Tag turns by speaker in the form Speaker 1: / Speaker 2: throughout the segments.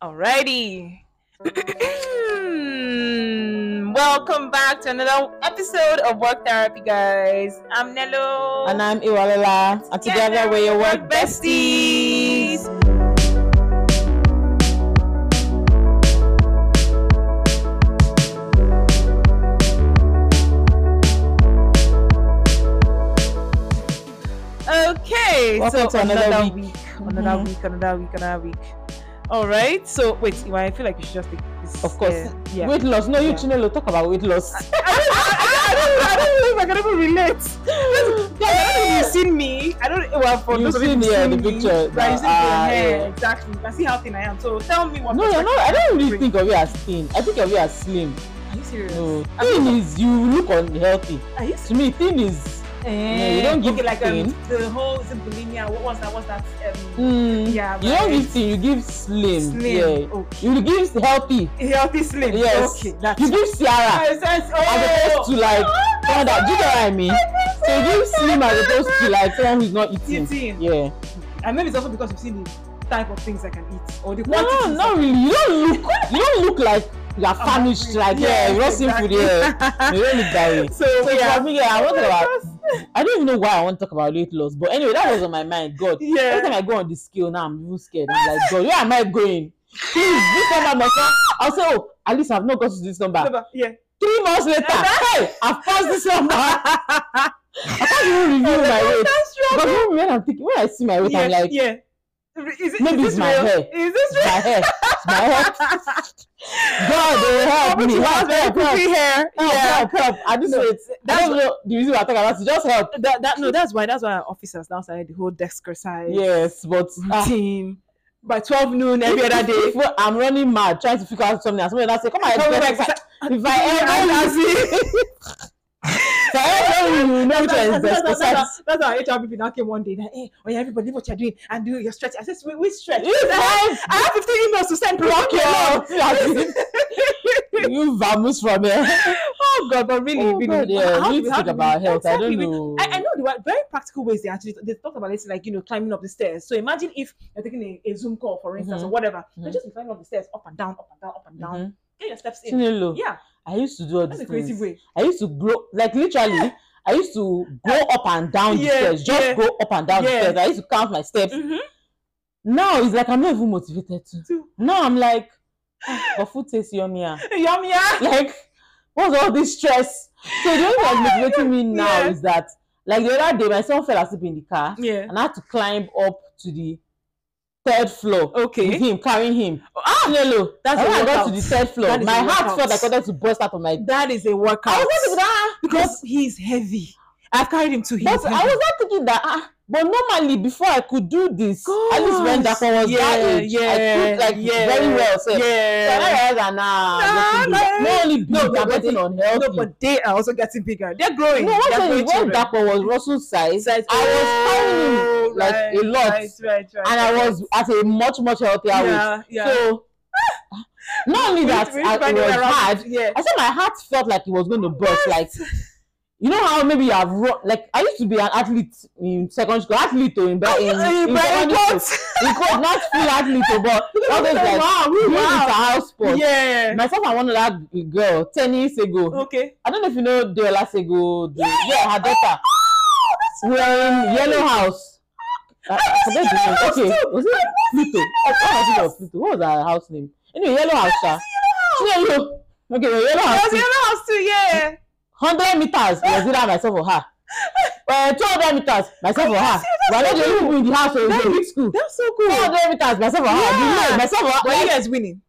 Speaker 1: Alrighty. Hmm. Welcome back to another episode of Work Therapy, guys. I'm Nello.
Speaker 2: And I'm Iwalala. And together we're your work besties.
Speaker 1: besties. Okay,
Speaker 2: Welcome
Speaker 1: so
Speaker 2: to another
Speaker 1: week,
Speaker 2: week.
Speaker 1: another
Speaker 2: Mhm.
Speaker 1: week, another week, another week. All right. So wait, Iwa, I feel like you should just take this.
Speaker 2: Of course.
Speaker 1: uh, yeah.
Speaker 2: Weight loss. No, you
Speaker 1: Yeah.
Speaker 2: Chinelo, talk about weight loss.
Speaker 1: I don't know if I can even relate. Yeah, I don't know if you've seen me. I don't. Well, for
Speaker 2: You've
Speaker 1: those of you
Speaker 2: seen,
Speaker 1: who've
Speaker 2: yeah,
Speaker 1: seen
Speaker 2: the
Speaker 1: me,
Speaker 2: picture,
Speaker 1: Right, you've seen
Speaker 2: ah,
Speaker 1: my hair.
Speaker 2: yeah.
Speaker 1: Exactly. You can see how thin I am. So tell me what.
Speaker 2: no, you're not. I don't really
Speaker 1: perspective
Speaker 2: think of you as thin. I think of you as
Speaker 1: you
Speaker 2: slim.
Speaker 1: bring. Are you serious?
Speaker 2: No. Thin is you look unhealthy.
Speaker 1: Are you
Speaker 2: To me, thin is.
Speaker 1: Eh,
Speaker 2: you don't give
Speaker 1: okay, like um,
Speaker 2: pain.
Speaker 1: the whole is it bulimia? What was that? What's that? Um,
Speaker 2: Mm,
Speaker 1: Yeah,
Speaker 2: You don't
Speaker 1: but-
Speaker 2: give thin. You give slim.
Speaker 1: slim.
Speaker 2: Yeah.
Speaker 1: Okay.
Speaker 2: You give healthy.
Speaker 1: Healthy slim.
Speaker 2: Yes.
Speaker 1: Okay. That's.
Speaker 2: You give Sierra
Speaker 1: Oh, it's- it's-
Speaker 2: as
Speaker 1: oh.
Speaker 2: opposed to like. Oh, that, do you know what I mean? So you give slim as opposed to like someone who's not eating.
Speaker 1: Eating.
Speaker 2: Yeah.
Speaker 1: And maybe it's also because you've seen the type of things I can eat or the
Speaker 2: No,
Speaker 1: quantities.
Speaker 2: not really. You don't look. You don't look like you are
Speaker 1: I'm
Speaker 2: famished.
Speaker 1: hungry.
Speaker 2: Like yeah, you're not simple. Yeah, you don't look that way.
Speaker 1: so,
Speaker 2: So
Speaker 1: yeah.
Speaker 2: for me, yeah, I want to
Speaker 1: Oh my
Speaker 2: about.
Speaker 1: gosh.
Speaker 2: I don't even know why I want to talk about weight loss, but anyway, that was on my mind. God,
Speaker 1: Yeah.
Speaker 2: every time I go on this scale now, I'm even scared. I'm like, God, where am I going? Please, this number must not. I'll say, oh, at least I've not got to this number.
Speaker 1: Number- Yeah.
Speaker 2: Three months later, hey, I've passed this number. I can't even review my weight.
Speaker 1: That's
Speaker 2: But
Speaker 1: struggle.
Speaker 2: when I'm thinking, when I see my weight,
Speaker 1: Yeah.
Speaker 2: I'm like,
Speaker 1: yeah. Is it,
Speaker 2: maybe
Speaker 1: is
Speaker 2: it's
Speaker 1: this
Speaker 2: my
Speaker 1: real?
Speaker 2: hair.
Speaker 1: Is this
Speaker 2: my
Speaker 1: real?
Speaker 2: hair, my hair God, they help me. Help, help, help, help,
Speaker 1: hair.
Speaker 2: help, help. At this
Speaker 1: No,
Speaker 2: rate, I
Speaker 1: that's
Speaker 2: don't know the reason we're talking about it. Just help.
Speaker 1: That, that no, that's why that's why our officers now started the whole desk exercise
Speaker 2: Yes, but ah,
Speaker 1: routine by twelve noon every
Speaker 2: if-
Speaker 1: other day.
Speaker 2: if we- I'm running mad trying to figure out something. And somebody else say, "Come on,
Speaker 1: Come
Speaker 2: exercise."
Speaker 1: back,
Speaker 2: If I- if
Speaker 1: Yeah,
Speaker 2: I ever
Speaker 1: that's it.
Speaker 2: if I ever you know
Speaker 1: that's,
Speaker 2: which one is
Speaker 1: that's,
Speaker 2: best
Speaker 1: that's,
Speaker 2: exercise.
Speaker 1: that's, that's how HR people now came one day. That, hey, oh yeah, everybody, what you're doing and do your stretch. I said, we, we stretch.
Speaker 2: You oh, help
Speaker 1: I have 15 emails to send.
Speaker 2: block
Speaker 1: Leave me alone.
Speaker 2: your You vamoose from here.
Speaker 1: Oh God, but really,
Speaker 2: Oh,
Speaker 1: really, how
Speaker 2: God, yeah.
Speaker 1: do
Speaker 2: We
Speaker 1: we-
Speaker 2: need to
Speaker 1: how do
Speaker 2: think
Speaker 1: we-
Speaker 2: about health. I
Speaker 1: exactly,
Speaker 2: don't
Speaker 1: we-
Speaker 2: know.
Speaker 1: I, I know there were very practical ways they actually they talked about it, like you know, climbing up the stairs. So imagine if you're taking a, a Zoom call, for instance, or
Speaker 2: Mhm.
Speaker 1: whatever. you
Speaker 2: Mhm.
Speaker 1: You just be climbing up the stairs, up and down, up and down, up and down.
Speaker 2: Mhm.
Speaker 1: Get your steps in.
Speaker 2: Chinelo,
Speaker 1: Yeah,
Speaker 2: I used to do all
Speaker 1: that's
Speaker 2: these
Speaker 1: a creative
Speaker 2: things.
Speaker 1: way.
Speaker 2: I used to grow like literally. I used to go up and down the
Speaker 1: Yeah,
Speaker 2: stairs, just
Speaker 1: yeah.
Speaker 2: go up and down
Speaker 1: Yeah.
Speaker 2: the stairs. I used to count my steps.
Speaker 1: Mm-hmm.
Speaker 2: Now it's like I'm not even motivated to.
Speaker 1: Too.
Speaker 2: Now I'm like, "Ah, but food tastes yummy. ah."
Speaker 1: Yum, yeah.
Speaker 2: Like, what's all this stress? So the only thing that's motivating me now
Speaker 1: Yeah.
Speaker 2: is that, like the other day, my son fell asleep in the car,
Speaker 1: Yeah.
Speaker 2: and I had to climb up to the third floor with
Speaker 1: Okay.
Speaker 2: him, carrying him.
Speaker 1: Ah,
Speaker 2: Hello.
Speaker 1: that's
Speaker 2: And
Speaker 1: a
Speaker 2: when I got
Speaker 1: workout.
Speaker 2: to the third floor,
Speaker 1: That is
Speaker 2: my
Speaker 1: a
Speaker 2: heart
Speaker 1: workout.
Speaker 2: felt like I wanted to burst out of my.
Speaker 1: That is a workout.
Speaker 2: I was not even ah,
Speaker 1: because he's heavy. I've carried him to him.
Speaker 2: But I was not thinking that. Ah, but normally before I could do this, at least when that one was that age, I could like very well. So, so I
Speaker 1: yeah.
Speaker 2: realized that nah,
Speaker 1: Nah,
Speaker 2: nothing
Speaker 1: nah,
Speaker 2: big. not only big,
Speaker 1: no,
Speaker 2: I'm
Speaker 1: but
Speaker 2: getting
Speaker 1: they-
Speaker 2: unhealthy.
Speaker 1: No, but they are also getting bigger. They're growing.
Speaker 2: no, what
Speaker 1: They're
Speaker 2: I
Speaker 1: growing
Speaker 2: mean, when
Speaker 1: children.
Speaker 2: that one was Russell's size,
Speaker 1: Size- oh,
Speaker 2: I was carrying him, like, a
Speaker 1: right,
Speaker 2: lot.
Speaker 1: right, right, right,
Speaker 2: and I
Speaker 1: right.
Speaker 2: was at a much much healthier weight.
Speaker 1: yeah, yeah.
Speaker 2: So not only
Speaker 1: We-
Speaker 2: that,
Speaker 1: we
Speaker 2: I, it
Speaker 1: find a way
Speaker 2: was
Speaker 1: around
Speaker 2: hard.
Speaker 1: it, Yeah.
Speaker 2: I said my heart felt like it was going to burst. Like you know how maybe you have run. Like I used to be an athlete in secondary school, athlete to in, in, in,
Speaker 1: Eh,
Speaker 2: in
Speaker 1: but it
Speaker 2: secondary school.
Speaker 1: got-
Speaker 2: it was not full athlete o, but all those like
Speaker 1: Wow,
Speaker 2: doing it
Speaker 1: wow.
Speaker 2: at house sport
Speaker 1: Yeah.
Speaker 2: myself and one other g- girl ten years ago
Speaker 1: Okay.
Speaker 2: i don't know if you know deola sego the yeah, her daughter
Speaker 1: Oh,
Speaker 2: we were in yellow house i i forget the name
Speaker 1: House
Speaker 2: okay
Speaker 1: too.
Speaker 2: was it pluto i can't remember of pluto what was her house name anyway yellow house sha she dey yellow okay we were yellow
Speaker 1: I
Speaker 2: house
Speaker 1: was in
Speaker 2: too
Speaker 1: the house too. Yeah.
Speaker 2: hundred meters it was either myself or her uh, two hundred meters myself or her we are not the only people in the house o it's a big school
Speaker 1: That's so cool.
Speaker 2: two hundred meters myself or her the
Speaker 1: Yeah.
Speaker 2: lane myself or her
Speaker 1: Were
Speaker 2: like
Speaker 1: you guys winning?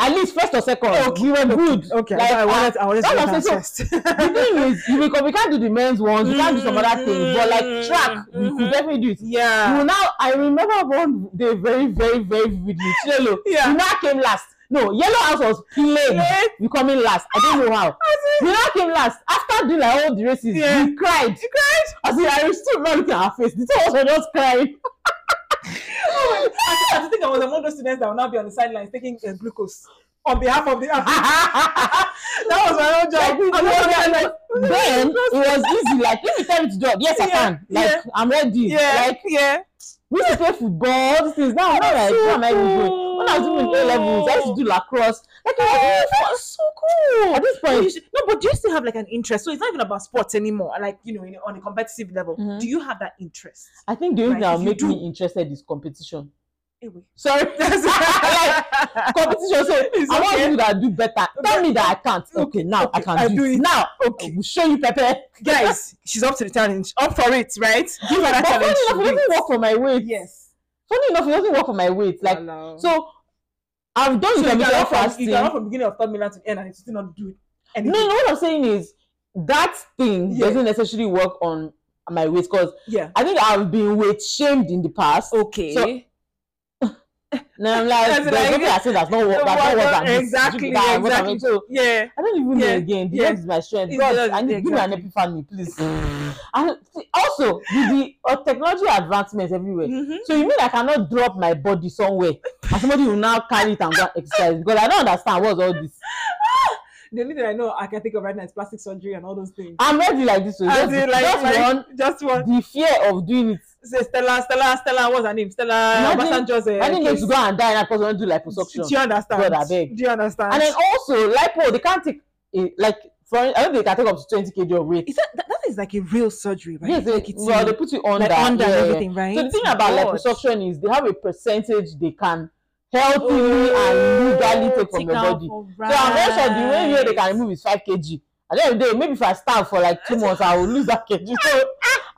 Speaker 2: at least first or second
Speaker 1: Okay,
Speaker 2: we were good
Speaker 1: Okay.
Speaker 2: like ah,
Speaker 1: I wanted. I wanted to
Speaker 2: that's
Speaker 1: get
Speaker 2: what I'm
Speaker 1: that
Speaker 2: saying,
Speaker 1: first.
Speaker 2: uh, the thing is you will, we can't do the men's ones we can't do some other things but like track we
Speaker 1: Mhm.
Speaker 2: could definitely do it you
Speaker 1: Yeah.
Speaker 2: will now i remember one day very very very vividly chelo
Speaker 1: Yeah.
Speaker 2: you now came last no yellow house was plain
Speaker 1: Yeah.
Speaker 2: you coming last i don't know how you now came last after doing like all the races
Speaker 1: Yeah.
Speaker 2: you cried
Speaker 1: You guys.
Speaker 2: as in i was still not looking at her face the two of us were just crying
Speaker 1: Oh my- I, I think I was among those students that will now be on the sidelines taking uh, glucose on behalf of the.
Speaker 2: Ah,
Speaker 1: that was my own job.
Speaker 2: Like,
Speaker 1: I was on the sidelines.
Speaker 2: then it was easy like if you tell me to do it yes i
Speaker 1: Yeah,
Speaker 2: can like
Speaker 1: yeah.
Speaker 2: i'm ready
Speaker 1: yeah,
Speaker 2: like
Speaker 1: yeah.
Speaker 2: we used to play football all these things now i'm not like
Speaker 1: so
Speaker 2: what am i even doing
Speaker 1: cool.
Speaker 2: when I was doing A levels, I used to do lacrosse. Like, I was doing
Speaker 1: Oh, That's so cool.
Speaker 2: at this
Speaker 1: You
Speaker 2: point,
Speaker 1: should- no, but do you still have like an interest? So it's not even about sports anymore. Like you know, in, on a competitive level,
Speaker 2: Mhm.
Speaker 1: do you have that interest?
Speaker 2: I think the only thing
Speaker 1: Right,
Speaker 2: that
Speaker 1: if
Speaker 2: will
Speaker 1: you
Speaker 2: make
Speaker 1: do-
Speaker 2: me interested is competition.
Speaker 1: Anyway.
Speaker 2: Sorry, like, competition. So
Speaker 1: It's
Speaker 2: I want
Speaker 1: okay.
Speaker 2: you that do better. Tell me that I can't. Okay, now I
Speaker 1: Okay,
Speaker 2: can
Speaker 1: I
Speaker 2: do,
Speaker 1: do
Speaker 2: it.
Speaker 1: it.
Speaker 2: Now,
Speaker 1: Okay.
Speaker 2: I will show you, Pepe.
Speaker 1: guys, she's up to the challenge. Up for it, right? Give her
Speaker 2: But
Speaker 1: that
Speaker 2: funny
Speaker 1: challenge.
Speaker 2: enough, it
Speaker 1: she'll do
Speaker 2: doesn't
Speaker 1: it.
Speaker 2: work for my weight.
Speaker 1: Yes.
Speaker 2: Funny enough, it doesn't work for my weight. Like
Speaker 1: Walao.
Speaker 2: so, I've done
Speaker 1: So you can
Speaker 2: intermittent
Speaker 1: run from,
Speaker 2: fasting.
Speaker 1: you can run from beginning of third Milan to end and it's still not do
Speaker 2: No,
Speaker 1: anything.
Speaker 2: no, what I'm saying is that thing
Speaker 1: Yeah.
Speaker 2: doesn't necessarily work on my weight because
Speaker 1: Yeah.
Speaker 2: I think I've been weight shamed in the past.
Speaker 1: Okay.
Speaker 2: So, Now I'm like,
Speaker 1: That's
Speaker 2: there's
Speaker 1: like-
Speaker 2: nothing I say that's not work. That's not work. than this.
Speaker 1: Exactly,
Speaker 2: That and what I'm
Speaker 1: exactly.
Speaker 2: doing. So,
Speaker 1: yeah.
Speaker 2: I don't even
Speaker 1: Yeah,
Speaker 2: know again. The
Speaker 1: yeah.
Speaker 2: Lord is my strength.
Speaker 1: It's
Speaker 2: God,
Speaker 1: the Lord,
Speaker 2: I need give me an
Speaker 1: exactly.
Speaker 2: epiphany, please. and see, also, with the uh, technology advancements everywhere,
Speaker 1: Mhm.
Speaker 2: so you mean I cannot drop my body somewhere and somebody will now carry it and go and exercise because I don't understand what's all this.
Speaker 1: The only thing I know I can think of right now is plastic surgery and all those things.
Speaker 2: I'm ready like this. So
Speaker 1: As
Speaker 2: just,
Speaker 1: in, like-
Speaker 2: just
Speaker 1: like-
Speaker 2: one,
Speaker 1: Just one.
Speaker 2: the fear of doing it.
Speaker 1: Say Stella, Stella, Stella. What's her name? Stella.
Speaker 2: Imagine-
Speaker 1: Obasanjo's, uh,
Speaker 2: I didn't need
Speaker 1: case.
Speaker 2: to go and die now because I want to do
Speaker 1: Do
Speaker 2: liposuction.
Speaker 1: you understand?
Speaker 2: God, I beg.
Speaker 1: Do you understand?
Speaker 2: And then also lipo, they can't take eh, like for I don't think they can take up to 20 kg of weight.
Speaker 1: is that, that that is like a real surgery, right?
Speaker 2: Yes,
Speaker 1: like
Speaker 2: they, well, they put you under,
Speaker 1: like under
Speaker 2: yeah,
Speaker 1: and
Speaker 2: yeah.
Speaker 1: everything, right? Oh,
Speaker 2: So the thing about
Speaker 1: God.
Speaker 2: liposuction is they have a percentage they can healthily
Speaker 1: Oh,
Speaker 2: and legally take from your body. So I'm very sure the only way they can remove is five kg. At the end of the day, maybe if I starve for like two months, I will lose that kg.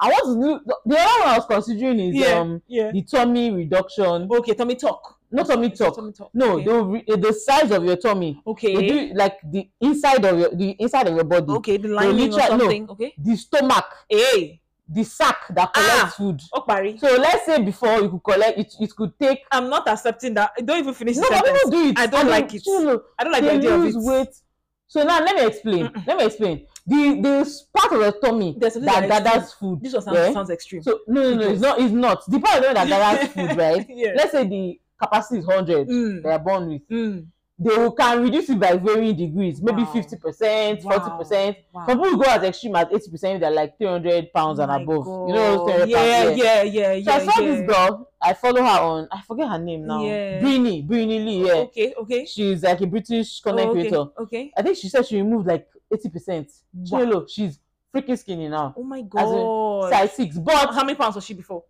Speaker 2: So I want to do the- the other one I was considering is
Speaker 1: Yeah.
Speaker 2: um
Speaker 1: Yeah.
Speaker 2: the tummy reduction.
Speaker 1: Okay, tummy talk.
Speaker 2: Not tummy
Speaker 1: It's a
Speaker 2: tuck.
Speaker 1: Tummy talk.
Speaker 2: No,
Speaker 1: Okay.
Speaker 2: they will re- the size of your tummy. They
Speaker 1: Okay.
Speaker 2: do like the inside of your the inside of your body,
Speaker 1: Okay. The lining or
Speaker 2: literally- no.
Speaker 1: something. Okay.
Speaker 2: the stomach,
Speaker 1: Hey.
Speaker 2: the sac that collects
Speaker 1: Ah.
Speaker 2: food.
Speaker 1: Okpari.
Speaker 2: So let's say before you could collect it, it could take
Speaker 1: I'm not accepting that. Don't even finish
Speaker 2: no,
Speaker 1: the
Speaker 2: but people
Speaker 1: sentence.
Speaker 2: do it.
Speaker 1: I don't
Speaker 2: And
Speaker 1: like
Speaker 2: then,
Speaker 1: it.
Speaker 2: you know,
Speaker 1: I don't like the
Speaker 2: they
Speaker 1: idea of
Speaker 2: lose
Speaker 1: it.
Speaker 2: weight. So now let me explain. Let me explain. The the part of the tummy
Speaker 1: There's
Speaker 2: that
Speaker 1: something that is-
Speaker 2: gathers food.
Speaker 1: This one sounds,
Speaker 2: yeah?
Speaker 1: sounds extreme.
Speaker 2: So no, no, no, it's not. It's not. The part of the tummy that gathers food, right?
Speaker 1: yeah.
Speaker 2: Let's say the capacity is hundred. They
Speaker 1: mm.
Speaker 2: are born with.
Speaker 1: Mm.
Speaker 2: They will, can reduce it by varying degrees, maybe
Speaker 1: Wow.
Speaker 2: fifty percent, forty percent.
Speaker 1: Wow.
Speaker 2: Some people go as extreme as eighty percent. They're like three hundred pounds and
Speaker 1: My
Speaker 2: above.
Speaker 1: God.
Speaker 2: You know, those 300
Speaker 1: yeah,
Speaker 2: pounds,
Speaker 1: yeah, yeah, yeah.
Speaker 2: So I saw
Speaker 1: yeah.
Speaker 2: this girl. I follow her on. I forget her name now.
Speaker 1: Yeah.
Speaker 2: Brini, Brini Lee. Yeah.
Speaker 1: Okay, okay.
Speaker 2: She's like a British content
Speaker 1: Oh, okay,
Speaker 2: creator.
Speaker 1: okay.
Speaker 2: I think she said she removed like 80%.
Speaker 1: Wow.
Speaker 2: Chelo, she's freaking skinny now.
Speaker 1: Oh my
Speaker 2: As
Speaker 1: god.
Speaker 2: Size 6. But
Speaker 1: How many pounds was she before?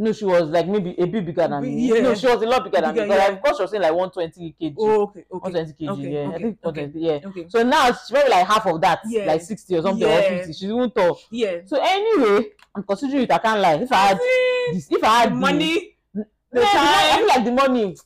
Speaker 2: no, she was like maybe a bit bigger than me.
Speaker 1: Yeah.
Speaker 2: No, she was a lot bigger than me.
Speaker 1: Bigger,
Speaker 2: But
Speaker 1: yeah.
Speaker 2: of course, she was saying like 120 kg.
Speaker 1: Oh, okay, okay,
Speaker 2: 120 kg,
Speaker 1: okay,
Speaker 2: yeah. I
Speaker 1: okay,
Speaker 2: think
Speaker 1: okay.
Speaker 2: 120, yeah.
Speaker 1: okay.
Speaker 2: So now she's probably like half of that,
Speaker 1: Yeah.
Speaker 2: like 60 or something, or
Speaker 1: Yeah.
Speaker 2: 50. She's even tall.
Speaker 1: Yeah.
Speaker 2: So anyway, I'm considering it. I can't lie. If I had this, if I had
Speaker 1: The
Speaker 2: the-
Speaker 1: money,
Speaker 2: No,
Speaker 1: the
Speaker 2: if I had-
Speaker 1: time.
Speaker 2: I feel like the money,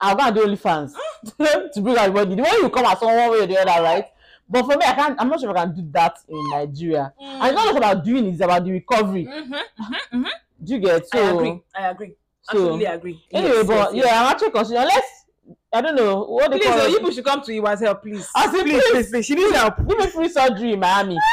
Speaker 2: I'll go and do OnlyFans to bring out the money. The money will come at some one way or the other, right? But for me, I can't. I'm not sure if I can do that in Nigeria. And it's not just about doing it, it's about the recovery.
Speaker 1: Mm-hmm, mm-hmm, mm-hmm.
Speaker 2: Do you get so?
Speaker 1: I agree. I agree.
Speaker 2: so-
Speaker 1: Absolutely agree.
Speaker 2: Anyway,
Speaker 1: Yes,
Speaker 2: but
Speaker 1: yes, yes.
Speaker 2: yeah, I'm actually considering. Unless I don't know what they
Speaker 1: Please,
Speaker 2: call
Speaker 1: oh,
Speaker 2: it.
Speaker 1: Ibu should come to Iwa's help, please.
Speaker 2: I said,
Speaker 1: please,
Speaker 2: please.
Speaker 1: please, please. She needs help.
Speaker 2: Give me free surgery in Miami.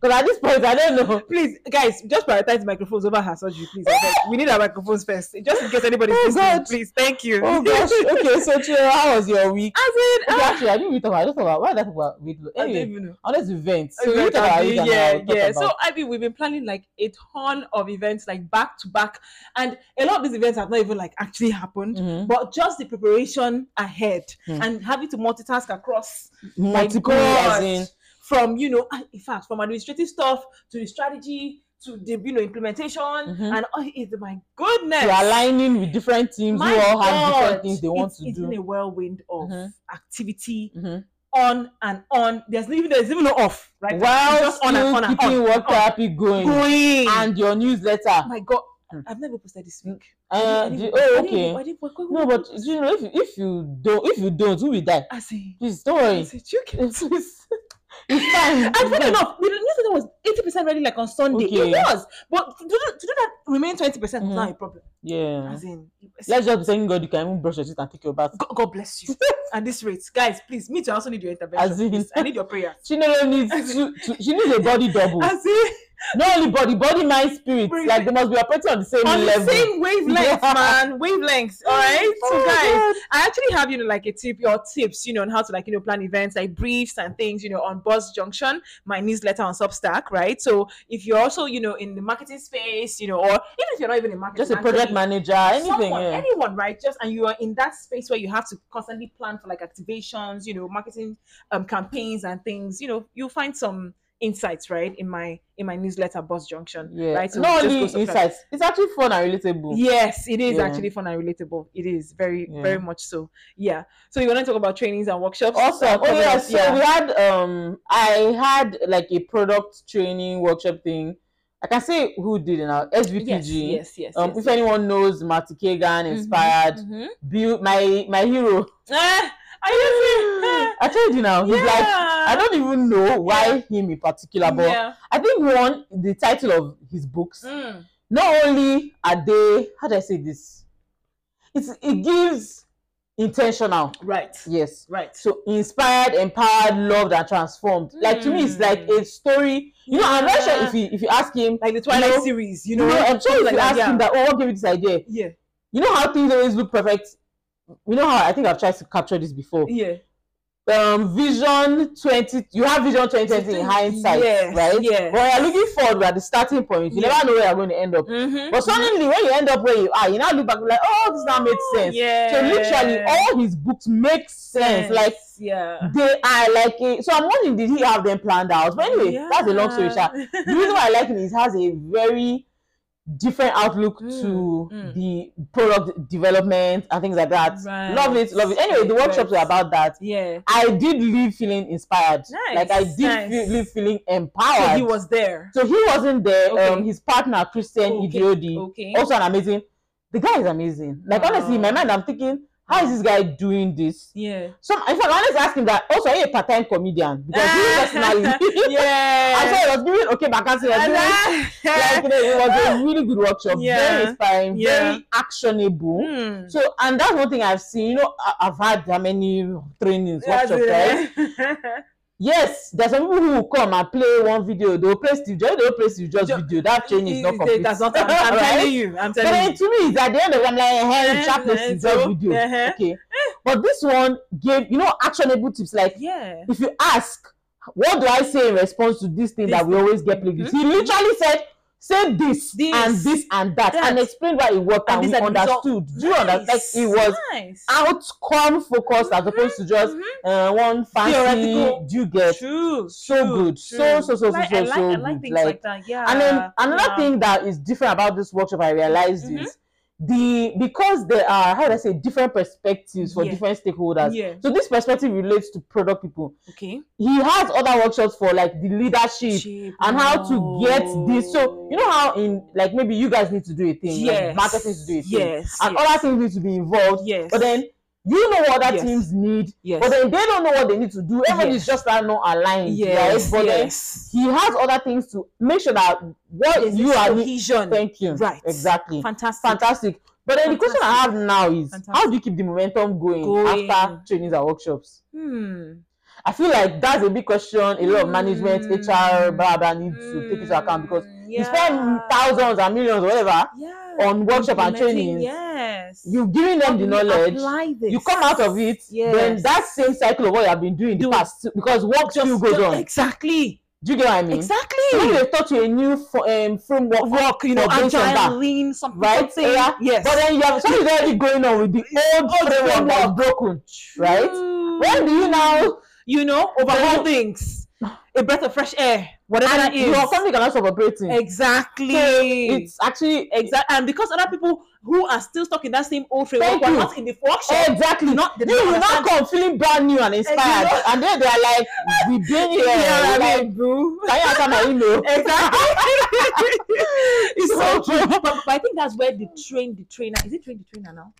Speaker 2: Because at this point, I don't know.
Speaker 1: Please, guys, just prioritize microphones over her surgery, please. I beg. we need our microphones first, just in case anybody's
Speaker 2: Oh,
Speaker 1: listening.
Speaker 2: God.
Speaker 1: Please, thank you.
Speaker 2: Oh gosh. Okay, so Chiro, how was your week?
Speaker 1: As in,
Speaker 2: Okay,
Speaker 1: ah,
Speaker 2: actually, I didn't really talk about. I just talk about why did I talk about weight loss.
Speaker 1: I don't
Speaker 2: Anyway,
Speaker 1: even know.
Speaker 2: honest event. So
Speaker 1: Event
Speaker 2: we talk about
Speaker 1: and
Speaker 2: it.
Speaker 1: the-
Speaker 2: and
Speaker 1: yeah,
Speaker 2: I'll talk
Speaker 1: yeah.
Speaker 2: about-
Speaker 1: So I mean, we've been planning like a ton of events, like back to back, and a lot of these events have not even like actually happened.
Speaker 2: Mhm.
Speaker 1: But just the preparation ahead
Speaker 2: Hmm.
Speaker 1: and having to multitask across, my
Speaker 2: multiple
Speaker 1: God,
Speaker 2: as in
Speaker 1: from you know, ah, in fact, from administrative stuff to the strategy to the you know implementation,
Speaker 2: Mhm.
Speaker 1: and oh, it, my goodness,
Speaker 2: to aligning with different teams
Speaker 1: My
Speaker 2: who all have
Speaker 1: God,
Speaker 2: different things they want
Speaker 1: it's,
Speaker 2: to
Speaker 1: it's been
Speaker 2: do.
Speaker 1: a whirlwind of
Speaker 2: Mhm.
Speaker 1: activity
Speaker 2: Mhm.
Speaker 1: on and on. There's even there's even no off, right?
Speaker 2: While
Speaker 1: It's just on and
Speaker 2: still
Speaker 1: on and
Speaker 2: keeping
Speaker 1: on,
Speaker 2: work
Speaker 1: on.
Speaker 2: therapy going.
Speaker 1: going.
Speaker 2: and your
Speaker 1: Oh
Speaker 2: newsletter.
Speaker 1: my god,
Speaker 2: Hmm.
Speaker 1: I've never posted this week.
Speaker 2: Uh,
Speaker 1: I didn't-
Speaker 2: do-
Speaker 1: I
Speaker 2: oh,
Speaker 1: didn't- I
Speaker 2: okay.
Speaker 1: didn't- why- why-
Speaker 2: No,
Speaker 1: why-
Speaker 2: but you know, if you, if you don't, if you don't, who will die?
Speaker 1: I see.
Speaker 2: Please don't
Speaker 1: I
Speaker 2: worry.
Speaker 1: see. You can-
Speaker 2: It's, it's, it's fine.
Speaker 1: And
Speaker 2: it's
Speaker 1: funny
Speaker 2: fine.
Speaker 1: enough, the newsletter was eighty percent ready, like on Sunday.
Speaker 2: Okay.
Speaker 1: It was, but to do, to do that remain twenty percent was
Speaker 2: Mhm.
Speaker 1: not a problem.
Speaker 2: Yeah.
Speaker 1: As in, it's-
Speaker 2: Let's just be saying, God, you can even brush your teeth and take your bath.
Speaker 1: God, God bless you. and this rate guys please me too i also need your intervention
Speaker 2: As in-
Speaker 1: please. i need your prayers
Speaker 2: Chinelo needs two, two, she needs a body double.
Speaker 1: as in
Speaker 2: Not only body, body, mind, spirit.
Speaker 1: Bring
Speaker 2: Like they must be operating on the same
Speaker 1: on
Speaker 2: level.
Speaker 1: the same wavelength
Speaker 2: Yeah.
Speaker 1: man wavelengths all right so
Speaker 2: Oh,
Speaker 1: guys
Speaker 2: God.
Speaker 1: I actually have, you know, like a tip, your tips, you know, on how to like, you know, plan events, like briefs and things, you know, on Buzz Junction, my newsletter on Substack, right? So if you're also, you know, in the marketing space, you know, or even if you're not even in marketing,
Speaker 2: Just a project
Speaker 1: actually,
Speaker 2: manager, anything.
Speaker 1: Someone,
Speaker 2: Yeah.
Speaker 1: anyone, right? Just and you are in that space where you have to constantly plan for like activations, you know, marketing um campaigns and things. You know, you'll find some insights, right, in my in my newsletter, Buzz Junction,
Speaker 2: Yeah.
Speaker 1: right? So
Speaker 2: Not
Speaker 1: just
Speaker 2: only
Speaker 1: go subscribe.
Speaker 2: insights. It's actually fun and relatable.
Speaker 1: Yes, it is
Speaker 2: Yeah.
Speaker 1: actually fun and relatable. It is very,
Speaker 2: Yeah.
Speaker 1: very much so. Yeah. So you want to talk about trainings and workshops?
Speaker 2: Awesome. Oh
Speaker 1: Uh,
Speaker 2: yeah. So
Speaker 1: yeah.
Speaker 2: we had um I had like a product training workshop thing. I can say who did it now. SVPG.
Speaker 1: yes, yes, yes.
Speaker 2: Um,
Speaker 1: yes.
Speaker 2: if anyone knows Marty Kagan,
Speaker 1: Mhm,
Speaker 2: inspired,
Speaker 1: mhm.
Speaker 2: Bill, my my hero.
Speaker 1: Ah, I just
Speaker 2: I told you now. He's
Speaker 1: yeah.
Speaker 2: like I don't even know why him in particular, but
Speaker 1: Yeah.
Speaker 2: I think one the title of his books.
Speaker 1: Mm.
Speaker 2: Not only are they how do I say this? It's it gives intentional.
Speaker 1: Right.
Speaker 2: Yes.
Speaker 1: Right.
Speaker 2: So inspired, empowered, loved, and transformed. Like to me, it's like a story. You know, I'm not sure
Speaker 1: Mm. Yeah.
Speaker 2: if you if you ask him,
Speaker 1: Like the Twilight
Speaker 2: know,
Speaker 1: series, you
Speaker 2: you
Speaker 1: know.
Speaker 2: know, I'm sure if
Speaker 1: like
Speaker 2: you
Speaker 1: that,
Speaker 2: ask
Speaker 1: yeah.
Speaker 2: him that, oh, what gave you this idea?
Speaker 1: yeah.
Speaker 2: You know how things always look perfect. You know how I think I've tried to capture this before.
Speaker 1: Yeah.
Speaker 2: Um, vision twenty. You have vision twenty twenty in hindsight,
Speaker 1: Yes,
Speaker 2: right?
Speaker 1: yes.
Speaker 2: But you're looking forward. We're at the starting point. You
Speaker 1: Yeah.
Speaker 2: never know where you're going to end up.
Speaker 1: Mm-hmm.
Speaker 2: But suddenly, when you end up where you are, you now look back like, oh, this now makes sense.
Speaker 1: Yeah.
Speaker 2: So literally, all his books make sense. Like
Speaker 1: yeah.
Speaker 2: they are like a, so i'm wondering did he have them planned out but anyway that's a long story sha. the reason why i like it is it has a very different outlook to
Speaker 1: Mm, mm.
Speaker 2: the product development and things like that
Speaker 1: Right,
Speaker 2: love it love it anyway the
Speaker 1: right.
Speaker 2: workshops were about that
Speaker 1: yeah.
Speaker 2: i did leave feeling inspired
Speaker 1: Nice,
Speaker 2: like i did
Speaker 1: nice.
Speaker 2: feel, leave feeling
Speaker 1: So
Speaker 2: empowered
Speaker 1: he was there.
Speaker 2: not there um
Speaker 1: Okay.
Speaker 2: his partner christian
Speaker 1: Okay,
Speaker 2: idiodi
Speaker 1: Okay.
Speaker 2: also an amazing the guy is amazing like honestly in my
Speaker 1: Wow.
Speaker 2: mind i'm thinking how is this guy doing this
Speaker 1: Yeah.
Speaker 2: some in fact, I always ask him that also are you a part-time comedian because he
Speaker 1: Ah.
Speaker 2: personally
Speaker 1: yeah.
Speaker 2: I'm sure he was giving okay vacancy was giving, like you know, it was a really good workshop
Speaker 1: Yeah.
Speaker 2: very inspiring
Speaker 1: Yeah. Hmm.
Speaker 2: very actionable so and that's one thing I've seen you know I, I've had how many trainings workshops right yes there's some people who will come and play one video they'll play Steve Jobs they'll play Steve Jobs
Speaker 1: Jo-
Speaker 2: video that training is not complete
Speaker 1: That's not. I'm, I'm
Speaker 2: Right?
Speaker 1: telling you. I'm
Speaker 2: but
Speaker 1: telling
Speaker 2: then
Speaker 1: you.
Speaker 2: to me it's at the end of it, I'm like hey
Speaker 1: Eh,
Speaker 2: chap
Speaker 1: eh,
Speaker 2: Steve Jobs
Speaker 1: so,
Speaker 2: video
Speaker 1: eh-heh.
Speaker 2: okay but this one gave you know actionable tips like
Speaker 1: Yeah.
Speaker 2: if you ask what do i say in response to this thing
Speaker 1: This
Speaker 2: that we always get played with
Speaker 1: Mhm.
Speaker 2: he literally said say this,
Speaker 1: This,
Speaker 2: and this and that,
Speaker 1: that.
Speaker 2: and explain why it worked
Speaker 1: And
Speaker 2: and,
Speaker 1: these
Speaker 2: we
Speaker 1: are the results.
Speaker 2: understood do you understand like
Speaker 1: Nice,
Speaker 2: it was
Speaker 1: nice.
Speaker 2: outcome focused as opposed to just
Speaker 1: Mhm.
Speaker 2: uh, one fancy
Speaker 1: Theoretical.
Speaker 2: do you get
Speaker 1: True.
Speaker 2: so
Speaker 1: true,
Speaker 2: good,
Speaker 1: true.
Speaker 2: so, so, so, so,
Speaker 1: like, I
Speaker 2: so,
Speaker 1: like,
Speaker 2: so
Speaker 1: I like
Speaker 2: good,
Speaker 1: things like,
Speaker 2: like-
Speaker 1: that. Yeah.
Speaker 2: and then another
Speaker 1: Uh, yeah.
Speaker 2: thing that is different about this workshop i realized
Speaker 1: Mhm.
Speaker 2: is the because there are how do i say different perspectives for
Speaker 1: Yeah.
Speaker 2: different stakeholders
Speaker 1: Yeah.
Speaker 2: so this perspective relates to product people
Speaker 1: Okay.
Speaker 2: he has other workshops for like the leadership
Speaker 1: Cheap,
Speaker 2: and how to get this so you know how
Speaker 1: no.
Speaker 2: in like maybe you guys need to do a thing
Speaker 1: Yes.
Speaker 2: like marketing needs to do a thing
Speaker 1: Yes.
Speaker 2: and
Speaker 1: yes.
Speaker 2: other things need to be involved
Speaker 1: Yes.
Speaker 2: but then you know what other
Speaker 1: Yes.
Speaker 2: teams need
Speaker 1: Yes.
Speaker 2: but then they don't know what they need to do
Speaker 1: Yes.
Speaker 2: everybody's just now not aligned
Speaker 1: yes.
Speaker 2: right but
Speaker 1: yes.
Speaker 2: then he has other things to make sure that what
Speaker 1: There's
Speaker 2: you
Speaker 1: this
Speaker 2: are
Speaker 1: cohesion.
Speaker 2: thank you
Speaker 1: Right.
Speaker 2: exactly
Speaker 1: Fantastic.
Speaker 2: fantastic but then the question i have
Speaker 1: Fantastic.
Speaker 2: now is how
Speaker 1: Fantastic.
Speaker 2: do you keep the momentum going,
Speaker 1: Going.
Speaker 2: after trainings and workshops
Speaker 1: Hmm.
Speaker 2: I feel like that's a big question. A lot of management, HR,
Speaker 1: Mm.
Speaker 2: blah blah, need to take into account because
Speaker 1: Mm,
Speaker 2: you spend
Speaker 1: yeah.
Speaker 2: thousands and millions, or whatever,
Speaker 1: yeah.
Speaker 2: on workshop and
Speaker 1: Implementing,
Speaker 2: trainings.
Speaker 1: Yes.
Speaker 2: You've given them the
Speaker 1: How do you
Speaker 2: knowledge.
Speaker 1: apply this?
Speaker 2: You come out of it, then
Speaker 1: Yes.
Speaker 2: that same cycle of what you have been doing in the
Speaker 1: Do-
Speaker 2: past, because work still goes
Speaker 1: just-
Speaker 2: on.
Speaker 1: Exactly.
Speaker 2: Do you get what I mean?
Speaker 1: Exactly.
Speaker 2: So when they taught you a new fo- um, framework,
Speaker 1: Work, you know,
Speaker 2: for this and
Speaker 1: agile,
Speaker 2: that,
Speaker 1: lean, something.
Speaker 2: right?
Speaker 1: something.
Speaker 2: Yeah.
Speaker 1: Yes.
Speaker 2: But then you have something already going on with the old
Speaker 1: Old
Speaker 2: framework that's
Speaker 1: framework.
Speaker 2: broken, right? When do you now?
Speaker 1: you know, overhaul
Speaker 2: Then-
Speaker 1: things, a breath of fresh air, whatever that
Speaker 2: And
Speaker 1: is.
Speaker 2: your company cannot stop operating.
Speaker 1: Exactly.
Speaker 2: It's actually
Speaker 1: exactly. And because other people who are still stuck in that same old framework
Speaker 2: Thank
Speaker 1: were
Speaker 2: you.
Speaker 1: not in the workshop,
Speaker 2: Exactly.
Speaker 1: not- they
Speaker 2: you
Speaker 1: don't
Speaker 2: will not
Speaker 1: understand.
Speaker 2: come feeling brand new and inspired,
Speaker 1: Exactly.
Speaker 2: and then they are like, "We been here.
Speaker 1: Yeah, I
Speaker 2: like,
Speaker 1: mean, boo.
Speaker 2: Can you answer my email?"
Speaker 1: Exactly. it's so
Speaker 2: So
Speaker 1: true. But, but I think that's where the train the trainer is it train the trainer now?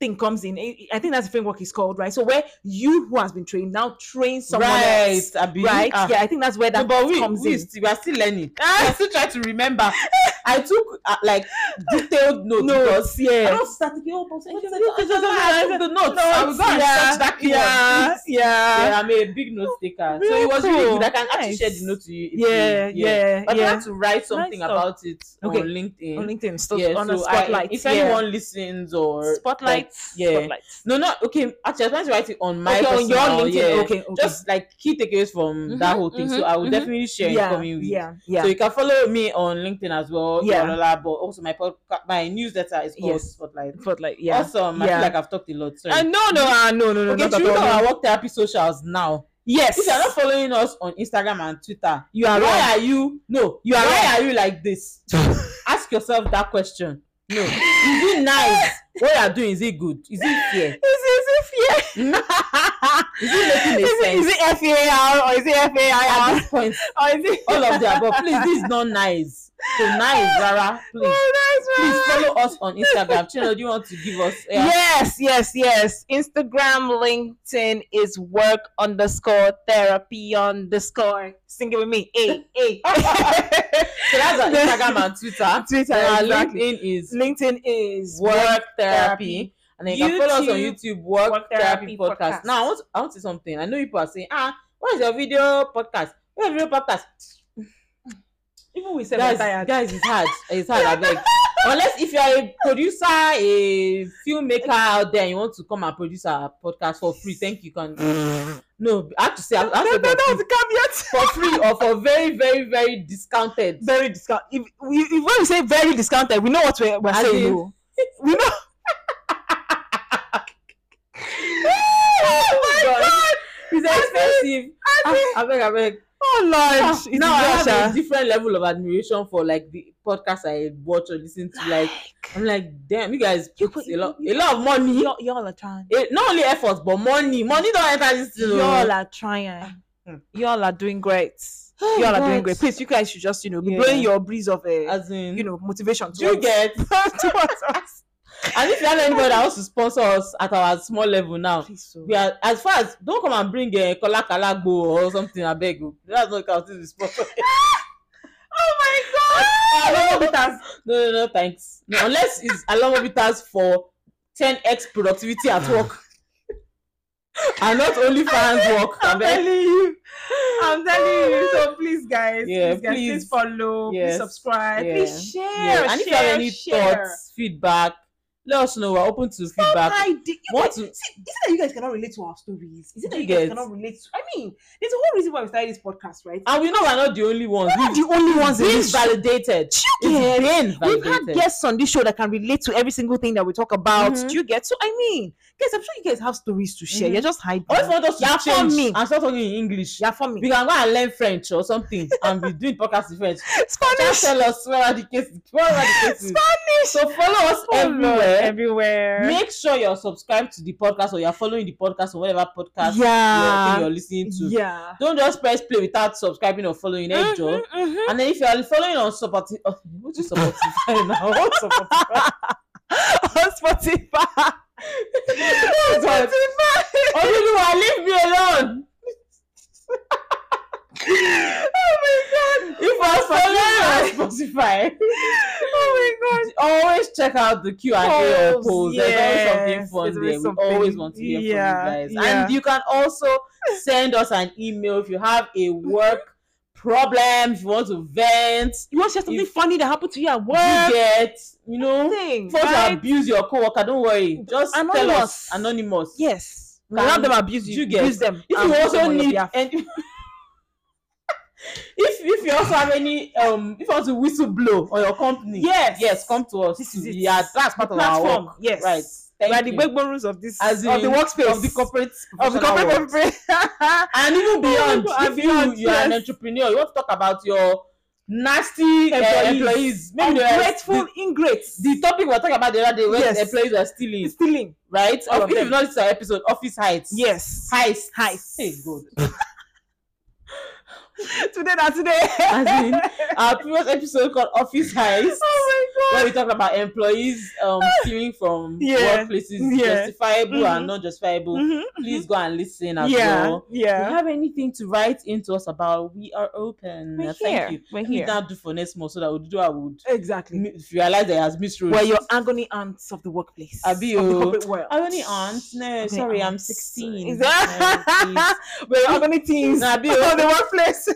Speaker 1: thing comes in. I I think that's the framework is called, right? So where you who has been trained now train someone
Speaker 2: right
Speaker 1: else.
Speaker 2: abi
Speaker 1: Right.
Speaker 2: ah.
Speaker 1: yeah, I think that's where
Speaker 2: No,
Speaker 1: that
Speaker 2: but we,
Speaker 1: comes
Speaker 2: we,
Speaker 1: in.
Speaker 2: still, we are still learning i still try to remember i took uh, like detailed notes
Speaker 1: No,
Speaker 2: because
Speaker 1: yeah.
Speaker 2: i don't start thinking oh but what is it?
Speaker 1: Notes,
Speaker 2: I took the notes i will go and
Speaker 1: yeah,
Speaker 2: search that keyword
Speaker 1: yeah, yeah.
Speaker 2: yeah i'm a big note taker so it was
Speaker 1: Really
Speaker 2: really
Speaker 1: cool.
Speaker 2: good i can actually
Speaker 1: Nice.
Speaker 2: share the note to you if
Speaker 1: Yeah,
Speaker 2: you,
Speaker 1: yeah,
Speaker 2: but i
Speaker 1: yeah.
Speaker 2: had to write something
Speaker 1: Nice
Speaker 2: about it
Speaker 1: Okay.
Speaker 2: on linkedin
Speaker 1: On LinkedIn, stuff
Speaker 2: yeah
Speaker 1: on
Speaker 2: so
Speaker 1: the spotlight.
Speaker 2: I, if
Speaker 1: yeah.
Speaker 2: anyone listens or like,
Speaker 1: spotlight,
Speaker 2: yeah.
Speaker 1: spotlight.
Speaker 2: no not okay actually i was trying to write it on my
Speaker 1: okay, on your
Speaker 2: personal,
Speaker 1: LinkedIn.
Speaker 2: yeah.
Speaker 1: Okay, okay.
Speaker 2: just like key takeaways from that
Speaker 1: Mhm,
Speaker 2: whole thing
Speaker 1: mhm,
Speaker 2: so i will
Speaker 1: mhm.
Speaker 2: definitely share in
Speaker 1: yeah,
Speaker 2: coming weeks
Speaker 1: yeah, yeah.
Speaker 2: so you can follow me on LinkedIn as well.
Speaker 1: Yeah.
Speaker 2: Yeah. Yorola, but also my podcast, my newsletter is called
Speaker 1: Yes.
Speaker 2: Spotlight.
Speaker 1: spotlight. Yeah.
Speaker 2: Awesome. I
Speaker 1: Yeah.
Speaker 2: feel like I've talked a lot. Sorry.
Speaker 1: Uh, no, no, uh, no, no, no.
Speaker 2: okay,
Speaker 1: not at
Speaker 2: through
Speaker 1: all, no.
Speaker 2: our work therapy socials now.
Speaker 1: Yes.
Speaker 2: If you're not following us on Instagram and Twitter,
Speaker 1: You are
Speaker 2: why
Speaker 1: wrong.
Speaker 2: are you no?
Speaker 1: You are
Speaker 2: why
Speaker 1: right.
Speaker 2: are you like this? Ask yourself that question. No. Is it nice? what you are doing, is it good? Is it fair?
Speaker 1: Is it, is
Speaker 2: is it
Speaker 1: it,
Speaker 2: making
Speaker 1: Hmm? is it,
Speaker 2: a
Speaker 1: is
Speaker 2: sense?
Speaker 1: it FAR or is it
Speaker 2: At
Speaker 1: FAIR?
Speaker 2: this point,
Speaker 1: Or is it
Speaker 2: all of the above. Please, this is not nice. So nice, Rara. Please.
Speaker 1: Oh, that's
Speaker 2: please
Speaker 1: right.
Speaker 2: follow us on Instagram. Chino, do you want to give us? Yeah.
Speaker 1: Yes, yes, yes. Instagram, LinkedIn is work underscore therapy underscore. Sing it with me. A, A.
Speaker 2: So that's on Instagram and Twitter.
Speaker 1: Twitter,
Speaker 2: Then our
Speaker 1: exactly.
Speaker 2: LinkedIn is
Speaker 1: LinkedIn is
Speaker 2: Work Therapy.
Speaker 1: Therapy.
Speaker 2: And then you can follow us on
Speaker 1: YouTube,
Speaker 2: YouTube, Work,
Speaker 1: Work Therapy
Speaker 2: Therapy, podcast.
Speaker 1: Podcast.
Speaker 2: Now, I want, to, I want to say something. I know people are saying, ah, what is your video podcast? What is your video podcast?
Speaker 1: Even we said
Speaker 2: Guys,
Speaker 1: tired.
Speaker 2: guys, it's hard. It's hard. I beg. Unless if you're a producer, a filmmaker out there, and you want to come and produce our podcast for free, thank you. Can no, I have to say, I have to
Speaker 1: No, no,
Speaker 2: say for free.
Speaker 1: no, the caveat.
Speaker 2: for free or for very very very discounted
Speaker 1: very discount. If we if when we say very discounted, we know what we're, we're
Speaker 2: As
Speaker 1: saying.
Speaker 2: in-
Speaker 1: no. We know. oh my
Speaker 2: God.
Speaker 1: god!
Speaker 2: it's expensive
Speaker 1: I
Speaker 2: Ah, abeg abeg
Speaker 1: oh lord!
Speaker 2: Ah,
Speaker 1: It's
Speaker 2: now i have a
Speaker 1: Russia.
Speaker 2: different level of admiration for like the podcast i watch or listen to like i'm like damn you guys
Speaker 1: You
Speaker 2: put
Speaker 1: put-
Speaker 2: a lot
Speaker 1: you-
Speaker 2: a lot of money
Speaker 1: y'all, y'all are trying.
Speaker 2: eh, not only effort but money money don enter this thing oh.
Speaker 1: Y'all
Speaker 2: o
Speaker 1: are trying.
Speaker 2: Hmm.
Speaker 1: Y'all are doing great.
Speaker 2: Oh,
Speaker 1: y'all are doing
Speaker 2: God.
Speaker 1: great. Please, you Ah, mm. guys should just you know be
Speaker 2: Yeah.
Speaker 1: blowing your breeze of uh,
Speaker 2: as in
Speaker 1: you know motivation.
Speaker 2: do you
Speaker 1: towards-
Speaker 2: get
Speaker 1: towards us.
Speaker 2: and if you have anybody that wants to sponsor us at our small level now
Speaker 1: Please, oh. so.
Speaker 2: we are as far as don come and bring uh, kola kalagbo or something abeg o that's not count as sponsor.
Speaker 1: Oh
Speaker 2: Alomo bitters. No, no, no, thanks. No, unless it's Alomo bitters for 10x productivity at work. and not only fans work.
Speaker 1: I'm
Speaker 2: abeg.
Speaker 1: telling you. I'm telling you. So please, guys,
Speaker 2: Yeah,
Speaker 1: please, guys, please,
Speaker 2: please.
Speaker 1: follow, please
Speaker 2: Yes.
Speaker 1: subscribe,
Speaker 2: Yeah.
Speaker 1: please share,
Speaker 2: Yeah, and if you have
Speaker 1: share,
Speaker 2: any
Speaker 1: share.
Speaker 2: thoughts, feedback, let us know. We're open to feedback.
Speaker 1: I did. You
Speaker 2: Want
Speaker 1: guys,
Speaker 2: to-
Speaker 1: see, is it that you guys cannot relate to our stories? Is it that
Speaker 2: You
Speaker 1: you guys
Speaker 2: get-
Speaker 1: cannot relate? To, I mean, there's a whole reason why we started this podcast, right?
Speaker 2: And we know we're not the only ones.
Speaker 1: We're not the only ones in
Speaker 2: Being
Speaker 1: this show.
Speaker 2: validated.
Speaker 1: Do you get?
Speaker 2: It's been
Speaker 1: We've had
Speaker 2: validated.
Speaker 1: guests on this show that can relate to every single thing that we talk about.
Speaker 2: Mhm.
Speaker 1: Do you get? So I mean, guys, I'm sure you guys have stories to share.
Speaker 2: Mhm.
Speaker 1: You're just hiding.
Speaker 2: Always want us to
Speaker 1: Yeah, for
Speaker 2: change
Speaker 1: me.
Speaker 2: and start talking in English.
Speaker 1: Yeah, for me.
Speaker 2: We can go and learn French or something and be doing podcast in French. Just
Speaker 1: Spanish.
Speaker 2: tell us where are the cases. Where are the cases?
Speaker 1: Spanish.
Speaker 2: So follow us
Speaker 1: Oh, Lord,
Speaker 2: everywhere.
Speaker 1: everywhere.
Speaker 2: make sure you're subscribed to the podcast or you're following the podcast or whatever podcast you're,
Speaker 1: yeah.
Speaker 2: you're listening to.
Speaker 1: yeah.
Speaker 2: Don't just press play without subscribing or following mm
Speaker 1: Mhm, mhm.
Speaker 2: And then if you're following on Spotify, oh, what is Spotify now? What's Spotify?
Speaker 1: on Spotify.
Speaker 2: Oh, God. Oh, you know, what? leave me alone.
Speaker 1: oh my god.
Speaker 2: If you're following on Spotify,
Speaker 1: Oh my god.
Speaker 2: always check out the Q and A or
Speaker 1: Polls,
Speaker 2: polls. There's always
Speaker 1: yes,
Speaker 2: something fun
Speaker 1: there's
Speaker 2: there.
Speaker 1: always
Speaker 2: We
Speaker 1: something.
Speaker 2: always want to hear
Speaker 1: Yeah,
Speaker 2: from you guys.
Speaker 1: yeah.
Speaker 2: And you can also send us an email if you have a work problem, if you want to vent,
Speaker 1: You want to share something
Speaker 2: If-
Speaker 1: funny that happened to you at
Speaker 2: you
Speaker 1: work?
Speaker 2: get, you know,
Speaker 1: Thing,
Speaker 2: if you want to
Speaker 1: right?
Speaker 2: abuse your coworker, don't worry. Just tell
Speaker 1: Anonymous.
Speaker 2: us anonymous.
Speaker 1: Yes.
Speaker 2: Can-
Speaker 1: None of them abuse you.
Speaker 2: you get-
Speaker 1: Abuse them.
Speaker 2: If
Speaker 1: Um,
Speaker 2: you also
Speaker 1: someone will
Speaker 2: need
Speaker 1: be af-
Speaker 2: and if if you also have any um if you want to whistle blow on your company,
Speaker 1: Yes.
Speaker 2: yes, come to us.
Speaker 1: This is it.
Speaker 2: Yeah, that's part of our work.
Speaker 1: platform. Yes.
Speaker 2: Right.
Speaker 1: We are
Speaker 2: Thank
Speaker 1: the
Speaker 2: you.
Speaker 1: backbone rules of this
Speaker 2: As
Speaker 1: of the
Speaker 2: in,
Speaker 1: workspace
Speaker 2: of the corporate
Speaker 1: of the
Speaker 2: professional
Speaker 1: corporate
Speaker 2: world.
Speaker 1: workspace.
Speaker 2: and even beyond
Speaker 1: God,
Speaker 2: if
Speaker 1: and
Speaker 2: you
Speaker 1: beyond,
Speaker 2: you are an
Speaker 1: yes.
Speaker 2: entrepreneur you want to talk about your nasty employees, uh, employees. maybe they are
Speaker 1: Ungrateful ingrates.
Speaker 2: the, the topic we were talking about the other day when
Speaker 1: Yes.
Speaker 2: employees were stealing
Speaker 1: stealing.
Speaker 2: right
Speaker 1: All
Speaker 2: Or
Speaker 1: of
Speaker 2: if
Speaker 1: them.
Speaker 2: you've noticed our episode office heights
Speaker 1: Yes.
Speaker 2: heist
Speaker 1: Heist.
Speaker 2: hey good
Speaker 1: today na today.
Speaker 2: As in, our previous episode called Office Heist,
Speaker 1: oh
Speaker 2: where we talked about employees um, stealing from
Speaker 1: Yeah.
Speaker 2: workplaces,
Speaker 1: Yeah.
Speaker 2: justifiable
Speaker 1: Mhm.
Speaker 2: and non justifiable.
Speaker 1: my god.
Speaker 2: Please go and listen as
Speaker 1: Mm-hmm. yeah,
Speaker 2: well. If you
Speaker 1: yeah.
Speaker 2: have anything to write into us about, we are open.
Speaker 1: We're
Speaker 2: Thank
Speaker 1: here.
Speaker 2: you.
Speaker 1: We're
Speaker 2: Let me
Speaker 1: here.
Speaker 2: now do for next month so that we do. I would
Speaker 1: Exactly.
Speaker 2: mi- realize that it has misread.
Speaker 1: We're your agony aunts of the workplace.
Speaker 2: Abi,
Speaker 1: of the
Speaker 2: oh.
Speaker 1: corporate world.
Speaker 2: I'm only aunt. No,
Speaker 1: Agony
Speaker 2: sorry, I'm
Speaker 1: aunts.
Speaker 2: 16.
Speaker 1: Is that- We're your agony teens
Speaker 2: Nah,
Speaker 1: of
Speaker 2: Abi,
Speaker 1: the workplace.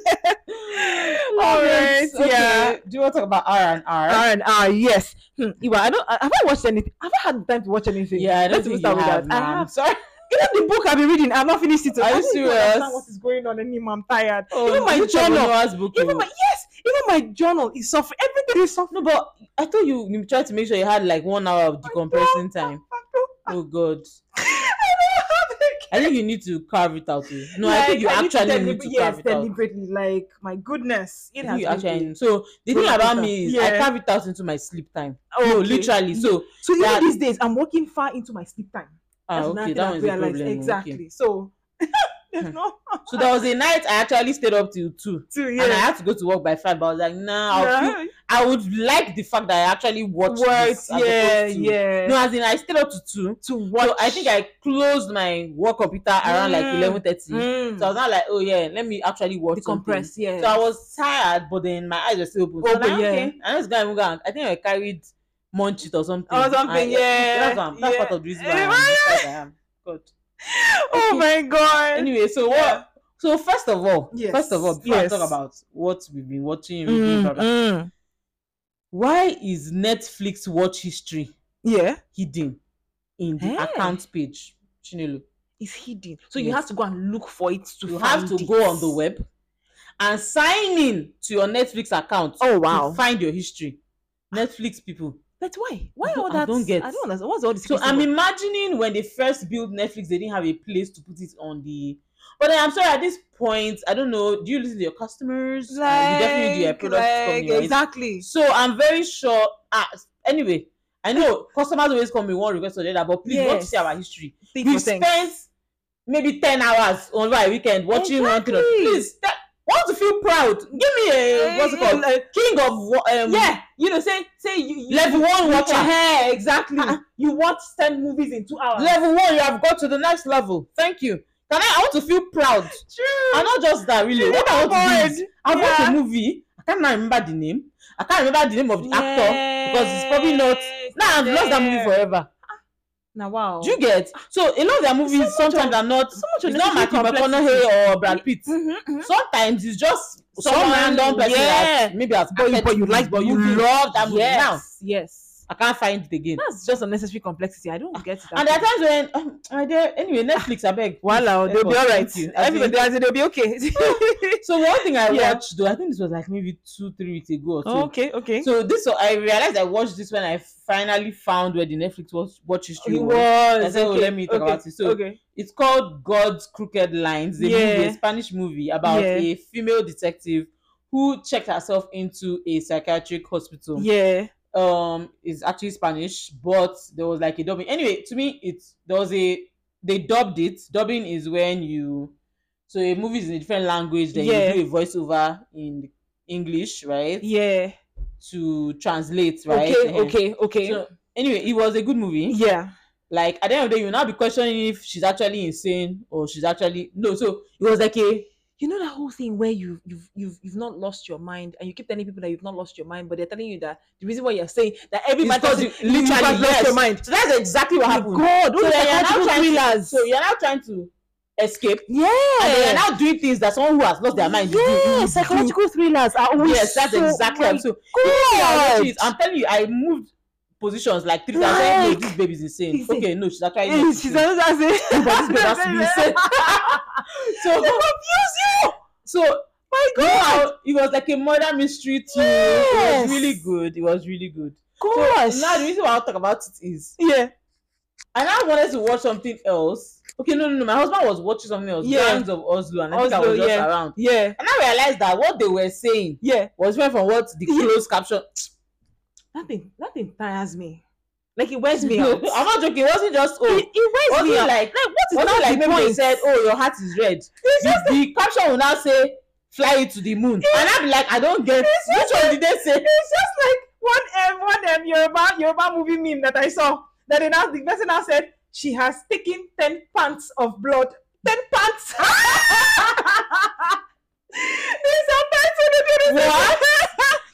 Speaker 1: All right, yeah.
Speaker 2: Do you want to talk about R and R?
Speaker 1: Aaron, ah, yes. Hmm. Iwa, I don't. I- Have I watched anything? Have I had time to watch anything?
Speaker 2: Yeah, I don't
Speaker 1: Let's even start
Speaker 2: think you
Speaker 1: with
Speaker 2: have,
Speaker 1: that. I
Speaker 2: ma'am.
Speaker 1: have.
Speaker 2: Sorry.
Speaker 1: Even the book I've been reading, I've not finished it.
Speaker 2: Are
Speaker 1: I
Speaker 2: you
Speaker 1: don't even
Speaker 2: serious?
Speaker 1: understand what is going on anymore? I'm tired. even my
Speaker 2: Oh, you took
Speaker 1: journal.
Speaker 2: Noah's book.
Speaker 1: Even
Speaker 2: oh.
Speaker 1: my yes, even my journal is suffering. Everything is suffering.
Speaker 2: no, but I thought you, you tried to make sure you had like one hour of decompressing time.
Speaker 1: I don't
Speaker 2: Oh God,
Speaker 1: have it.
Speaker 2: I think you need to carve it out. oh. No, I think you
Speaker 1: Like, need to
Speaker 2: actually need
Speaker 1: delib-
Speaker 2: to
Speaker 1: yes,
Speaker 2: carve it out.
Speaker 1: deliberately. Like my goodness, it
Speaker 2: I
Speaker 1: has
Speaker 2: think you
Speaker 1: been
Speaker 2: actually
Speaker 1: big.
Speaker 2: need- So the thing
Speaker 1: Roll it
Speaker 2: about
Speaker 1: out.
Speaker 2: me is I
Speaker 1: Yeah.
Speaker 2: carve it out into my sleep time.
Speaker 1: Oh,
Speaker 2: No,
Speaker 1: okay.
Speaker 2: literally. So
Speaker 1: So even
Speaker 2: that-
Speaker 1: these days, I'm working far into my sleep time.
Speaker 2: ah,
Speaker 1: another
Speaker 2: okay,
Speaker 1: thing
Speaker 2: that
Speaker 1: I've
Speaker 2: one's a
Speaker 1: realized.
Speaker 2: problem.
Speaker 1: Exactly.
Speaker 2: Okay.
Speaker 1: So there's no
Speaker 2: So there was a night I actually stayed up till two.
Speaker 1: to
Speaker 2: And I
Speaker 1: yeah.
Speaker 2: had to go to work by five, but I was like, nah, I'll feel-
Speaker 1: Yeah.
Speaker 2: I would like the fact that I actually watched
Speaker 1: Words,
Speaker 2: this. as
Speaker 1: yeah,
Speaker 2: opposed to-
Speaker 1: yeah.
Speaker 2: No, as in I stayed up to two.
Speaker 1: to watch.
Speaker 2: So I think I closed my work computer around like
Speaker 1: Mm.
Speaker 2: eleven thirty.
Speaker 1: mm.
Speaker 2: So I was not like, oh yeah, let me actually watch something.
Speaker 1: decompress. Yeah.
Speaker 2: So I was tired, but then my eyes were still open. So
Speaker 1: Open,
Speaker 2: like,
Speaker 1: yeah.
Speaker 2: okay, I just got go. and- I think I carried munch it or something.
Speaker 1: Or something,
Speaker 2: And-
Speaker 1: yeah,
Speaker 2: That's, what I'm- that's
Speaker 1: yeah.
Speaker 2: part of the reason why I'm as I am. God.
Speaker 1: oh my god.
Speaker 2: Anyway, so what?
Speaker 1: Yeah.
Speaker 2: So first of all,
Speaker 1: Yes,
Speaker 2: first of all, before
Speaker 1: yes.
Speaker 2: I talk about what we've been watching, reading,
Speaker 1: Mm,
Speaker 2: blah, blah,
Speaker 1: mm.
Speaker 2: why is Netflix watch history
Speaker 1: Yeah.
Speaker 2: hidden in the
Speaker 1: Eh.
Speaker 2: account page? Chinelo,
Speaker 1: It's hidden. So you
Speaker 2: Yes.
Speaker 1: have to go and look for it to
Speaker 2: you
Speaker 1: find
Speaker 2: have to
Speaker 1: it.
Speaker 2: go on the web and sign in to your Netflix account
Speaker 1: Oh
Speaker 2: to
Speaker 1: wow.
Speaker 2: find your history. Netflix people.
Speaker 1: But why? Why
Speaker 2: I don't-
Speaker 1: all
Speaker 2: I
Speaker 1: that?
Speaker 2: don't get.
Speaker 1: I don't understand. What's all this?
Speaker 2: So I'm
Speaker 1: criticism?
Speaker 2: imagining when they first built Netflix, they didn't have a place to put it on the. But then I'm sorry, at this point, I don't know. Do you listen to your customers? Uh, you definitely do your
Speaker 1: Like-
Speaker 2: product
Speaker 1: like,
Speaker 2: company, right?
Speaker 1: exactly.
Speaker 2: So I'm very sure. Ah, anyway, I know customers always come with one request or the other, but please watch
Speaker 1: Yes.
Speaker 2: see our history.
Speaker 1: Think for
Speaker 2: We've
Speaker 1: things.
Speaker 2: spent maybe ten hours over a weekend watching one thing. or-
Speaker 1: Exactly.
Speaker 2: Please, that, want to feel proud? Give me a
Speaker 1: Eh,
Speaker 2: what's it called?
Speaker 1: eh,
Speaker 2: King of wa- um,
Speaker 1: yeah, you know, say say you, you
Speaker 2: level one watcher.
Speaker 1: Yeah, exactly.
Speaker 2: Uh-uh.
Speaker 1: You watch ten movies in two hours.
Speaker 2: Level one, you have got to the next level. Thank you. Can I? I want to feel proud. And not just that, really. What I want to do is, I watched
Speaker 1: Yeah.
Speaker 2: a movie. I can't now remember the name. I can't remember the name of the actor. because it's probably not- Now I've lost that movie forever.
Speaker 1: Now wow.
Speaker 2: Do you get? So a lot of their movies
Speaker 1: Ah. So much
Speaker 2: sometimes are not.
Speaker 1: so much
Speaker 2: It's not
Speaker 1: unnecessary
Speaker 2: Matthew
Speaker 1: complexity.
Speaker 2: McConaughey or Brad Pitt.
Speaker 1: Mhm, mhm.
Speaker 2: Sometimes it's just some
Speaker 1: Someone,
Speaker 2: random person
Speaker 1: yeah.
Speaker 2: that maybe has
Speaker 1: But you-
Speaker 2: acted
Speaker 1: but you
Speaker 2: in the
Speaker 1: like the
Speaker 2: movie, but you
Speaker 1: movie.
Speaker 2: love that movie.
Speaker 1: yes,
Speaker 2: Now
Speaker 1: yes.
Speaker 2: I can't find it again.
Speaker 1: That's just unnecessary complexity. I don't get that.
Speaker 2: And there are times when um, I dare, anyway
Speaker 1: Ah.
Speaker 2: Netflix. I beg.
Speaker 1: Wow,
Speaker 2: Help
Speaker 1: they'll be
Speaker 2: us,
Speaker 1: all right.
Speaker 2: thank you. I
Speaker 1: Everybody,
Speaker 2: think-
Speaker 1: as in, they'll be okay.
Speaker 2: So one thing I
Speaker 1: Yeah.
Speaker 2: watched though, I think this was like maybe two, three weeks ago or so.
Speaker 1: Oh, okay, okay.
Speaker 2: So this I realized I watched this when I finally found where the Netflix watch, watch history
Speaker 1: it
Speaker 2: was.
Speaker 1: was.
Speaker 2: I said, oh,
Speaker 1: okay,
Speaker 2: let me talk
Speaker 1: okay,
Speaker 2: about it. So
Speaker 1: okay.
Speaker 2: it's called God's Crooked Lines, the movie,
Speaker 1: Yeah.
Speaker 2: a Spanish movie about
Speaker 1: Yeah.
Speaker 2: a female detective who checked herself into a psychiatric hospital.
Speaker 1: Yeah.
Speaker 2: Um, it's actually Spanish, but there was like a dubbing. Anyway, to me, it's there was a they dubbed it. Dubbing is when you so a movie is in a different language, then
Speaker 1: Yeah.
Speaker 2: you do a voiceover in English, right?
Speaker 1: Yeah.
Speaker 2: To translate, right?
Speaker 1: Okay,
Speaker 2: Eh.
Speaker 1: okay, okay.
Speaker 2: So, anyway, it was a good movie
Speaker 1: yeah.
Speaker 2: like at the end of the day you now be questioning if she's actually insane or she's actually no so it was like a
Speaker 1: You know that whole thing where you you've you've you've not lost your mind and you keep telling people that you've not lost your mind, but they're telling you that the reason why you're saying that every
Speaker 2: It's
Speaker 1: matter
Speaker 2: because
Speaker 1: is-
Speaker 2: you-
Speaker 1: you
Speaker 2: literally,
Speaker 1: have lost
Speaker 2: yes.
Speaker 1: your mind.
Speaker 2: so that's exactly what
Speaker 1: Oh My
Speaker 2: happened
Speaker 1: God,
Speaker 2: so
Speaker 1: those
Speaker 2: then you're now
Speaker 1: psychological
Speaker 2: trying
Speaker 1: thrillers.
Speaker 2: so you're now trying to escape
Speaker 1: yeah.
Speaker 2: and then you're now doing things that someone who has lost their mind
Speaker 1: Yeah,
Speaker 2: do,
Speaker 1: psychological thrillers are
Speaker 2: do.
Speaker 1: always
Speaker 2: yes that's
Speaker 1: so
Speaker 2: exactly
Speaker 1: my
Speaker 2: I'm so
Speaker 1: God.
Speaker 2: yeah, I'm telling you I moved positions like three times I said, no
Speaker 1: Like-
Speaker 2: this baby's insane
Speaker 1: Is it-
Speaker 2: okay no she's actually
Speaker 1: Eh,
Speaker 2: not
Speaker 1: She's
Speaker 2: insane.
Speaker 1: always asking.
Speaker 2: but this baby has to be insane so so
Speaker 1: My
Speaker 2: you know
Speaker 1: God.
Speaker 2: how it was like a murder mystery too. It
Speaker 1: Yes.
Speaker 2: was really good. It was really good.
Speaker 1: Gosh.
Speaker 2: So now the reason why I'll talk about it is
Speaker 1: yeah.
Speaker 2: and I now wanted to watch something else. Okay, no, no, no. My husband was watching something else,
Speaker 1: Yeah.
Speaker 2: Gangs of Oslo, and I think I
Speaker 1: Oslo,
Speaker 2: was just
Speaker 1: yeah.
Speaker 2: around.
Speaker 1: Yeah.
Speaker 2: And I realized that what they were saying
Speaker 1: Yeah.
Speaker 2: was different from what the
Speaker 1: Yeah.
Speaker 2: closed caption.
Speaker 1: That thing, that thing tires me. Like it wears me
Speaker 2: No,
Speaker 1: out.
Speaker 2: I'm not joking. It wasn't just oh.
Speaker 1: it, it wears
Speaker 2: wasn't
Speaker 1: me out.
Speaker 2: like
Speaker 1: Like what is
Speaker 2: wasn't
Speaker 1: now
Speaker 2: like
Speaker 1: the
Speaker 2: maybe they
Speaker 1: point?
Speaker 2: said oh your heart is red.
Speaker 1: It's
Speaker 2: The, the caption will now say fly it to the moon and i be like i don get which
Speaker 1: just
Speaker 2: one did they say
Speaker 1: it's just like one um, one um, Yoruba Yoruba movie meme that I saw that they now the person now said she has taken ten pants of blood. Ten pants. These are pants of the beautiful.
Speaker 2: What?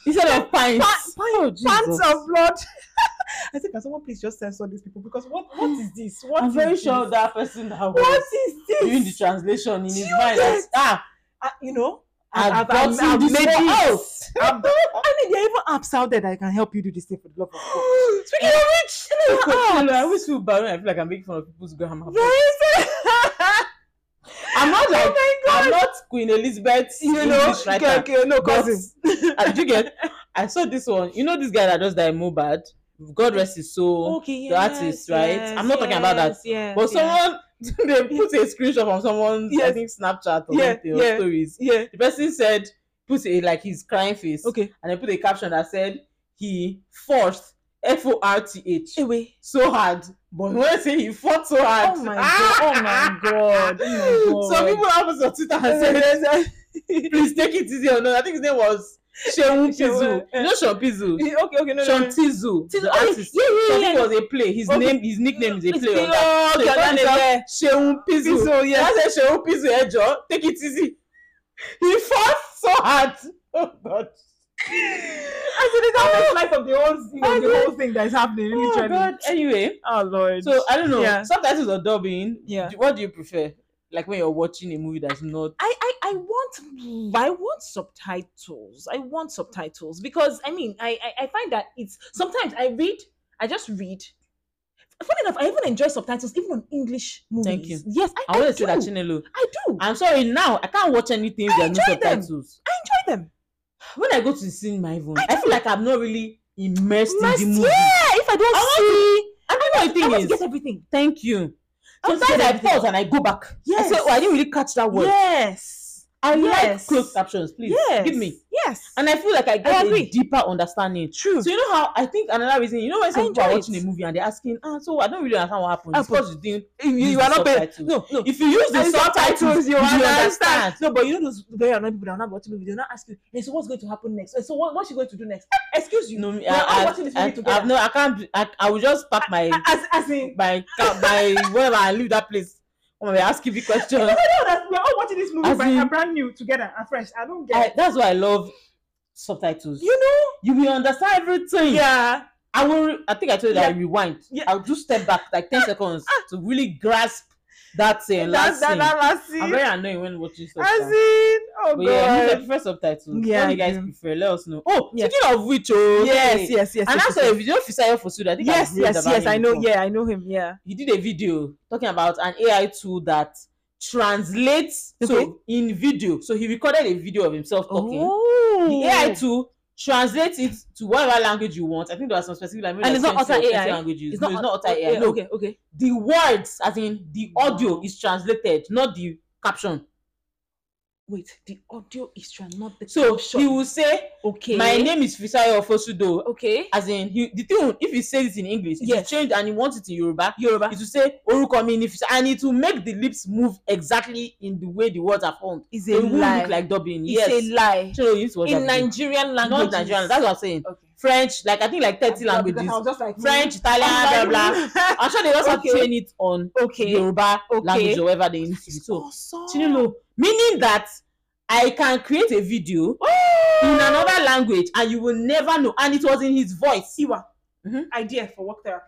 Speaker 2: instead of pints
Speaker 1: Pa-
Speaker 2: oh
Speaker 1: Pants of blood. I said, can someone please just censor these people because what what is this? What
Speaker 2: i'm
Speaker 1: is
Speaker 2: very
Speaker 1: this?
Speaker 2: sure that person that
Speaker 1: What
Speaker 2: was
Speaker 1: is
Speaker 2: doing the
Speaker 1: this?
Speaker 2: translation in his
Speaker 1: You
Speaker 2: mind that
Speaker 1: get-
Speaker 2: ah
Speaker 1: Uh, you know.
Speaker 2: I've gotten this
Speaker 1: made
Speaker 2: for
Speaker 1: it.
Speaker 2: us.
Speaker 1: I've done- I mean, there are even apps out there that can help you do this thing for the love of God.
Speaker 2: speaking of which
Speaker 1: Ah.
Speaker 2: i always feel bad when i feel like i'm making fun of people's grammar
Speaker 1: Right?
Speaker 2: i'm not like
Speaker 1: oh my God.
Speaker 2: i'm not queen elizabeth
Speaker 1: you know,
Speaker 2: English
Speaker 1: okay,
Speaker 2: writer
Speaker 1: okay, no
Speaker 2: but-
Speaker 1: cousin.
Speaker 2: I do Ah, get. I saw this one. You know this guy that does that Mobad. God rest his soul.
Speaker 1: okay,
Speaker 2: the artist, right? I'm not talking about that.
Speaker 1: Yes, yes.
Speaker 2: but someone they put a screenshot from someone's I
Speaker 1: Yes.
Speaker 2: think Snapchat or
Speaker 1: Yeah,
Speaker 2: something or
Speaker 1: yeah.
Speaker 2: stories.
Speaker 1: yeah,
Speaker 2: The person said put a like his crying face.
Speaker 1: okay.
Speaker 2: And I put a caption that said he forced F O R T H
Speaker 1: Anyway,
Speaker 2: so hard. But when I say he fought so hard. ah!
Speaker 1: oh my god, oh my god, oh my god.
Speaker 2: Some people have us on Twitter and said please take it easy or no. I think his name was Sheun Pizu.
Speaker 1: Shehu, eh.
Speaker 2: You know Sheun Pizu.
Speaker 1: Eh, okay, okay, no, no,
Speaker 2: Sean
Speaker 1: no. Tizu,
Speaker 2: Tizu, the
Speaker 1: oh,
Speaker 2: artist.
Speaker 1: yeah, yeah,
Speaker 2: Sean
Speaker 1: yeah,
Speaker 2: Tizu was a play. His
Speaker 1: Okay.
Speaker 2: name, his nickname is a play on that.
Speaker 1: Oh,
Speaker 2: So he
Speaker 1: okay,
Speaker 2: called
Speaker 1: that is
Speaker 2: himself
Speaker 1: there.
Speaker 2: Sheun Pizu.
Speaker 1: Pizu,
Speaker 2: Yeah.
Speaker 1: yes.
Speaker 2: I said Sheun Pizu, Ejo, eh, take it easy. He fought so hard. Oh God.
Speaker 1: I said, it's how much life of the whole, you know,
Speaker 2: I
Speaker 1: the whole thing that is happening,
Speaker 2: Oh
Speaker 1: literally.
Speaker 2: God. Anyway,
Speaker 1: Oh, Lord.
Speaker 2: so I don't know.
Speaker 1: Yeah.
Speaker 2: Subtitles or dubbing.
Speaker 1: Yeah.
Speaker 2: do- What do you prefer? Like when you're watching a movie that's not.
Speaker 1: I, I I want I want subtitles. I want subtitles because I mean I, I I find that it's sometimes I read I just read. Funny enough, I even enjoy subtitles even on English movies.
Speaker 2: Thank you.
Speaker 1: Yes, I,
Speaker 2: I want
Speaker 1: do.
Speaker 2: to say that Chinelo.
Speaker 1: I do. I
Speaker 2: I'm sorry. Now I can't watch anything. if
Speaker 1: I
Speaker 2: There are no
Speaker 1: enjoy them.
Speaker 2: subtitles.
Speaker 1: enjoy them.
Speaker 2: When I go to the cinema, even
Speaker 1: I
Speaker 2: I, feel
Speaker 1: do.
Speaker 2: like I'm not really immersed
Speaker 1: Must-
Speaker 2: in the movie.
Speaker 1: yeah, if I don't
Speaker 2: I want
Speaker 1: see,
Speaker 2: I don't know
Speaker 1: I
Speaker 2: the
Speaker 1: want
Speaker 2: thing
Speaker 1: to
Speaker 2: is,
Speaker 1: get everything.
Speaker 2: thank you.
Speaker 1: want to
Speaker 2: Sometimes
Speaker 1: get
Speaker 2: I
Speaker 1: everything.
Speaker 2: pause and I go back. I say,
Speaker 1: Yes.
Speaker 2: oh, I didn't really catch that word.
Speaker 1: Yes.
Speaker 2: I like
Speaker 1: Yes.
Speaker 2: closed captions, please.
Speaker 1: yes.
Speaker 2: Give me.
Speaker 1: Yes.
Speaker 2: And I feel like I get a
Speaker 1: agree.
Speaker 2: deeper understanding.
Speaker 1: true.
Speaker 2: So you know how I think another reason, you know when some people are
Speaker 1: enjoy
Speaker 2: watching
Speaker 1: it.
Speaker 2: a movie and they're asking, ah, so I don't really understand what happened. It's
Speaker 1: Happened.
Speaker 2: because you didn't.
Speaker 1: you,
Speaker 2: use
Speaker 1: you
Speaker 2: the
Speaker 1: are not paying.
Speaker 2: subtitles.
Speaker 1: No, no.
Speaker 2: If you use the
Speaker 1: And
Speaker 2: subtitles, you understand.
Speaker 1: No, but you know those very annoying people that are not watching movie. They're not asking. And so what's going to happen next? And so what, what's she going to do next? Eh, Excuse you.
Speaker 2: No, me-
Speaker 1: We're all
Speaker 2: I,
Speaker 1: watching this
Speaker 2: I,
Speaker 1: movie
Speaker 2: I, I,
Speaker 1: together.
Speaker 2: no, I can't. be- I, I will just pack my
Speaker 1: as as in,
Speaker 2: my car, my whatever. I leave that place. When we ask you questions,
Speaker 1: no, that's, we're all watching this movie
Speaker 2: As
Speaker 1: by,
Speaker 2: in-
Speaker 1: brand new together, afresh. I don't
Speaker 2: I,
Speaker 1: get.
Speaker 2: that's why I love subtitles.
Speaker 1: it. you know.
Speaker 2: you will understand everything.
Speaker 1: Yeah.
Speaker 2: I will. I think I told you that
Speaker 1: Yeah.
Speaker 2: I rewind.
Speaker 1: Yeah. Ah,
Speaker 2: I'll do step back like ten seconds to really grasp that uh,
Speaker 1: That's
Speaker 2: last
Speaker 1: that,
Speaker 2: thing.
Speaker 1: that last scene.
Speaker 2: I'm very annoying when watching
Speaker 1: As
Speaker 2: subtitles.
Speaker 1: in, oh
Speaker 2: But yeah, you
Speaker 1: god.
Speaker 2: prefer subtitles.
Speaker 1: Yeah,
Speaker 2: what do
Speaker 1: I
Speaker 2: you guys
Speaker 1: do.
Speaker 2: prefer? Let us know. Oh,
Speaker 1: Yeah.
Speaker 2: speaking of which, oh,
Speaker 1: Yes,
Speaker 2: okay.
Speaker 1: yes, yes.
Speaker 2: And
Speaker 1: yes,
Speaker 2: also a video of Fisayo Fosuda. I think
Speaker 1: yes,
Speaker 2: I've read
Speaker 1: yes,
Speaker 2: about
Speaker 1: yes.
Speaker 2: him
Speaker 1: I know.
Speaker 2: before.
Speaker 1: Yeah, I know him. Yeah.
Speaker 2: He did a video talking about an AI tool that translates
Speaker 1: Okay.
Speaker 2: so in video. So he recorded a video of himself talking.
Speaker 1: Oh.
Speaker 2: the AI tool translates it to whatever language you want. I think there are some specific languages.
Speaker 1: And it's
Speaker 2: like
Speaker 1: not
Speaker 2: 20 or
Speaker 1: utter
Speaker 2: 30
Speaker 1: AI?
Speaker 2: Languages.
Speaker 1: It's
Speaker 2: no,
Speaker 1: not, oh,
Speaker 2: it's not utter AI.
Speaker 1: yeah,
Speaker 2: no,
Speaker 1: Okay. Okay.
Speaker 2: the words, as in the audio,
Speaker 1: Wow.
Speaker 2: is translated, not the caption.
Speaker 1: Wait. The audio is tran- not the
Speaker 2: So
Speaker 1: caption.
Speaker 2: he will say,
Speaker 1: okay.
Speaker 2: "My name is Fisayo Fosudo."
Speaker 1: Okay.
Speaker 2: As in, he, the thing if he says it in English, it will
Speaker 1: Yes.
Speaker 2: change and he wants it in Yoruba.
Speaker 1: Yoruba.
Speaker 2: It will say "Orúkọ mi ni Fisa," and it will make the lips move exactly in the way the words are formed.
Speaker 1: Is
Speaker 2: So it won't look like dubbing. yes,
Speaker 1: It's a lie.
Speaker 2: so you need to watch
Speaker 1: In
Speaker 2: that video.
Speaker 1: Nigerian language.
Speaker 2: not Nigerian. That's what I'm saying.
Speaker 1: okay.
Speaker 2: French, like I think like 30
Speaker 1: Yeah, because
Speaker 2: languages.
Speaker 1: I was just like, hmm.
Speaker 2: French, Italian,
Speaker 1: I'm
Speaker 2: blah blah.
Speaker 1: like,
Speaker 2: I'm sure they also
Speaker 1: Okay.
Speaker 2: train it on
Speaker 1: okay. Oh,
Speaker 2: Yoruba
Speaker 1: Okay.
Speaker 2: language or whatever they need to do. So
Speaker 1: awesome.
Speaker 2: Chinelo, meaning that I can create a video
Speaker 1: Oh!
Speaker 2: in another language and you will never know. And it was in his voice.
Speaker 1: Iwa,
Speaker 2: Mhm.
Speaker 1: idea for work therapy.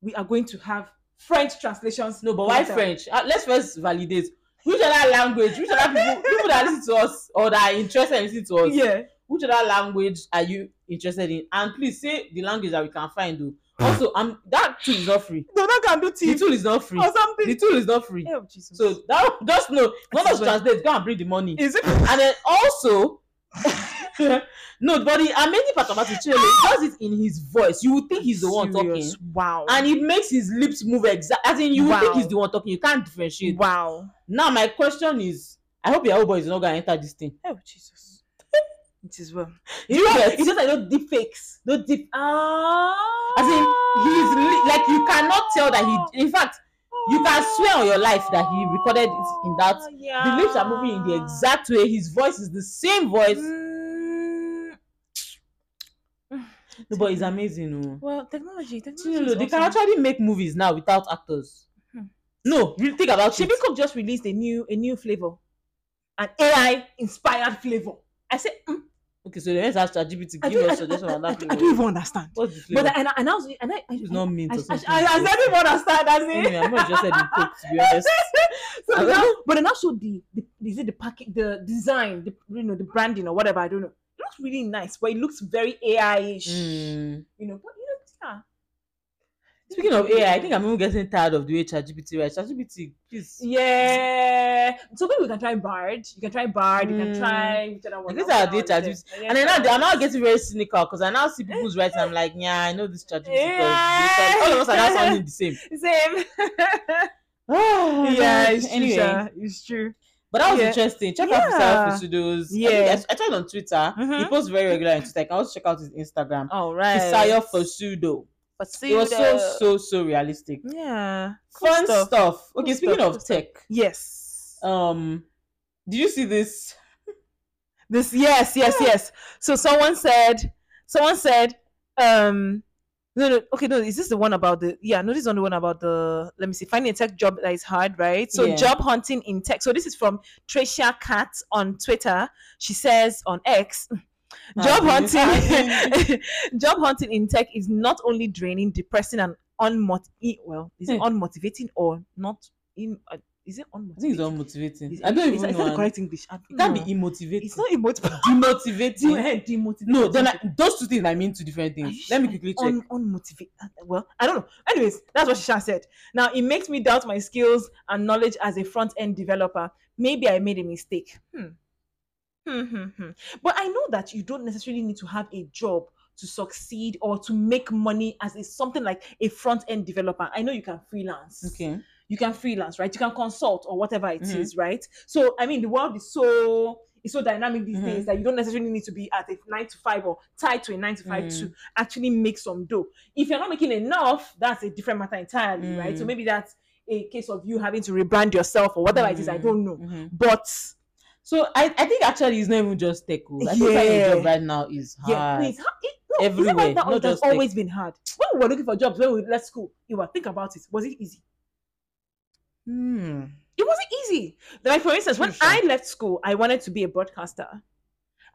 Speaker 1: We are going to have French translations.
Speaker 2: No, but why
Speaker 1: later.
Speaker 2: French? Uh, let's first validate which other language, which other people, people that listen to us or that are interested in listening to us,
Speaker 1: Yeah.
Speaker 2: which other language are you interested in? And please say the language that we can find. Though. Also, um, that tool is not free.
Speaker 1: No, that can do
Speaker 2: The
Speaker 1: TV
Speaker 2: tool is not free.
Speaker 1: or something.
Speaker 2: The tool is not free.
Speaker 1: Oh, Jesus.
Speaker 2: So that just know, not
Speaker 1: This is
Speaker 2: just translate, go and bring the money.
Speaker 1: is it?
Speaker 2: And then also, no, but the amazing part about it, Chidele, he does it in his voice. You would think he's the one talking.
Speaker 1: Serious. Wow.
Speaker 2: And it makes his lips move exactly. As in, you would think he's
Speaker 1: Wow.
Speaker 2: the one talking. You can't differentiate.
Speaker 1: wow.
Speaker 2: Now, my question is, I hope your old boy is not going to enter this thing.
Speaker 1: Oh, Jesus. It is well.
Speaker 2: Do you get?
Speaker 1: It's just like those deep fakes.
Speaker 2: No deep.
Speaker 1: Ah.
Speaker 2: As in, he's li- like you cannot tell that he. In fact, you can swear on your life that he recorded it in that
Speaker 1: yeah.
Speaker 2: the lips are moving in the
Speaker 1: Ah.
Speaker 2: exact way his voice is the same voice
Speaker 1: Mm,
Speaker 2: no, but it's amazing oh.
Speaker 1: well, technology, technology.
Speaker 2: no,
Speaker 1: is
Speaker 2: no, they can
Speaker 1: awesome.
Speaker 2: actually make movies now without actors
Speaker 1: Hmm.
Speaker 2: no really think about it
Speaker 1: Shebi Cook just released a new a new flavor, an AI inspired flavor. I said, mm,
Speaker 2: okay so let's ask ChatGPT
Speaker 1: I,
Speaker 2: give
Speaker 1: don't, I,
Speaker 2: us
Speaker 1: don't, I,
Speaker 2: suggestion
Speaker 1: don't-
Speaker 2: on
Speaker 1: I
Speaker 2: that
Speaker 1: don't- I
Speaker 2: flavor
Speaker 1: don't even understand.
Speaker 2: what's the
Speaker 1: But
Speaker 2: flavor
Speaker 1: I, and I, and I was and I, I,
Speaker 2: it's not mint
Speaker 1: I,
Speaker 2: or
Speaker 1: I,
Speaker 2: something
Speaker 1: I, I don't even understand. That's it.
Speaker 2: anyway I'm not interested in coke to be honest
Speaker 1: so now, but then also the, the is it the package the design the you know the branding or whatever I don't know. It looks really nice, but it looks very AI-ish.
Speaker 2: mm.
Speaker 1: You know, but you know, yeah.
Speaker 2: Speaking of AI, I think I'm even getting tired of the way ChatGPT writes. ChatGPT, please.
Speaker 1: Yeah. So maybe we can try Bard. You can try Bard. You can
Speaker 2: Mm.
Speaker 1: try which other one.
Speaker 2: These
Speaker 1: I
Speaker 2: are
Speaker 1: don't know
Speaker 2: data
Speaker 1: what it is.
Speaker 2: And then now they are now getting very cynical because I now see people's writing. I'm like, yeah, I know this ChatGPT. Yeah. All of us are now sounding the same.
Speaker 1: Same. Ah,
Speaker 2: yeah,
Speaker 1: true. sha. It's true.
Speaker 2: But that was
Speaker 1: Yeah.
Speaker 2: interesting. Check
Speaker 1: Yeah.
Speaker 2: out Fisal Fusudos.
Speaker 1: Yeah.
Speaker 2: I, think I, I tried on Twitter. He
Speaker 1: Mhm.
Speaker 2: posts very regular on Twitter. You can also check out his Instagram.
Speaker 1: All right.
Speaker 2: Fisayo Fosudo. It was so, so, so realistic.
Speaker 1: yeah.
Speaker 2: Fun
Speaker 1: stuff.
Speaker 2: stuff. Okay,
Speaker 1: Cool
Speaker 2: speaking
Speaker 1: stuff,
Speaker 2: of tech,
Speaker 1: Yes.
Speaker 2: um, did you see this?
Speaker 1: this yes, yes, yes. So someone said, someone said, um, no, no, okay, no, is this the one about the yeah, no, this is not the one about the let me see, finding a tech job that is hard, right? So
Speaker 2: Yeah.
Speaker 1: job hunting in tech. So this is from Tricia Cat on Twitter. She says on X, job
Speaker 2: Ah, this-
Speaker 1: hunting job hunting in tech is not only draining depressing and unmot e- well is it
Speaker 2: Hmm.
Speaker 1: unmotivating or not in uh, is it unmotivating
Speaker 2: I think it's unmotivating.
Speaker 1: Is-
Speaker 2: I don't
Speaker 1: is-
Speaker 2: even
Speaker 1: is, that- is
Speaker 2: know.
Speaker 1: that the
Speaker 2: and-
Speaker 1: correct english I don't
Speaker 2: It can't
Speaker 1: know.
Speaker 2: be immotivating.
Speaker 1: it's not emotivating
Speaker 2: demotivating.
Speaker 1: demotivating
Speaker 2: No, then I, those two things I mean two different
Speaker 1: Are
Speaker 2: things.
Speaker 1: you
Speaker 2: Let me
Speaker 1: sure?
Speaker 2: quickly check.
Speaker 1: Un- unmotivated. Well, I don't know. Anyways, that's what Shisha said. Now, it makes me doubt my skills and knowledge as a front end developer. Maybe I made a mistake. Hmm. Hmm, hmm, hmm. But I know that you don't necessarily need to have a job to succeed or to make money as a, something like a front end developer. I know you can freelance
Speaker 2: Okay.
Speaker 1: you can freelance, right? You can consult or whatever it is,
Speaker 2: Mhm.
Speaker 1: right? So I mean, the world is so is so dynamic these
Speaker 2: Mhm.
Speaker 1: days that you don't necessarily need to be at a nine to five or tied to a nine to 5
Speaker 2: Mm-hmm.
Speaker 1: to actually make some dough. If you're not making enough, that's a different matter entirely, right? So
Speaker 2: Mm.
Speaker 1: maybe that's a case of you having to rebrand yourself or whatever it is. I
Speaker 2: Mm,
Speaker 1: don't know,
Speaker 2: mhm.
Speaker 1: but
Speaker 2: So I, I think actually it's not even just tech. oh. I think finding a
Speaker 1: Yeah.
Speaker 2: job right now is hard.
Speaker 1: yeah, please, how, it, no, is it
Speaker 2: Everywhere,
Speaker 1: right now or
Speaker 2: not
Speaker 1: it has
Speaker 2: just tech.
Speaker 1: always been hard. When we were looking for jobs, when we left school, you were think about it. Was it easy?
Speaker 2: Hmm.
Speaker 1: it wasn't easy. Like for instance, when
Speaker 2: Sure.
Speaker 1: I left school, I wanted to be a broadcaster.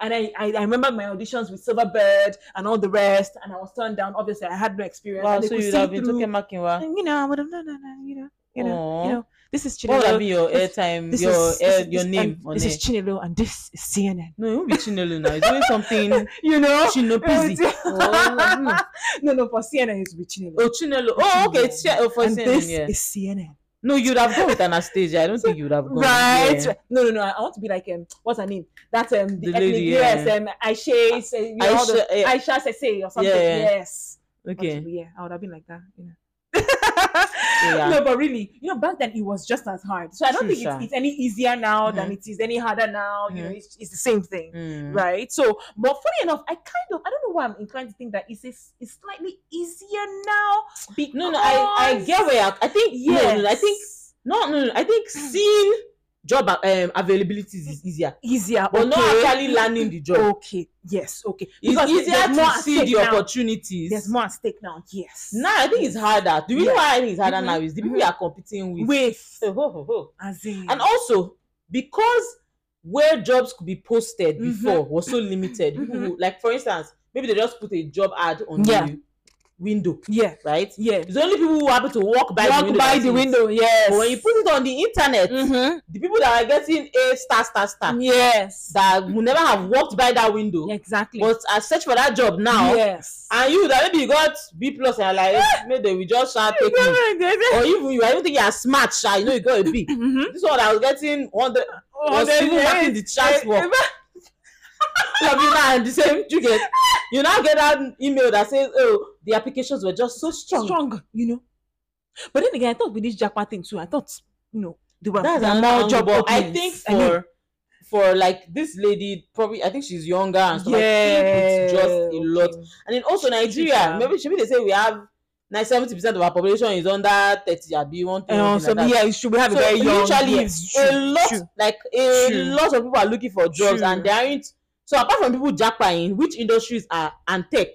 Speaker 1: And I, I, I remember my auditions with Silverbird and all the rest, and I was turned down. Obviously, I had no experience.
Speaker 2: Wow,
Speaker 1: and they
Speaker 2: so
Speaker 1: could
Speaker 2: you would
Speaker 1: see
Speaker 2: have been
Speaker 1: through-
Speaker 2: talking Makinwa.
Speaker 1: And, you know, I would have no, no, no, you know, you know,
Speaker 2: Aw.
Speaker 1: you know. This is
Speaker 2: What would have
Speaker 1: Chinelo.
Speaker 2: been your
Speaker 1: this-
Speaker 2: airtime,
Speaker 1: This
Speaker 2: your
Speaker 1: is,
Speaker 2: air,
Speaker 1: this is-
Speaker 2: your
Speaker 1: this-
Speaker 2: name
Speaker 1: and
Speaker 2: on
Speaker 1: This
Speaker 2: it?
Speaker 1: is Chinelo, and this is CNN.
Speaker 2: no, it won't be Chinelo now. It's doing something
Speaker 1: You know.
Speaker 2: Chino busy. Oh, hmm.
Speaker 1: no, no, for CNN it's with Chinelo.
Speaker 2: oh Chinelo. Oh, okay. It's yeah, oh, for
Speaker 1: and
Speaker 2: CNN,
Speaker 1: this
Speaker 2: yeah.
Speaker 1: is CNN.
Speaker 2: No, you'd have gone with Anastasia. I don't think you would have gone.
Speaker 1: right
Speaker 2: Yeah.
Speaker 1: no no no i I want to be like um what's her name that's um the,
Speaker 2: The
Speaker 1: ethnic
Speaker 2: lady,
Speaker 1: yes
Speaker 2: yeah.
Speaker 1: um aisha say you know, all the,
Speaker 2: Aisha, eh,
Speaker 1: aisha say or something
Speaker 2: Yeah, yeah.
Speaker 1: yes I want to
Speaker 2: Okay.
Speaker 1: be- yeah i would have been like that you know
Speaker 2: Yeah.
Speaker 1: no but really you know back then it was just as hard so i don't
Speaker 2: True, Mm-hmm.
Speaker 1: think it's,
Speaker 2: sha.
Speaker 1: it's any easier now than it is any harder now you know
Speaker 2: Mhm.
Speaker 1: it's, it's the same thing
Speaker 2: Mm.
Speaker 1: Right, so but funny enough, I kind of I don't know why I'm inclined to think that it's it's it's slightly easier now. Because
Speaker 2: No, no, I, I get where you're- I think. Yeah, no, no, I think
Speaker 1: yes,
Speaker 2: no, no, no. I think seeing job a- um, availability is easier,
Speaker 1: easier,
Speaker 2: but not
Speaker 1: okay.
Speaker 2: actually landing the job.
Speaker 1: Okay. Yes. Okay.
Speaker 2: It's easier
Speaker 1: there's more
Speaker 2: to
Speaker 1: at
Speaker 2: see
Speaker 1: stake
Speaker 2: the
Speaker 1: now.
Speaker 2: opportunities.
Speaker 1: There's more at stake now. Yes.
Speaker 2: Now I think it's harder. The reason
Speaker 1: Yeah.
Speaker 2: why I think it's harder
Speaker 1: Mhm.
Speaker 2: now is the people
Speaker 1: Mhm.
Speaker 2: you are competing with.
Speaker 1: with Mm.
Speaker 2: Oh, oh, oh, oh.
Speaker 1: as in
Speaker 2: And also because where jobs could be posted
Speaker 1: Mhm.
Speaker 2: before was so limited. People
Speaker 1: Mhm.
Speaker 2: who, like for instance, maybe they just put a job ad on
Speaker 1: Yeah.
Speaker 2: the window,
Speaker 1: yeah,
Speaker 2: right?
Speaker 1: yeah.
Speaker 2: It's only people who happen to walk by the
Speaker 1: Walk
Speaker 2: window.
Speaker 1: by
Speaker 2: that see
Speaker 1: the
Speaker 2: it.
Speaker 1: window. Yes.
Speaker 2: But when you put it on the internet,
Speaker 1: mm-hmm.
Speaker 2: the people that are getting a star star star
Speaker 1: yes.
Speaker 2: that will never have walked by ah, that window
Speaker 1: exactly.
Speaker 2: but are search for that job now
Speaker 1: Yes.
Speaker 2: and you that maybe you got b plus and you're like eh, maybe they will just sha take me or even you i don't think you are smart sha you know you got a b
Speaker 1: Mm-hmm.
Speaker 2: this one i was getting one day was Oh, even Eh, marking the chance work of you now and the same you get you now get that email that says oh the applications were just so strong,
Speaker 1: Strong. you know. But then again, I thought with this Jackpot thing too. I thought, you know, they were
Speaker 2: that's
Speaker 1: there are
Speaker 2: another
Speaker 1: more
Speaker 2: angle,
Speaker 1: job
Speaker 2: but i
Speaker 1: openings.
Speaker 2: think for
Speaker 1: know.
Speaker 2: for like this lady probably i think she's younger and stuff i think it's just a lot
Speaker 1: okay.
Speaker 2: and then also nigeria
Speaker 1: Yeah.
Speaker 2: maybe maybe they say we have like seventy percent of our population is under thirty abi one thing
Speaker 1: um,
Speaker 2: one
Speaker 1: so
Speaker 2: thing like that
Speaker 1: yeah it should we have a very young
Speaker 2: literally
Speaker 1: yeah,
Speaker 2: a lot
Speaker 1: true.
Speaker 2: like a
Speaker 1: True.
Speaker 2: lot of people are looking for jobs
Speaker 1: True.
Speaker 2: and they aren't so apart from people japa in which industries are and tech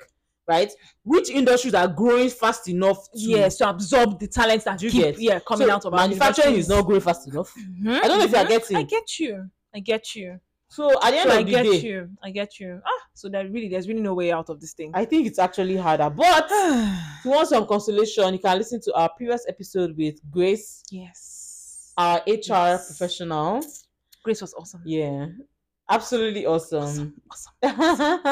Speaker 2: right which industries are growing fast enough to
Speaker 1: yes to absorb the talents that
Speaker 2: You
Speaker 1: keep
Speaker 2: get.
Speaker 1: yeah coming
Speaker 2: so
Speaker 1: out of our
Speaker 2: manufacturing is
Speaker 1: universities.
Speaker 2: not growing fast enough
Speaker 1: Mhm,
Speaker 2: i don't know if you are
Speaker 1: mhm.
Speaker 2: getting
Speaker 1: I get you I get you
Speaker 2: so at the end
Speaker 1: so I
Speaker 2: of the
Speaker 1: get
Speaker 2: day
Speaker 1: you I get you ah so there really there's really no way out of this thing
Speaker 2: i think it's actually harder but if you want some consolation you can listen to our previous episode with grace
Speaker 1: yes
Speaker 2: our hr
Speaker 1: Yes.
Speaker 2: professional
Speaker 1: Grace was awesome
Speaker 2: yeah absolutely awesome,
Speaker 1: awesome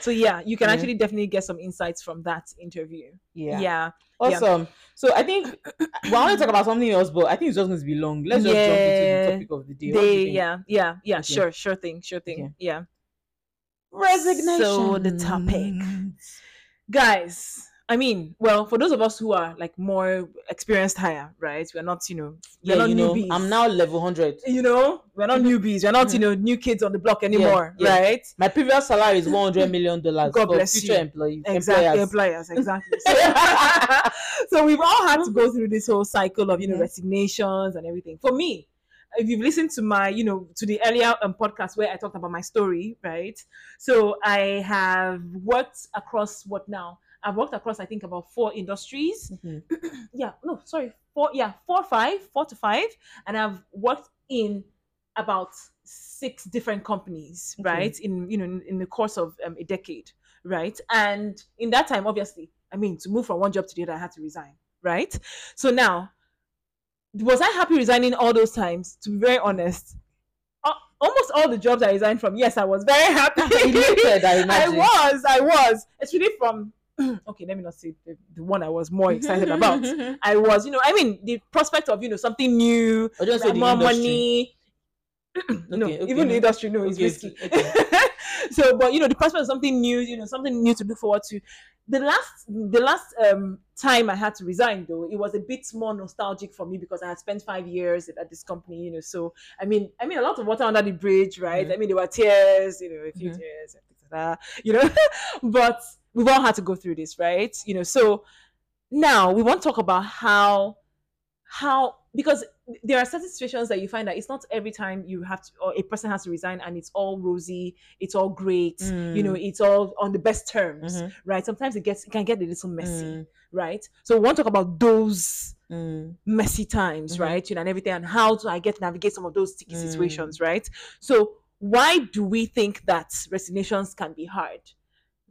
Speaker 1: so yeah you can
Speaker 2: Yeah.
Speaker 1: actually definitely get some insights from that interview
Speaker 2: yeah.
Speaker 1: yeah
Speaker 2: awesome so i think we want to talk about something else but i think it's just going to be long let's just
Speaker 1: Yeah.
Speaker 2: jump into the topic of the day What do you
Speaker 1: They-
Speaker 2: think?
Speaker 1: yeah yeah yeah
Speaker 2: Okay.
Speaker 1: sure sure thing sure thing
Speaker 2: Okay.
Speaker 1: yeah
Speaker 2: resignation
Speaker 1: So the topic. guys i mean well for those of us who are like more experienced higher right we're not you know we're
Speaker 2: yeah
Speaker 1: not
Speaker 2: you know
Speaker 1: newbies
Speaker 2: i'm now level 100
Speaker 1: you know we're not newbies we're not you know new kids on the block anymore
Speaker 2: Mm-hmm. yeah.
Speaker 1: right
Speaker 2: my previous salary is 100 million dollars
Speaker 1: God
Speaker 2: for
Speaker 1: bless
Speaker 2: future
Speaker 1: you.
Speaker 2: employees
Speaker 1: exactly
Speaker 2: employers.
Speaker 1: employers exactly so, so we've all had to go through this whole cycle of you know
Speaker 2: Yeah.
Speaker 1: resignations and everything for me if you've listened to my you know to the earlier um, podcast where i talked about my story right so i have worked across what now i've worked across i think about four industries
Speaker 2: Mhm.
Speaker 1: yeah no sorry four yeah four five four to five and i've worked in about six different companies
Speaker 2: Okay.
Speaker 1: right in you know in, in the course of um, a decade right and in that time obviously i mean to move from one job to the other i had to resign right so now was i happy resigning all those times to be very honest al- almost all the jobs i resigned from yes i was very happy
Speaker 2: Elated, I
Speaker 1: I
Speaker 2: imagine.
Speaker 1: was, I was. Actually, from okay, let me not say the, the one I was more excited about. I was, you know, I mean, the prospect of you know something new,
Speaker 2: I don't say the
Speaker 1: more
Speaker 2: industry.
Speaker 1: money. no,
Speaker 2: Okay, okay,
Speaker 1: even the
Speaker 2: no.
Speaker 1: industry, no, it's
Speaker 2: Okay,
Speaker 1: risky.
Speaker 2: okay,
Speaker 1: so, but you know, the prospect of something new, you know, something new to look forward to. The last, the last um, time I had to resign, though, it was a bit more nostalgic for me because I had spent five years at this company, you know. So, I mean, I mean, a lot of water under the bridge, right?
Speaker 2: Mhm.
Speaker 1: I mean, there were tears, you know, a few
Speaker 2: Mhm.
Speaker 1: tears, and things like that, you know. but we've all had to go through this, right? You know, so now we want to talk about how how because there are certain situations that you find that it's not every time you have to or a person has to resign and it's all rosy it's all great you know
Speaker 2: Mm.
Speaker 1: it's all on the best terms
Speaker 2: Mhm.
Speaker 1: right sometimes it gets it can get a little messy
Speaker 2: Mm,
Speaker 1: right so we want to talk about those
Speaker 2: mm,
Speaker 1: messy times
Speaker 2: Mhm.
Speaker 1: right you know and everything and how do i get navigate some of those sticky
Speaker 2: Mm.
Speaker 1: situations right so why do we think that resignations can be hard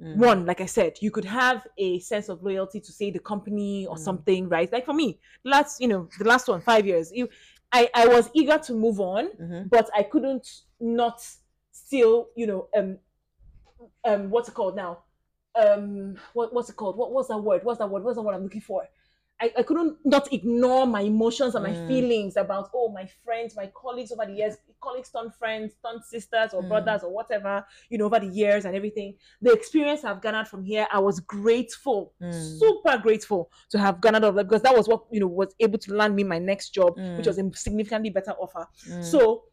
Speaker 2: mm.
Speaker 1: one like i said you could have a sense of loyalty to say the company or
Speaker 2: Mm.
Speaker 1: something right like for me last you know the last one five years you i i was eager to move on
Speaker 2: Mhm.
Speaker 1: but i couldn't not still you know um um what's it called now um what, what's it called what was that word what's that word what's the word i'm looking for I, I couldn't not ignore my emotions and my
Speaker 2: Mm.
Speaker 1: feelings about oh my friends my colleagues over the years colleagues turned friends turned sisters or
Speaker 2: Mm.
Speaker 1: brothers or whatever you know over the years and everything the experience I've garnered from here, I was grateful,
Speaker 2: Mm.
Speaker 1: super grateful to have garnered all of that because that was what you know was able to land me my next job, which was a significantly better offer.
Speaker 2: Mm.
Speaker 1: So,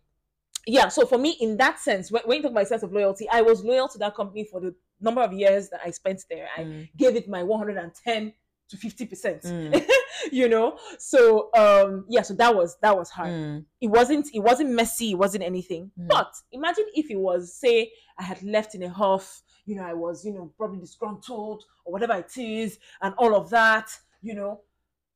Speaker 1: yeah, so for me, in that sense, when, when you talk about a sense of loyalty, I was loyal to that company for the number of years that I spent there. I
Speaker 2: Mm,
Speaker 1: gave it my 110 to 50 percent,
Speaker 2: mm,
Speaker 1: you know. So, um, yeah, so that was that was hard
Speaker 2: mm,
Speaker 1: it wasn't it wasn't messy it wasn't anything
Speaker 2: Mm.
Speaker 1: but imagine if it was say i had left in a huff you know i was you know probably disgruntled or whatever it is and all of that you know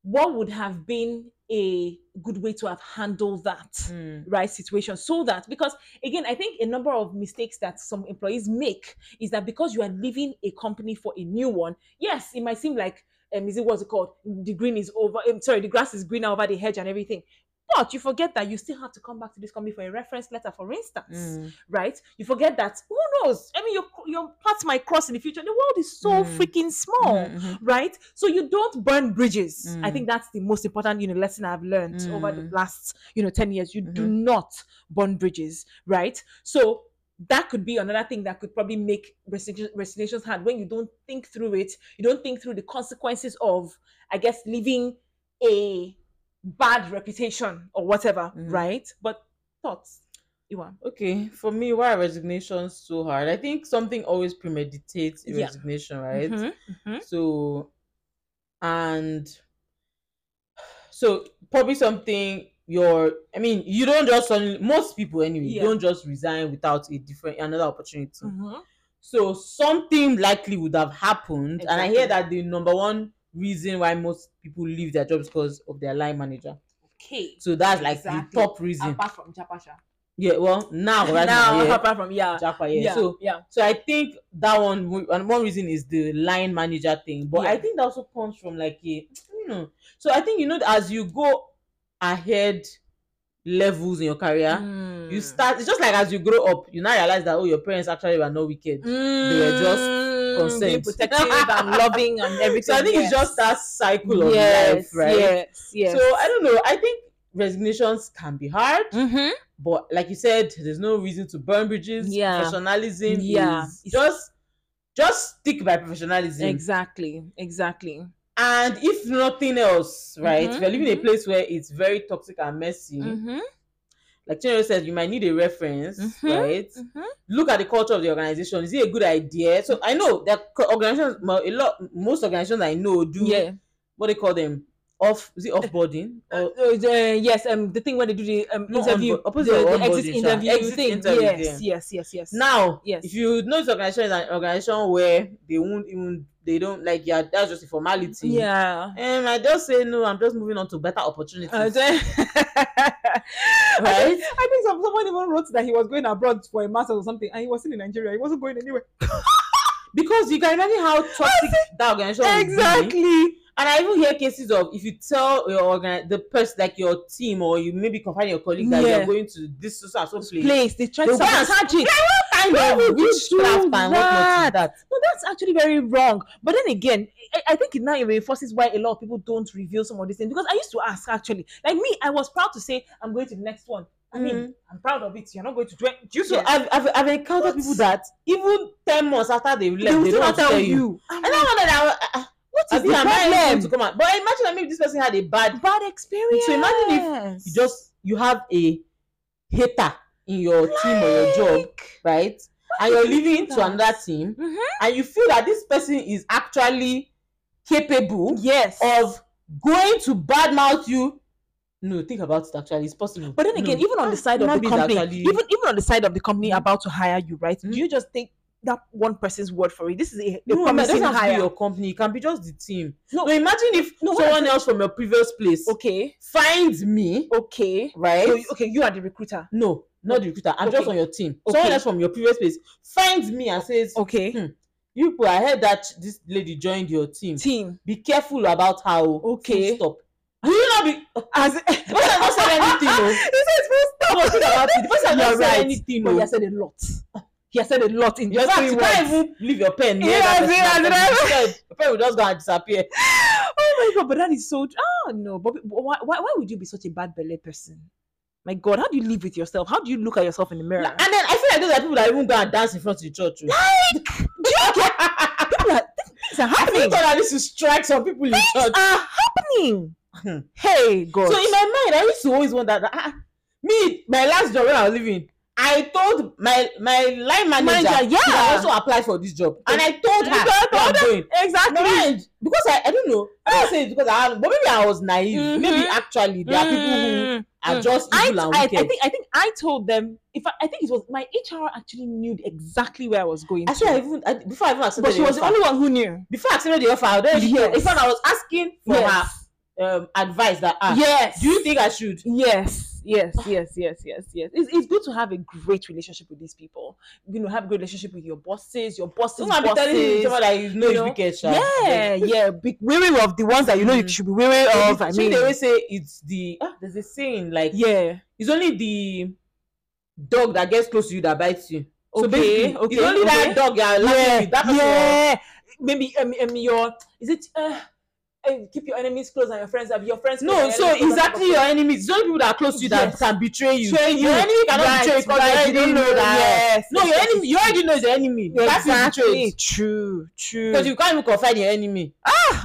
Speaker 1: what would have been a good way to have handled that
Speaker 2: mm,
Speaker 1: right situation so that because again i think a number of mistakes that some employees make is that because you are leaving a company for a new one yes it might seem like um, is it what's it called the green is over um, sorry the grass is greener over the hedge and everything but you forget that you still have to come back to this company for a reference letter for instance
Speaker 2: mm.
Speaker 1: right you forget that who knows i mean your your paths might cross in the future the world is so
Speaker 2: Mm.
Speaker 1: freaking small
Speaker 2: Mhm, mhm.
Speaker 1: right so you don't burn bridges i
Speaker 2: Mm.
Speaker 1: think that's the most important you know lesson i've learned over the
Speaker 2: Mm. Mm-hmm.
Speaker 1: last you know 10 years you do not burn bridges right so that could be another thing that could probably make resign- resignations hard when you don't think through it you don't think through the consequences of i guess leaving a bad reputation or whatever
Speaker 2: Mm.
Speaker 1: right but thoughts you are
Speaker 2: Okay, for me, why are resignations so hard? I think something always premeditates a
Speaker 1: Yeah.
Speaker 2: resignation, right?
Speaker 1: Mhm, mhm.
Speaker 2: So and so probably something your i mean you don't just suddenly most people anyway
Speaker 1: Yeah.
Speaker 2: you don't just resign without a different another opportunity
Speaker 1: Mhm.
Speaker 2: so something likely would have happened and i
Speaker 1: Exactly.
Speaker 2: hear that the number one reason why most people leave their jobs because of their line manager
Speaker 1: Okay.
Speaker 2: so that's like
Speaker 1: Exactly.
Speaker 2: the top reason
Speaker 1: Apart from Japasha.
Speaker 2: yeah Ah, well now right now,
Speaker 1: now,
Speaker 2: yeah,
Speaker 1: apart from yeah.
Speaker 2: Japa, yeah.
Speaker 1: yeah.
Speaker 2: so
Speaker 1: yeah.
Speaker 2: so i think that one wo- and one reason is the line manager thing but i
Speaker 1: Yeah.
Speaker 2: think that also comes from like a you know so i think you know as you go ahead levels in your career you
Speaker 1: Mm.
Speaker 2: start it's just like as you grow up you now realize that oh your parents actually were not wicked were just
Speaker 1: Mm, Being
Speaker 2: consent.
Speaker 1: protective and loving and everything.
Speaker 2: so i think
Speaker 1: yes.
Speaker 2: it's just that cycle of life
Speaker 1: yes,
Speaker 2: right
Speaker 1: Yes, yes.
Speaker 2: so i don't know i think resignations can be hard
Speaker 1: Mm-hmm.
Speaker 2: but like you said there's no reason to burn bridges
Speaker 1: Yeah.
Speaker 2: professionalism
Speaker 1: Yeah.
Speaker 2: is just just stick by professionalism
Speaker 1: Exactly, exactly.
Speaker 2: and if nothing else right
Speaker 1: Mhm,
Speaker 2: we're living in
Speaker 1: mhm.
Speaker 2: a place where it's very toxic and messy
Speaker 1: Mm-hmm.
Speaker 2: like Chinelo said you might need a reference
Speaker 1: Mhm,
Speaker 2: right
Speaker 1: Mm-hmm.
Speaker 2: look at the culture of the organization is it a good idea so i know that co- organizations mo- a lot most organizations i know do
Speaker 1: Yeah.
Speaker 2: what do you call them off is it offboarding
Speaker 1: Uh,
Speaker 2: or
Speaker 1: uh, yes, um, the thing when they do the um,
Speaker 2: No,
Speaker 1: interview,
Speaker 2: onbo- opposite
Speaker 1: the,
Speaker 2: of
Speaker 1: the exit
Speaker 2: onboarding, sha.
Speaker 1: interview
Speaker 2: Exit
Speaker 1: thing.
Speaker 2: interview,
Speaker 1: yes,
Speaker 2: yeah.
Speaker 1: yes, yes, yes.
Speaker 2: now
Speaker 1: Yes.
Speaker 2: if you know this organization is an organization where they won't even they don't like yeah that's just a formality
Speaker 1: yeah.
Speaker 2: and i just say no i'm just moving on to better opportunities
Speaker 1: Uh, then- I
Speaker 2: right
Speaker 1: think, I think some, someone even wrote that he was going abroad for a master's or something, and he was still in Nigeria. He wasn't going anywhere.
Speaker 2: because you can imagine how toxic that organization would be. and i even hear cases of if you tell your organ the person like your team or you maybe confide in your colleague that
Speaker 1: Yeah.
Speaker 2: you're going to this so so and so place
Speaker 1: Place they tried
Speaker 2: They
Speaker 1: to
Speaker 2: went and
Speaker 1: sabotage it.
Speaker 2: kind
Speaker 1: Why would you
Speaker 2: witchcraft
Speaker 1: do
Speaker 2: and whatnot is that
Speaker 1: No, that's actually very wrong. But then again, I, I think it now reinforces why a lot of people don't reveal some of these things. Because I used to ask actually, like me, I was proud to say I'm going to the next one. I mean,
Speaker 2: Mhm.
Speaker 1: I'm proud of it. You're not going to do it. Do you
Speaker 2: so
Speaker 1: so?
Speaker 2: I've, I've i've encountered
Speaker 1: What?
Speaker 2: people that even 10 months after they left
Speaker 1: They will
Speaker 2: they,
Speaker 1: still
Speaker 2: don't
Speaker 1: not tell you.
Speaker 2: and i wonder that uh,
Speaker 1: What
Speaker 2: uh,
Speaker 1: is the
Speaker 2: am I able to
Speaker 1: problem?
Speaker 2: come out but imagine that maybe this person had a bad
Speaker 1: Bad experience.
Speaker 2: So imagine you just you have a hater in your team or your job right and you're
Speaker 1: did you do
Speaker 2: leaving to
Speaker 1: that?
Speaker 2: another team
Speaker 1: Mhm.
Speaker 2: and you feel that this person is actually capable
Speaker 1: yes.
Speaker 2: of going to badmouth you no think about it actually it's possible
Speaker 1: But then again, even
Speaker 2: Ah,
Speaker 1: on the side of the company, even even on the side of the company
Speaker 2: Mhm.
Speaker 1: about to hire you, right?
Speaker 2: Mhm.
Speaker 1: Do you just take that one person's word for it? This is a, a
Speaker 2: no, it
Speaker 1: promising
Speaker 2: doesn't have to be
Speaker 1: hire.
Speaker 2: your company it can be just the team
Speaker 1: No.
Speaker 2: no, imagine if
Speaker 1: No, what I'm
Speaker 2: someone else from your previous place
Speaker 1: Okay,
Speaker 2: finds me
Speaker 1: okay,
Speaker 2: right
Speaker 1: So, okay. You are the recruiter.
Speaker 2: no not the recruiter i'm just
Speaker 1: Okay.
Speaker 2: on your team
Speaker 1: Okay.
Speaker 2: someone else from your previous place finds me and says
Speaker 1: Okay,
Speaker 2: you people i heard that this lady joined your team
Speaker 1: team.
Speaker 2: be careful about how
Speaker 1: Okay.
Speaker 2: stop will you not be
Speaker 1: As
Speaker 2: the person has not said anything oh. o
Speaker 1: he says, "Full
Speaker 2: no
Speaker 1: stop."
Speaker 2: one think about it the person has
Speaker 1: You're
Speaker 2: not said
Speaker 1: right.
Speaker 2: anything
Speaker 1: But he
Speaker 2: o
Speaker 1: has said a lot. He has said a lot in
Speaker 2: in
Speaker 1: just
Speaker 2: fact
Speaker 1: three
Speaker 2: you
Speaker 1: words.
Speaker 2: can't even leave your pen near
Speaker 1: Yes,
Speaker 2: that person
Speaker 1: yes,
Speaker 2: and
Speaker 1: yes.
Speaker 2: instead, your pen will just go and disappear
Speaker 1: oh my god! But that is so. Oh no! But why, why? Why would you be such a bad belly person? My God, how do you live with yourself? How do you look at yourself in the mirror?
Speaker 2: and then i feel like those are people that even go and dance in front of the church oh. o
Speaker 1: People are- things are
Speaker 2: i feel
Speaker 1: happening.
Speaker 2: thought that this should strike some people in church
Speaker 1: are happening. Hey God.
Speaker 2: So in my mind, I used to always wonder that ah, me, my last job when I was leaving, I told my my line manager,
Speaker 1: Manager, yeah.
Speaker 2: that I also applied for this job, and I told her
Speaker 1: Because
Speaker 2: where I'm
Speaker 1: other-
Speaker 2: going. In
Speaker 1: exactly.
Speaker 2: my mind, because I, I don't know, I don't say it because I, but maybe I was naive. Maybe
Speaker 1: Mhm.
Speaker 2: actually there are people
Speaker 1: Mm,
Speaker 2: who are
Speaker 1: mm.
Speaker 2: just
Speaker 1: I,
Speaker 2: evil and
Speaker 1: I, I
Speaker 2: wicked. I,
Speaker 1: think I think I told them if I, I think it was my HR actually knew exactly where I was going.
Speaker 2: Actually, I
Speaker 1: to.
Speaker 2: even I, before I even accepted
Speaker 1: but she
Speaker 2: the
Speaker 1: was the
Speaker 2: offer-
Speaker 1: only one who knew.
Speaker 2: before I accepted the offer, I already
Speaker 1: Yes.
Speaker 2: in fact I was asking for
Speaker 1: yes.
Speaker 2: her um, advice that ah,
Speaker 1: yes.
Speaker 2: do you think I should?
Speaker 1: Yes, yes, yes, yes, yes, yes. It's, it's good to have a great relationship with these people. You know, have a good relationship with your bosses, your bosses,
Speaker 2: Don't be telling you
Speaker 1: bosses.
Speaker 2: someone that you know
Speaker 1: you
Speaker 2: is
Speaker 1: know?
Speaker 2: wicked. sha.
Speaker 1: yeah, yeah. Be wary of the ones that you know you
Speaker 2: Mhm.
Speaker 1: should be wary of. I
Speaker 2: Shey,
Speaker 1: mean,
Speaker 2: they always say it's the ah, there's a saying like
Speaker 1: yeah.
Speaker 2: it's only the dog that gets close to you that bites you. So
Speaker 1: Okay,
Speaker 2: basically,
Speaker 1: okay,
Speaker 2: it's only
Speaker 1: okay.
Speaker 2: that dog you're laughing
Speaker 1: yeah,
Speaker 2: with. That person
Speaker 1: yeah. Maybe um, um, your is it uh, uh, keep your enemies close and your friends have your friends.
Speaker 2: will- no,
Speaker 1: close and
Speaker 2: so
Speaker 1: your enemies close and
Speaker 2: exactly your
Speaker 1: your
Speaker 2: enemies. It's only people that are close to you that
Speaker 1: Yes.
Speaker 2: can betray you.
Speaker 1: Betray you.
Speaker 2: Your enemy cannot
Speaker 1: Right,
Speaker 2: betray you because
Speaker 1: right,
Speaker 2: you already know that.
Speaker 1: Yes.
Speaker 2: No, your enemy, you already know is your enemy. That's your
Speaker 1: Exactly.
Speaker 2: betrayed.
Speaker 1: True. True.
Speaker 2: Because you can't even confide in your enemy.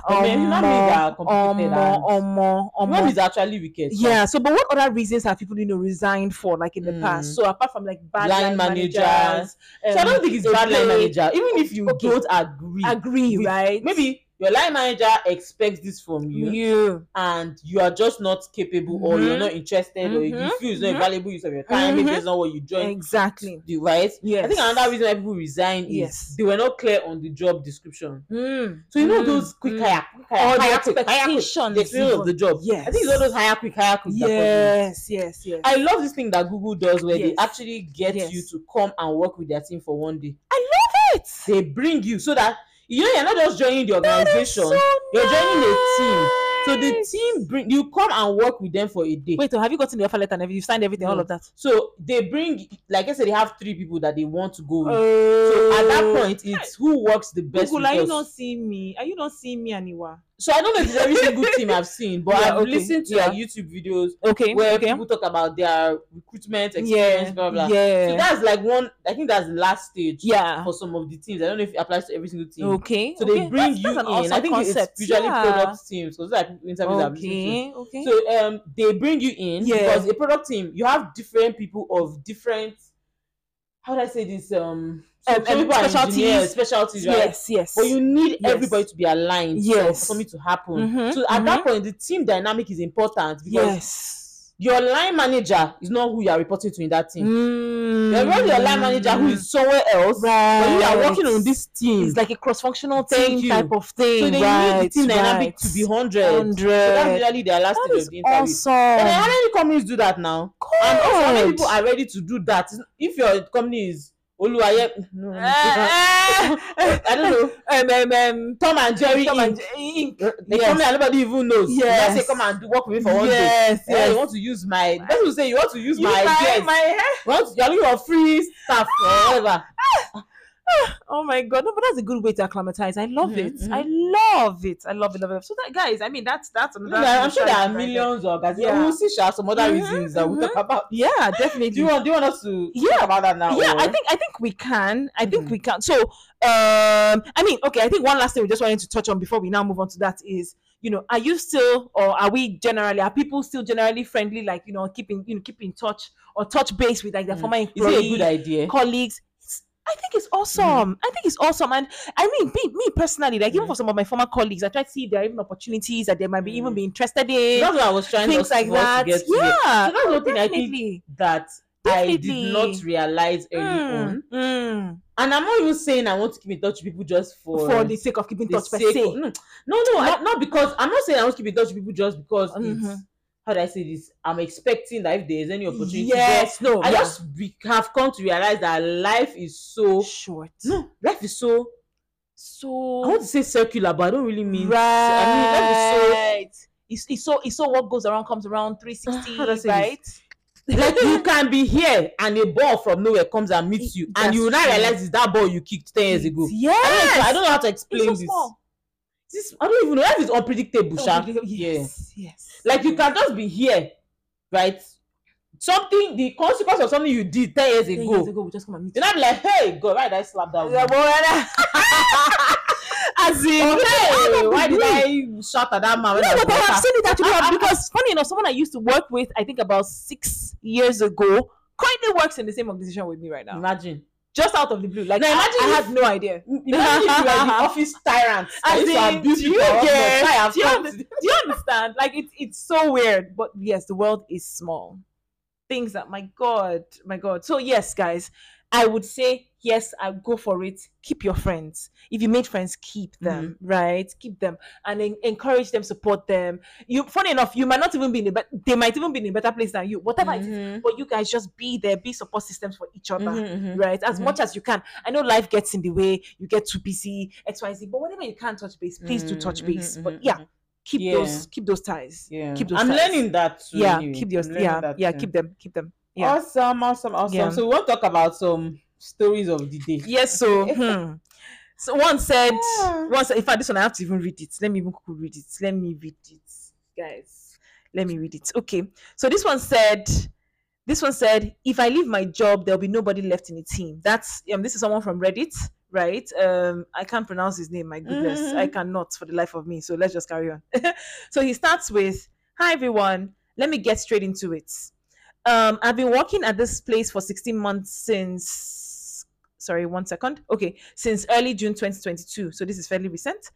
Speaker 2: But then you know me, they are complicated and-
Speaker 1: omo,
Speaker 2: Your
Speaker 1: omo,
Speaker 2: enemy is actually wicked. sha.
Speaker 1: Yeah. So, but what other reasons have people you know resigned for, like in the
Speaker 2: Mm.
Speaker 1: past? So apart from like bad
Speaker 2: Line
Speaker 1: Hmm. line,
Speaker 2: managers.
Speaker 1: managers,
Speaker 2: So I
Speaker 1: um,
Speaker 2: don't think it's
Speaker 1: they
Speaker 2: bad line
Speaker 1: pay-
Speaker 2: manager. Even if you
Speaker 1: Okay.
Speaker 2: don't agree,
Speaker 1: Agree,
Speaker 2: with-
Speaker 1: right?
Speaker 2: maybe your line manager expects this from you,
Speaker 1: Mm-hmm. you.
Speaker 2: and you are just not capable or you're
Speaker 1: Mhm.
Speaker 2: not interested or you
Speaker 1: Mhm.
Speaker 2: feel it's not
Speaker 1: Mhm.
Speaker 2: a valuable use of your time maybe
Speaker 1: Mhm.
Speaker 2: it's not what you joined
Speaker 1: Exactly.
Speaker 2: the right
Speaker 1: Yes.
Speaker 2: i think another reason why people resign is
Speaker 1: Yes.
Speaker 2: they were not clear on the job description
Speaker 1: Mm.
Speaker 2: so you know
Speaker 1: Mm.
Speaker 2: those quick
Speaker 1: Mm.
Speaker 2: hire quick hire,
Speaker 1: Or the
Speaker 2: hire quick, hire quick,
Speaker 1: expectations.
Speaker 2: the experience of the
Speaker 1: even.
Speaker 2: job
Speaker 1: Yes.
Speaker 2: i think it's all those hire quick hire quick that causes it.
Speaker 1: Yes, yes, yes.
Speaker 2: I love this thing that Google does where
Speaker 1: Yes.
Speaker 2: they actually get
Speaker 1: Yes.
Speaker 2: you to come and work with their team for one day.
Speaker 1: love it.
Speaker 2: They bring you so that you know you're not just joining the organization,
Speaker 1: That is so
Speaker 2: you're joining a team. So the
Speaker 1: nice.
Speaker 2: team bring you come and work with them for a day.
Speaker 1: Wait, oh, have you gotten the offer letter and everything? You signed everything, all
Speaker 2: No.
Speaker 1: of that.
Speaker 2: So they bring like I said, they have three people that they want to go with.
Speaker 1: Oh.
Speaker 2: so at that point, it's who works the best.
Speaker 1: Google,
Speaker 2: with
Speaker 1: are you
Speaker 2: us.
Speaker 1: not seeing me? Are you not seeing me, Aniwa?
Speaker 2: So I don't know if it's every single team I've seen, but
Speaker 1: Yeah,
Speaker 2: I've
Speaker 1: okay,
Speaker 2: listened to
Speaker 1: yeah.
Speaker 2: like YouTube videos
Speaker 1: Okay.
Speaker 2: where
Speaker 1: okay.
Speaker 2: people talk about their recruitment experience,
Speaker 1: yeah.
Speaker 2: blah blah.
Speaker 1: Yeah.
Speaker 2: So that's like one. I think that's the last stage.
Speaker 1: yeah.
Speaker 2: for some of the teams. I don't know if it applies to every single team.
Speaker 1: Okay.
Speaker 2: So
Speaker 1: okay.
Speaker 2: they bring
Speaker 1: That's-
Speaker 2: you
Speaker 1: that's an
Speaker 2: in.
Speaker 1: awesome
Speaker 2: I think
Speaker 1: concept.
Speaker 2: it's usually
Speaker 1: yeah.
Speaker 2: product teams because like interviews I've
Speaker 1: Okay.
Speaker 2: listened
Speaker 1: Okay.
Speaker 2: to. So um, they bring you in
Speaker 1: Yeah.
Speaker 2: because a product team you have different people of different. How do I say this? Um, so
Speaker 1: Um,
Speaker 2: some
Speaker 1: um,
Speaker 2: people are
Speaker 1: specialties.
Speaker 2: engineers, specialties, right?
Speaker 1: yes. Yes.
Speaker 2: But you need
Speaker 1: Yes.
Speaker 2: everybody to be aligned.
Speaker 1: Yes.
Speaker 2: for something to happen.
Speaker 1: Mhm,
Speaker 2: So at that point, the team dynamic is important because
Speaker 1: yes.
Speaker 2: your line manager is not who you are reporting to in that team.
Speaker 1: Mm.
Speaker 2: You're running your line manager who is somewhere else,
Speaker 1: right.
Speaker 2: but you are working on this team.
Speaker 1: It's like a cross-functional
Speaker 2: Thank
Speaker 1: team
Speaker 2: you.
Speaker 1: type of thing.
Speaker 2: So they
Speaker 1: right,
Speaker 2: need the team
Speaker 1: right.
Speaker 2: dynamic to be 100.
Speaker 1: hundred.
Speaker 2: So that's usually their last
Speaker 1: That
Speaker 2: stage
Speaker 1: is
Speaker 2: of the interview.
Speaker 1: awesome.
Speaker 2: And then how many companies do that now? And also, how many people are ready to do that? If your company is Oluwaye, no,
Speaker 1: I
Speaker 2: I don't know,
Speaker 1: Um, um, um,
Speaker 2: Tom and Jerry,
Speaker 1: Tom and
Speaker 2: Inc.
Speaker 1: Jerry Inc.
Speaker 2: the
Speaker 1: Yes.
Speaker 2: company that nobody even knows. You just
Speaker 1: Yes.
Speaker 2: say, come and do work with me for one day.
Speaker 1: yes,
Speaker 2: Yeah, you want to use my. That's what say. You want to use
Speaker 1: You
Speaker 2: my
Speaker 1: buy
Speaker 2: ideas.
Speaker 1: my Ah! hair.
Speaker 2: You want to- You're looking for free stuff or whatever.
Speaker 1: Oh my god, no, but that's a good way to acclimatize. I love
Speaker 2: Mhm,
Speaker 1: it.
Speaker 2: mhm.
Speaker 1: I love it. I love it. Love it. So that guys, I mean, that's that's
Speaker 2: You
Speaker 1: another.
Speaker 2: know, I'm sure there are
Speaker 1: solution right
Speaker 2: millions of guys.
Speaker 1: Yeah.
Speaker 2: We'll see sha, some other
Speaker 1: Mhm,
Speaker 2: reasons that we'll
Speaker 1: mhm.
Speaker 2: talk about.
Speaker 1: there. Yeah, definitely.
Speaker 2: Do you want? Do you want us to
Speaker 1: Yeah.
Speaker 2: talk about that now?
Speaker 1: yeah,
Speaker 2: or-
Speaker 1: I think I think we can. I think
Speaker 2: Mhm.
Speaker 1: we can. So, um, I mean, okay. I think one last thing we just wanted to touch on before we now move on to that is, you know, are you still or are we generally are people still generally friendly? Like you know, keeping you know keep in touch or touch base with like their
Speaker 2: Mm.
Speaker 1: former
Speaker 2: Is it
Speaker 1: employee
Speaker 2: a good idea?
Speaker 1: colleagues. It's- I think it's awesome. I think it's awesome, and I mean, me, me personally, like even
Speaker 2: Mhm.
Speaker 1: for some of my former colleagues, I try to see if there are even opportunities that they might be even
Speaker 2: Mhm.
Speaker 1: be interested in
Speaker 2: That's what I was trying
Speaker 1: things
Speaker 2: us-
Speaker 1: like
Speaker 2: for us
Speaker 1: that.
Speaker 2: To get to here.
Speaker 1: yeah,
Speaker 2: So that's one thing I think
Speaker 1: definitely.
Speaker 2: that I
Speaker 1: Definitely.
Speaker 2: did not realize early on,
Speaker 1: Mm, mm.
Speaker 2: and I'm not even saying I want to keep in touch with people just for
Speaker 1: For the sake of keeping
Speaker 2: the
Speaker 1: touch per
Speaker 2: sake
Speaker 1: se.
Speaker 2: of- No, Mm. no, no, I- not because I'm not saying I want to keep in touch with people just because it's
Speaker 1: Mhm.
Speaker 2: how do I say this? I'm expecting that if there is any opportunity,
Speaker 1: Yes, no,
Speaker 2: but I
Speaker 1: yeah.
Speaker 2: just re- have come to realize that life is so
Speaker 1: short.
Speaker 2: no, life is so. I
Speaker 1: So
Speaker 2: want to say circular, but I don't really mean.
Speaker 1: right. It's, it's so it's so what goes around comes around
Speaker 2: How do I say
Speaker 1: 360,
Speaker 2: this?
Speaker 1: right?
Speaker 2: like you can be here and a ball from nowhere comes and meets you and
Speaker 1: That's
Speaker 2: you will not
Speaker 1: true.
Speaker 2: realize it's that ball you kicked 10 years ago I, don't know,
Speaker 1: Yes.
Speaker 2: I don't know how to
Speaker 1: It's
Speaker 2: explain
Speaker 1: so
Speaker 2: this.
Speaker 1: small.
Speaker 2: this i don't even know life is unpredictable sha.
Speaker 1: Oh, yes. Yes.
Speaker 2: like you can just be here right something the consequence of something you did 10 years
Speaker 1: Ten
Speaker 2: ago,
Speaker 1: years ago, we just come and meet.
Speaker 2: you're not be like hey god why did i slap that woman
Speaker 1: As in,
Speaker 2: hey,
Speaker 1: out of
Speaker 2: why
Speaker 1: the
Speaker 2: did i shout at that man when I
Speaker 1: No,
Speaker 2: was
Speaker 1: but I
Speaker 2: walking
Speaker 1: have
Speaker 2: past?"
Speaker 1: seen it actually happen because funny enough, someone I used to work with, I think about six years ago, currently works in the same organization with me right now.
Speaker 2: imagine
Speaker 1: Just out of the blue. Like
Speaker 2: Now,
Speaker 1: I-
Speaker 2: imagine
Speaker 1: I,
Speaker 2: if-
Speaker 1: had no idea.
Speaker 2: imagine if you were the office tyrant
Speaker 1: As
Speaker 2: I used to
Speaker 1: in,
Speaker 2: abuse
Speaker 1: do
Speaker 2: people
Speaker 1: you
Speaker 2: at work, but
Speaker 1: get-
Speaker 2: I have
Speaker 1: do you
Speaker 2: come
Speaker 1: under-
Speaker 2: to-
Speaker 1: Do you understand? Like it's it's so weird. But yes, the world is small. Things that my God, my God. So yes, guys, I would say yes, I go for it. Keep your friends. If you made friends,
Speaker 2: Mm-hmm.
Speaker 1: keep them, right? Keep them and en- encourage them, support them. You funny enough, you might not even be in a but they might even be in a better place than you. Whatever it is.
Speaker 2: Mhm,
Speaker 1: But you guys just be there, be support systems for each other
Speaker 2: mhm, mhm.
Speaker 1: right as
Speaker 2: Mhm.
Speaker 1: much as you can i know life gets in the way you get too busy xyz but whenever you can touch base please do touch
Speaker 2: Mm,
Speaker 1: base
Speaker 2: mhm,
Speaker 1: but
Speaker 2: mhm,
Speaker 1: Mm-hmm. yeah
Speaker 2: mhm.
Speaker 1: keep
Speaker 2: Yeah.
Speaker 1: those keep those ties
Speaker 2: yeah.
Speaker 1: keep those
Speaker 2: I'm
Speaker 1: ties.
Speaker 2: learning that too.
Speaker 1: yeah
Speaker 2: anyway.
Speaker 1: keep your
Speaker 2: I'm learning
Speaker 1: yeah
Speaker 2: that
Speaker 1: yeah
Speaker 2: too.
Speaker 1: keep them keep them yeah
Speaker 2: Awesome, awesome, awesome.
Speaker 1: Yeah.
Speaker 2: So we want to talk about some stories of the day.
Speaker 1: yes so hmm. so one said
Speaker 2: Yeah.
Speaker 1: one said in fact this one i have to even read it let me even quickly read it let me read it guys let me read it okay so this one said this one said if i leave my job there'll be nobody left in the team that's um this is someone from reddit right um i can't pronounce his name my goodness i
Speaker 2: Mhm.
Speaker 1: cannot for the life of me so let's just carry on so he starts with hi everyone let me get straight into it um i've been working at this place for 16 months since sorry, one second. Okay, since early June 2022. So this is fairly recent.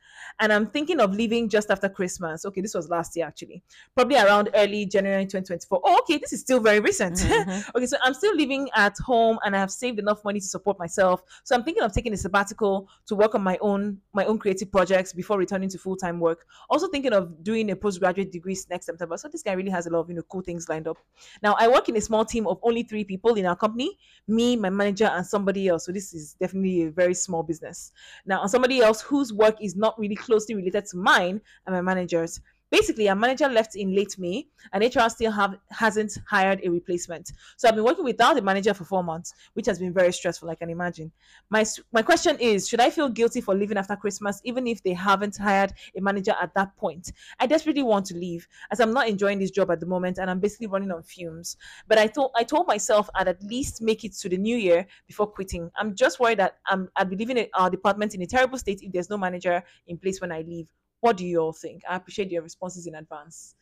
Speaker 1: And I'm thinking of leaving just after Christmas. Okay, this was last year actually. Probably around early January 2024. Oh, okay, this is still very recent.
Speaker 2: Mhm.
Speaker 1: okay, so I'm still living at home and I have saved enough money to support myself. So I'm thinking of taking a sabbatical to work on my own my own creative projects before returning to full-time work. Also thinking of doing a postgraduate degree next September. So this guy really has a lot of, you know, cool things lined up. Now, I work in a small team of only 3 people in our company me, my manager, and somebody else. So this is definitely a very small business. Now, and somebody else whose work is not really closely related to mine and my manager's. Basically, our manager left in late May, and HR still have hasn't hired a replacement. So I've been working without a manager for four months, which has been very stressful, I can imagine. My s- my question is, should I feel guilty for leaving after Christmas, even if they haven't hired a manager at that point? I desperately want to leave, as I'm not enjoying this job at the moment, and I'm basically running on fumes but I told I told myself I'd at least make it to the new year before quitting. I'm just worried that I'm I'd be leaving it- our department in a terrible state if there's no manager in place when I leave. What do you all think? I appreciate your responses in advance.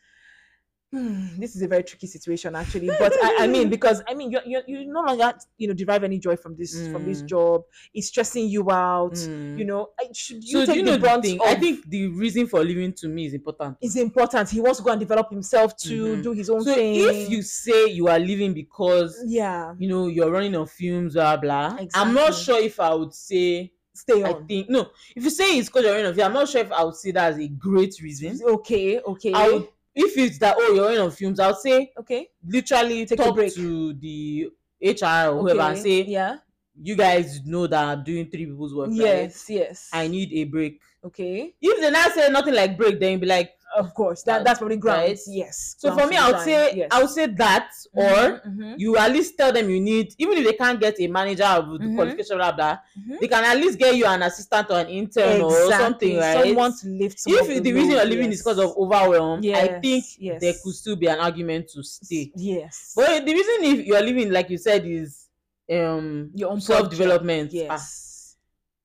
Speaker 1: Hmm, this is a very tricky situation actually, but I, I mean because I mean you you you no longer you know derive any joy from this from this
Speaker 2: Mm.
Speaker 1: job. It's stressing you out. You
Speaker 2: Mm.
Speaker 1: know, I, should you
Speaker 2: so do
Speaker 1: take
Speaker 2: you
Speaker 1: the
Speaker 2: know the
Speaker 1: brunt
Speaker 2: thing?
Speaker 1: of
Speaker 2: I think the reason for leaving to me is important.
Speaker 1: it's important. He wants to go and develop himself to
Speaker 2: Mhm.
Speaker 1: do his own
Speaker 2: So
Speaker 1: thing.
Speaker 2: if you say you are leaving because
Speaker 1: yeah,
Speaker 2: you know you're running on fumes, blah blah. I'm
Speaker 1: Exactly.
Speaker 2: not sure if I would say
Speaker 1: stay
Speaker 2: I
Speaker 1: on.
Speaker 2: think no. If you say it's because you're running on fumes, I'm not sure if I would say that as a great reason.
Speaker 1: Okay, okay.
Speaker 2: I would, if it's that oh you're running on fumes, I'll say
Speaker 1: okay
Speaker 2: literally
Speaker 1: Take a
Speaker 2: talk
Speaker 1: break.
Speaker 2: to the HR or whoever and say
Speaker 1: yeah
Speaker 2: you guys know that I'm doing three people's work. right?
Speaker 1: yes yes
Speaker 2: I need a break.
Speaker 1: okay
Speaker 2: If they now say nothing like break, then you'll be like.
Speaker 1: of course that
Speaker 2: Uh,
Speaker 1: that's probably grounds
Speaker 2: right?
Speaker 1: yes
Speaker 2: So for
Speaker 1: grounds
Speaker 2: me,
Speaker 1: to
Speaker 2: I would
Speaker 1: resign,
Speaker 2: say
Speaker 1: yes.
Speaker 2: I would say that, or
Speaker 1: Mhm, mhm,
Speaker 2: you at least tell them you need, even if they can't get a manager with
Speaker 1: Mhm.
Speaker 2: qualification, blah blah.
Speaker 1: mhm.
Speaker 2: They can at least get you an assistant or an intern or something, right?
Speaker 1: someone to lift some
Speaker 2: if
Speaker 1: of
Speaker 2: the, reason
Speaker 1: load,
Speaker 2: you're leaving is
Speaker 1: yes.
Speaker 2: because of overwhelm, I
Speaker 1: Yes,
Speaker 2: think
Speaker 1: yes.
Speaker 2: there could still be an argument to stay.
Speaker 1: yes
Speaker 2: But the reason if you're leaving, like you said, is um
Speaker 1: your own
Speaker 2: self
Speaker 1: project.
Speaker 2: development.
Speaker 1: yes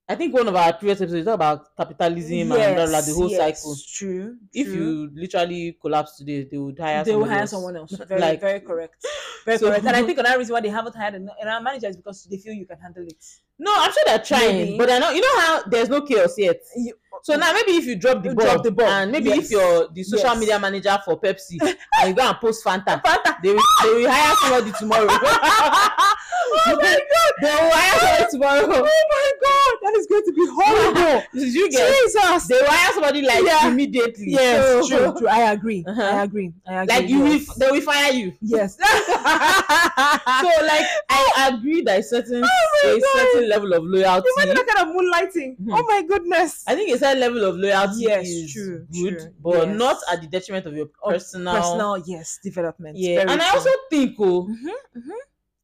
Speaker 2: I think one of our previous episodes talked about capitalism and blah, blah, the whole
Speaker 1: yes,
Speaker 2: cycle.
Speaker 1: true
Speaker 2: If
Speaker 1: true.
Speaker 2: you literally collapse today, they would hire
Speaker 1: they will
Speaker 2: somebody
Speaker 1: hire
Speaker 2: else.
Speaker 1: someone else. Very,
Speaker 2: Like-
Speaker 1: very correct. Very
Speaker 2: So-
Speaker 1: correct. And I think another reason why they haven't hired an, another manager is because they feel you can handle it.
Speaker 2: No, I'm sure they're trying,
Speaker 1: Maybe.
Speaker 2: but I know you know how there's no chaos yet.
Speaker 1: You-
Speaker 2: So now maybe if you drop the
Speaker 1: You
Speaker 2: ball,
Speaker 1: drop the ball,
Speaker 2: and maybe
Speaker 1: yes,
Speaker 2: if you're the social
Speaker 1: yes.
Speaker 2: media manager for Pepsi and you go and post Fanta, they will, they will hire somebody tomorrow. oh my god! They will hire somebody tomorrow. Oh
Speaker 1: Oh my god, that is going to be horrible.
Speaker 2: Did you get?
Speaker 1: Jesus.
Speaker 2: They will hire somebody like
Speaker 1: Yeah.
Speaker 2: immediately.
Speaker 1: Yes,
Speaker 2: So-
Speaker 1: true, true. I agree.
Speaker 2: Uh-huh.
Speaker 1: I agree. I agree.
Speaker 2: Like you, will,
Speaker 1: yes.
Speaker 2: they will fire you.
Speaker 1: Yes.
Speaker 2: So like I agree that a certain
Speaker 1: Ah. Oh my
Speaker 2: a
Speaker 1: God.
Speaker 2: certain level of loyalty.
Speaker 1: Imagine that kind of moonlighting.
Speaker 2: Mhm.
Speaker 1: Oh my goodness.
Speaker 2: I think a certain level of loyalty
Speaker 1: Yes,
Speaker 2: is
Speaker 1: true,
Speaker 2: good,
Speaker 1: true.
Speaker 2: but
Speaker 1: Yes.
Speaker 2: not at the detriment of your
Speaker 1: Of
Speaker 2: personal.
Speaker 1: Personal, yes, development.
Speaker 2: yeah, and
Speaker 1: Very
Speaker 2: I
Speaker 1: true.
Speaker 2: also think, oh,
Speaker 1: Mhm,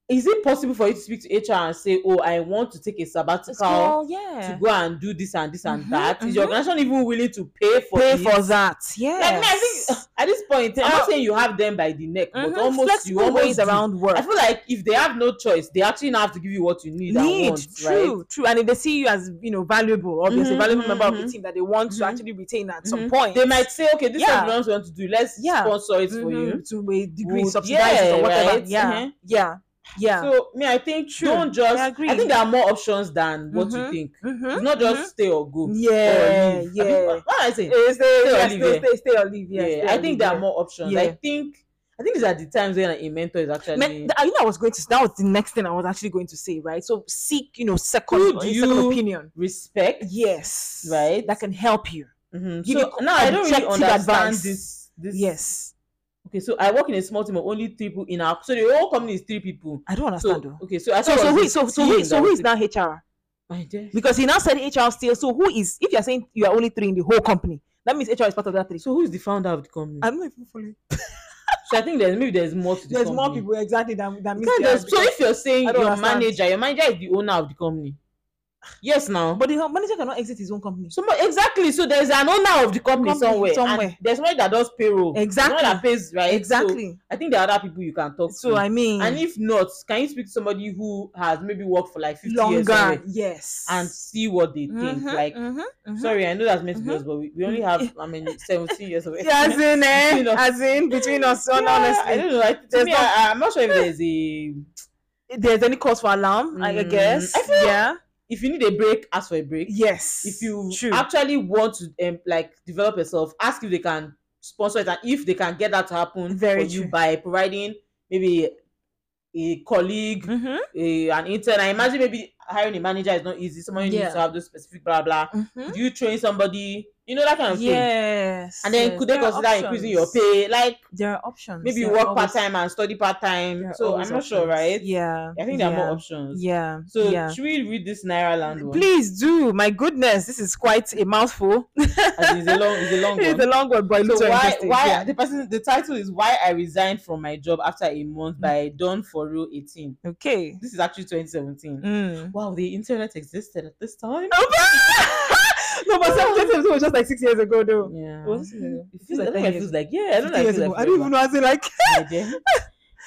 Speaker 2: is it possible for you to speak to HR and say, oh, I want to take a sabbatical
Speaker 1: It's called-
Speaker 2: to
Speaker 1: yeah.
Speaker 2: go and do this and this and
Speaker 1: Mhm,
Speaker 2: that? Is your
Speaker 1: mhm.
Speaker 2: organization even willing to pay for
Speaker 1: Pay
Speaker 2: it?
Speaker 1: for that. Yes.
Speaker 2: Like me, I think at this point, I'm
Speaker 1: Uh,
Speaker 2: not saying you have them by the neck,
Speaker 1: Mhm.
Speaker 2: but almost
Speaker 1: Flexible
Speaker 2: you almost
Speaker 1: ways
Speaker 2: do.
Speaker 1: around work.
Speaker 2: I feel like if they have no choice, they actually now have to give you what you need, and
Speaker 1: need
Speaker 2: want,
Speaker 1: true
Speaker 2: right?
Speaker 1: true and if they see you as you know valuable obviously
Speaker 2: Mhm,
Speaker 1: valuable
Speaker 2: mhm,
Speaker 1: member of the
Speaker 2: mhm.
Speaker 1: team that they want to
Speaker 2: Mhm.
Speaker 1: actually retain at some
Speaker 2: Mhm.
Speaker 1: point
Speaker 2: They Mm-hmm. might say, okay, this
Speaker 1: Yeah.
Speaker 2: is what we want to do. Let's
Speaker 1: Yeah.
Speaker 2: sponsor it for
Speaker 1: Mhm,
Speaker 2: you.
Speaker 1: to a degree
Speaker 2: Would-
Speaker 1: subsidize it or
Speaker 2: yeah,
Speaker 1: whatever
Speaker 2: right?
Speaker 1: yeah Mm-hmm.
Speaker 2: Mhm.
Speaker 1: yeah yeah
Speaker 2: So me, I think
Speaker 1: True.
Speaker 2: don't just.
Speaker 1: I
Speaker 2: I,
Speaker 1: agree.
Speaker 2: think there are more options than what
Speaker 1: Mhm.
Speaker 2: you think.
Speaker 1: Mhm,
Speaker 2: It's not just stay or go. or
Speaker 1: yeah
Speaker 2: leave. I think,
Speaker 1: yeah
Speaker 2: what, what am I saying?
Speaker 1: Eh, stay,
Speaker 2: or
Speaker 1: yeah,
Speaker 2: leave,
Speaker 1: stay,
Speaker 2: yeah.
Speaker 1: stay, stay or leave. Yeah,
Speaker 2: yeah,
Speaker 1: stay or
Speaker 2: I think
Speaker 1: leave,
Speaker 2: there are
Speaker 1: yeah.
Speaker 2: more options.
Speaker 1: Yeah.
Speaker 2: I think. I think these are the times when a mentor is actually.
Speaker 1: Man, th- I- you know, I was going to. That was the next thing I was actually going to say, right? So seek, you know, second,
Speaker 2: Could
Speaker 1: a second
Speaker 2: you-
Speaker 1: opinion.
Speaker 2: respect.
Speaker 1: Yes,
Speaker 2: Right.
Speaker 1: That can help you.
Speaker 2: Mhm.
Speaker 1: Give
Speaker 2: So
Speaker 1: it
Speaker 2: now I don't really
Speaker 1: objective
Speaker 2: understand
Speaker 1: advice.
Speaker 2: this. This.
Speaker 1: Yes,
Speaker 2: Okay, so I work in a small team of only three people in our. So the whole company is three people.
Speaker 1: I don't
Speaker 2: So
Speaker 1: understand. though.
Speaker 2: okay, so I
Speaker 1: oh. so
Speaker 2: thought
Speaker 1: so
Speaker 2: it
Speaker 1: who
Speaker 2: was
Speaker 1: so
Speaker 2: this
Speaker 1: so who
Speaker 2: team
Speaker 1: so
Speaker 2: that
Speaker 1: who
Speaker 2: was
Speaker 1: is now HR?
Speaker 2: My dear.
Speaker 1: Because he now said HR still. So who is if you're saying you are only three in the whole company? That means HR is part of that three.
Speaker 2: So who is the founder of the company?
Speaker 1: I'm not even following.
Speaker 2: so I think there's maybe there's more to this
Speaker 1: There's more
Speaker 2: company.
Speaker 1: people exactly than than
Speaker 2: Because
Speaker 1: Mr.
Speaker 2: there's- so if you're saying
Speaker 1: I don't
Speaker 2: your
Speaker 1: understand.
Speaker 2: manager, your manager is the owner of the company. Yes, now. But
Speaker 1: But the manager cannot exit his own company.
Speaker 2: so but exactly, so there's an owner of the company,
Speaker 1: Company
Speaker 2: somewhere.
Speaker 1: somewhere.
Speaker 2: And there's somebody that does payroll. There's
Speaker 1: Exactly.
Speaker 2: Someone that pays, right? So
Speaker 1: exactly.
Speaker 2: I think there are other people you can talk
Speaker 1: So,
Speaker 2: to.
Speaker 1: I mean,
Speaker 2: and if not, can you speak to somebody who has maybe worked for like 50 years
Speaker 1: longer.
Speaker 2: somewhere
Speaker 1: Yes.
Speaker 2: and see what they think?
Speaker 1: Mhm,
Speaker 2: Like,
Speaker 1: mhm, mhm.
Speaker 2: sorry, I know that's meant to be
Speaker 1: Mhm.
Speaker 2: us, but we, we only have, I mean, 17 years of
Speaker 1: Yeah, as in, eh?
Speaker 2: Between us.
Speaker 1: as in between us,
Speaker 2: Yeah,
Speaker 1: honestly.
Speaker 2: I don't know. I, to
Speaker 1: There's
Speaker 2: me,
Speaker 1: no-
Speaker 2: I, I'm not sure if there's a
Speaker 1: if there's any cause for alarm, I I
Speaker 2: Mm,
Speaker 1: guess.
Speaker 2: I feel-
Speaker 1: yeah.
Speaker 2: if you need a break ask for a break
Speaker 1: Yes.
Speaker 2: if you
Speaker 1: True.
Speaker 2: actually want to um, like develop yourself ask if they can sponsor it and if they can get that to happen
Speaker 1: Very
Speaker 2: for you
Speaker 1: true.
Speaker 2: by providing maybe a colleague
Speaker 1: Mhm,
Speaker 2: a, an intern i imagine maybe hiring a manager is not easy someone you
Speaker 1: Yeah.
Speaker 2: needs to have those specific blah blah
Speaker 1: mhm.
Speaker 2: Do you train somebody you know that kind of thing
Speaker 1: Yes.
Speaker 2: and then
Speaker 1: yes.
Speaker 2: could they
Speaker 1: There are
Speaker 2: consider increasing your
Speaker 1: options.
Speaker 2: pay like
Speaker 1: There are options.
Speaker 2: maybe
Speaker 1: There
Speaker 2: you
Speaker 1: are
Speaker 2: work
Speaker 1: always-
Speaker 2: part-time and study
Speaker 1: there
Speaker 2: part-time
Speaker 1: are
Speaker 2: so i'm
Speaker 1: always
Speaker 2: not sure
Speaker 1: options.
Speaker 2: right
Speaker 1: Yeah.
Speaker 2: i think there are more
Speaker 1: yeah,
Speaker 2: options
Speaker 1: Yeah.
Speaker 2: so
Speaker 1: yeah.
Speaker 2: should we read this naira land one
Speaker 1: Please do. My goodness, this is quite a mouthful.
Speaker 2: As in, it's a long it's a long one
Speaker 1: it's a long one, but it looks
Speaker 2: so
Speaker 1: so
Speaker 2: why
Speaker 1: interesting.
Speaker 2: why
Speaker 1: Yeah.
Speaker 2: the person the title is why i resigned from my job after a month by don foro 18
Speaker 1: Okay.
Speaker 2: this is actually 2017
Speaker 1: Mm.
Speaker 2: wow the internet existed at this time
Speaker 1: no, but some it was just like six years ago, though.
Speaker 2: yeah
Speaker 1: Was it?
Speaker 2: it feels like,
Speaker 1: Ten
Speaker 2: I think it
Speaker 1: years
Speaker 2: feels like yeah i don't
Speaker 1: Fifty
Speaker 2: know it
Speaker 1: years
Speaker 2: feels like
Speaker 1: ago. I don't even know. I was like,
Speaker 2: forever. Yeah.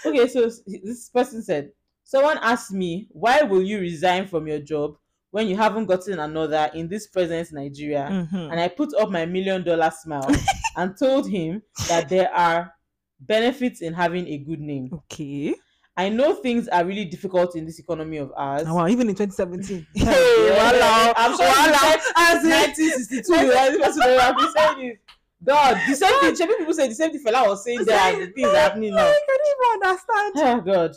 Speaker 2: okay so s- this person said someone asked me why will you resign from your job when you haven't gotten another in this present nigeria
Speaker 1: Mm-hmm.
Speaker 2: and I put up my million dollar smile and told him that there are benefits in having a good name.
Speaker 1: okay.
Speaker 2: I know things are really difficult in this economy of ours.
Speaker 1: wow, even in 2017. hey,
Speaker 2: Yeah.
Speaker 1: wow,
Speaker 2: I'm sure you
Speaker 1: wow.
Speaker 2: said
Speaker 1: As in,
Speaker 2: 1962. yeah, this person will have been saying it. God, the same thing. Shebi people say the same thing. Fela was saying that the things are happening now.
Speaker 1: I can't even understand.
Speaker 2: Oh God.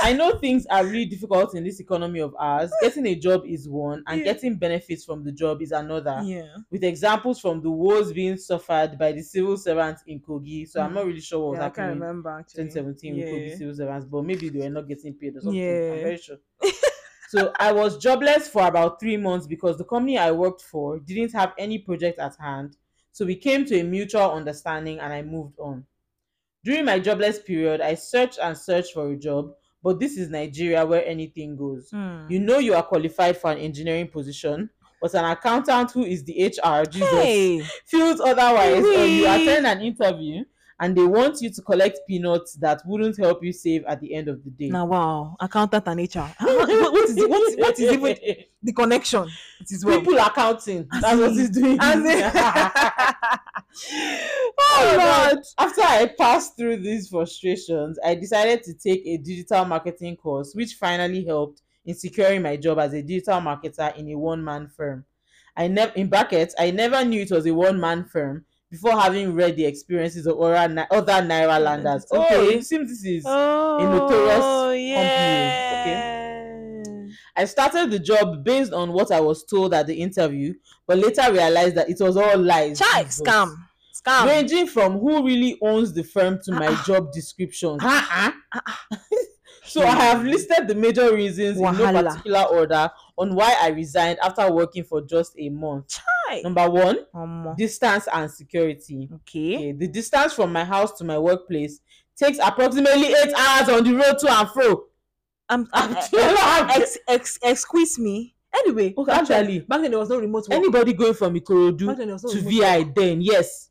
Speaker 2: I know things are really difficult in this economy of ours. Getting a job is one, and
Speaker 1: Yeah.
Speaker 2: getting benefits from the job is another.
Speaker 1: Yeah.
Speaker 2: with examples from the woes being suffered by the civil servants in Kogi. So I'm
Speaker 1: Mm.
Speaker 2: not really sure what was
Speaker 1: yeah I can't
Speaker 2: happening in
Speaker 1: remember actually.
Speaker 2: 2017 with
Speaker 1: Yeah.
Speaker 2: Kogi civil servants, but maybe they were not getting paid or something. I'm
Speaker 1: Yeah.
Speaker 2: very sure. so I was jobless for about three months because the company I worked for didn't have any project at hand. So we came to a mutual understanding and I moved on. During my jobless period, I searched and searched for a job, but this is Nigeria where anything goes.
Speaker 1: Mm.
Speaker 2: You know you are qualified for an engineering position, but an accountant who is the HR, Jesus,
Speaker 1: Hey.
Speaker 2: feels otherwise, or
Speaker 1: Really?
Speaker 2: you attend an interview and they want you to collect peanuts that wouldn't help you save at the end of the day.
Speaker 1: Now, wow, accountant and HR. Ah, what, what is the, what, is- what is even the connection? It is well.
Speaker 2: people accounting? That's what he's doing.
Speaker 1: As in-
Speaker 2: Oh,
Speaker 1: Lord.
Speaker 2: Lord. After I passed through these frustrations, I decided to take a digital marketing course, which finally helped in securing my job as a digital marketer in a one-man firm. I never, in brackets, I never knew it was a one-man firm before having read the experiences of other, Ni- other Naira landers. Oh,
Speaker 1: Okay.
Speaker 2: it seems this is.
Speaker 1: oh,
Speaker 2: notorious
Speaker 1: yeah.
Speaker 2: I started the job based on what I was told at the interview, but later realized that it was all lies.
Speaker 1: Chai,
Speaker 2: Jesus.
Speaker 1: scam. Scam.
Speaker 2: ranging from who really owns the firm to my
Speaker 1: Ah, ah.
Speaker 2: job descriptions. so
Speaker 1: Hmm.
Speaker 2: I have listed the major reasons in no
Speaker 1: Wahala.
Speaker 2: particular order on why I resigned after working for just a month.
Speaker 1: Chai.
Speaker 2: Number one,
Speaker 1: Omo.
Speaker 2: distance and security.
Speaker 1: Okay.
Speaker 2: Okay, the distance from my house to my workplace takes approximately eight hours on the road to and fro.
Speaker 1: Um, uh,
Speaker 2: Do you not have
Speaker 1: uh, ex, ex, excuse me. Anyway,
Speaker 2: Okay,
Speaker 1: back then-
Speaker 2: actually,
Speaker 1: back then there was no remote work.
Speaker 2: Anybody going from
Speaker 1: back
Speaker 2: Ikorodu
Speaker 1: then there was no
Speaker 2: to
Speaker 1: remote
Speaker 2: VI then, yes,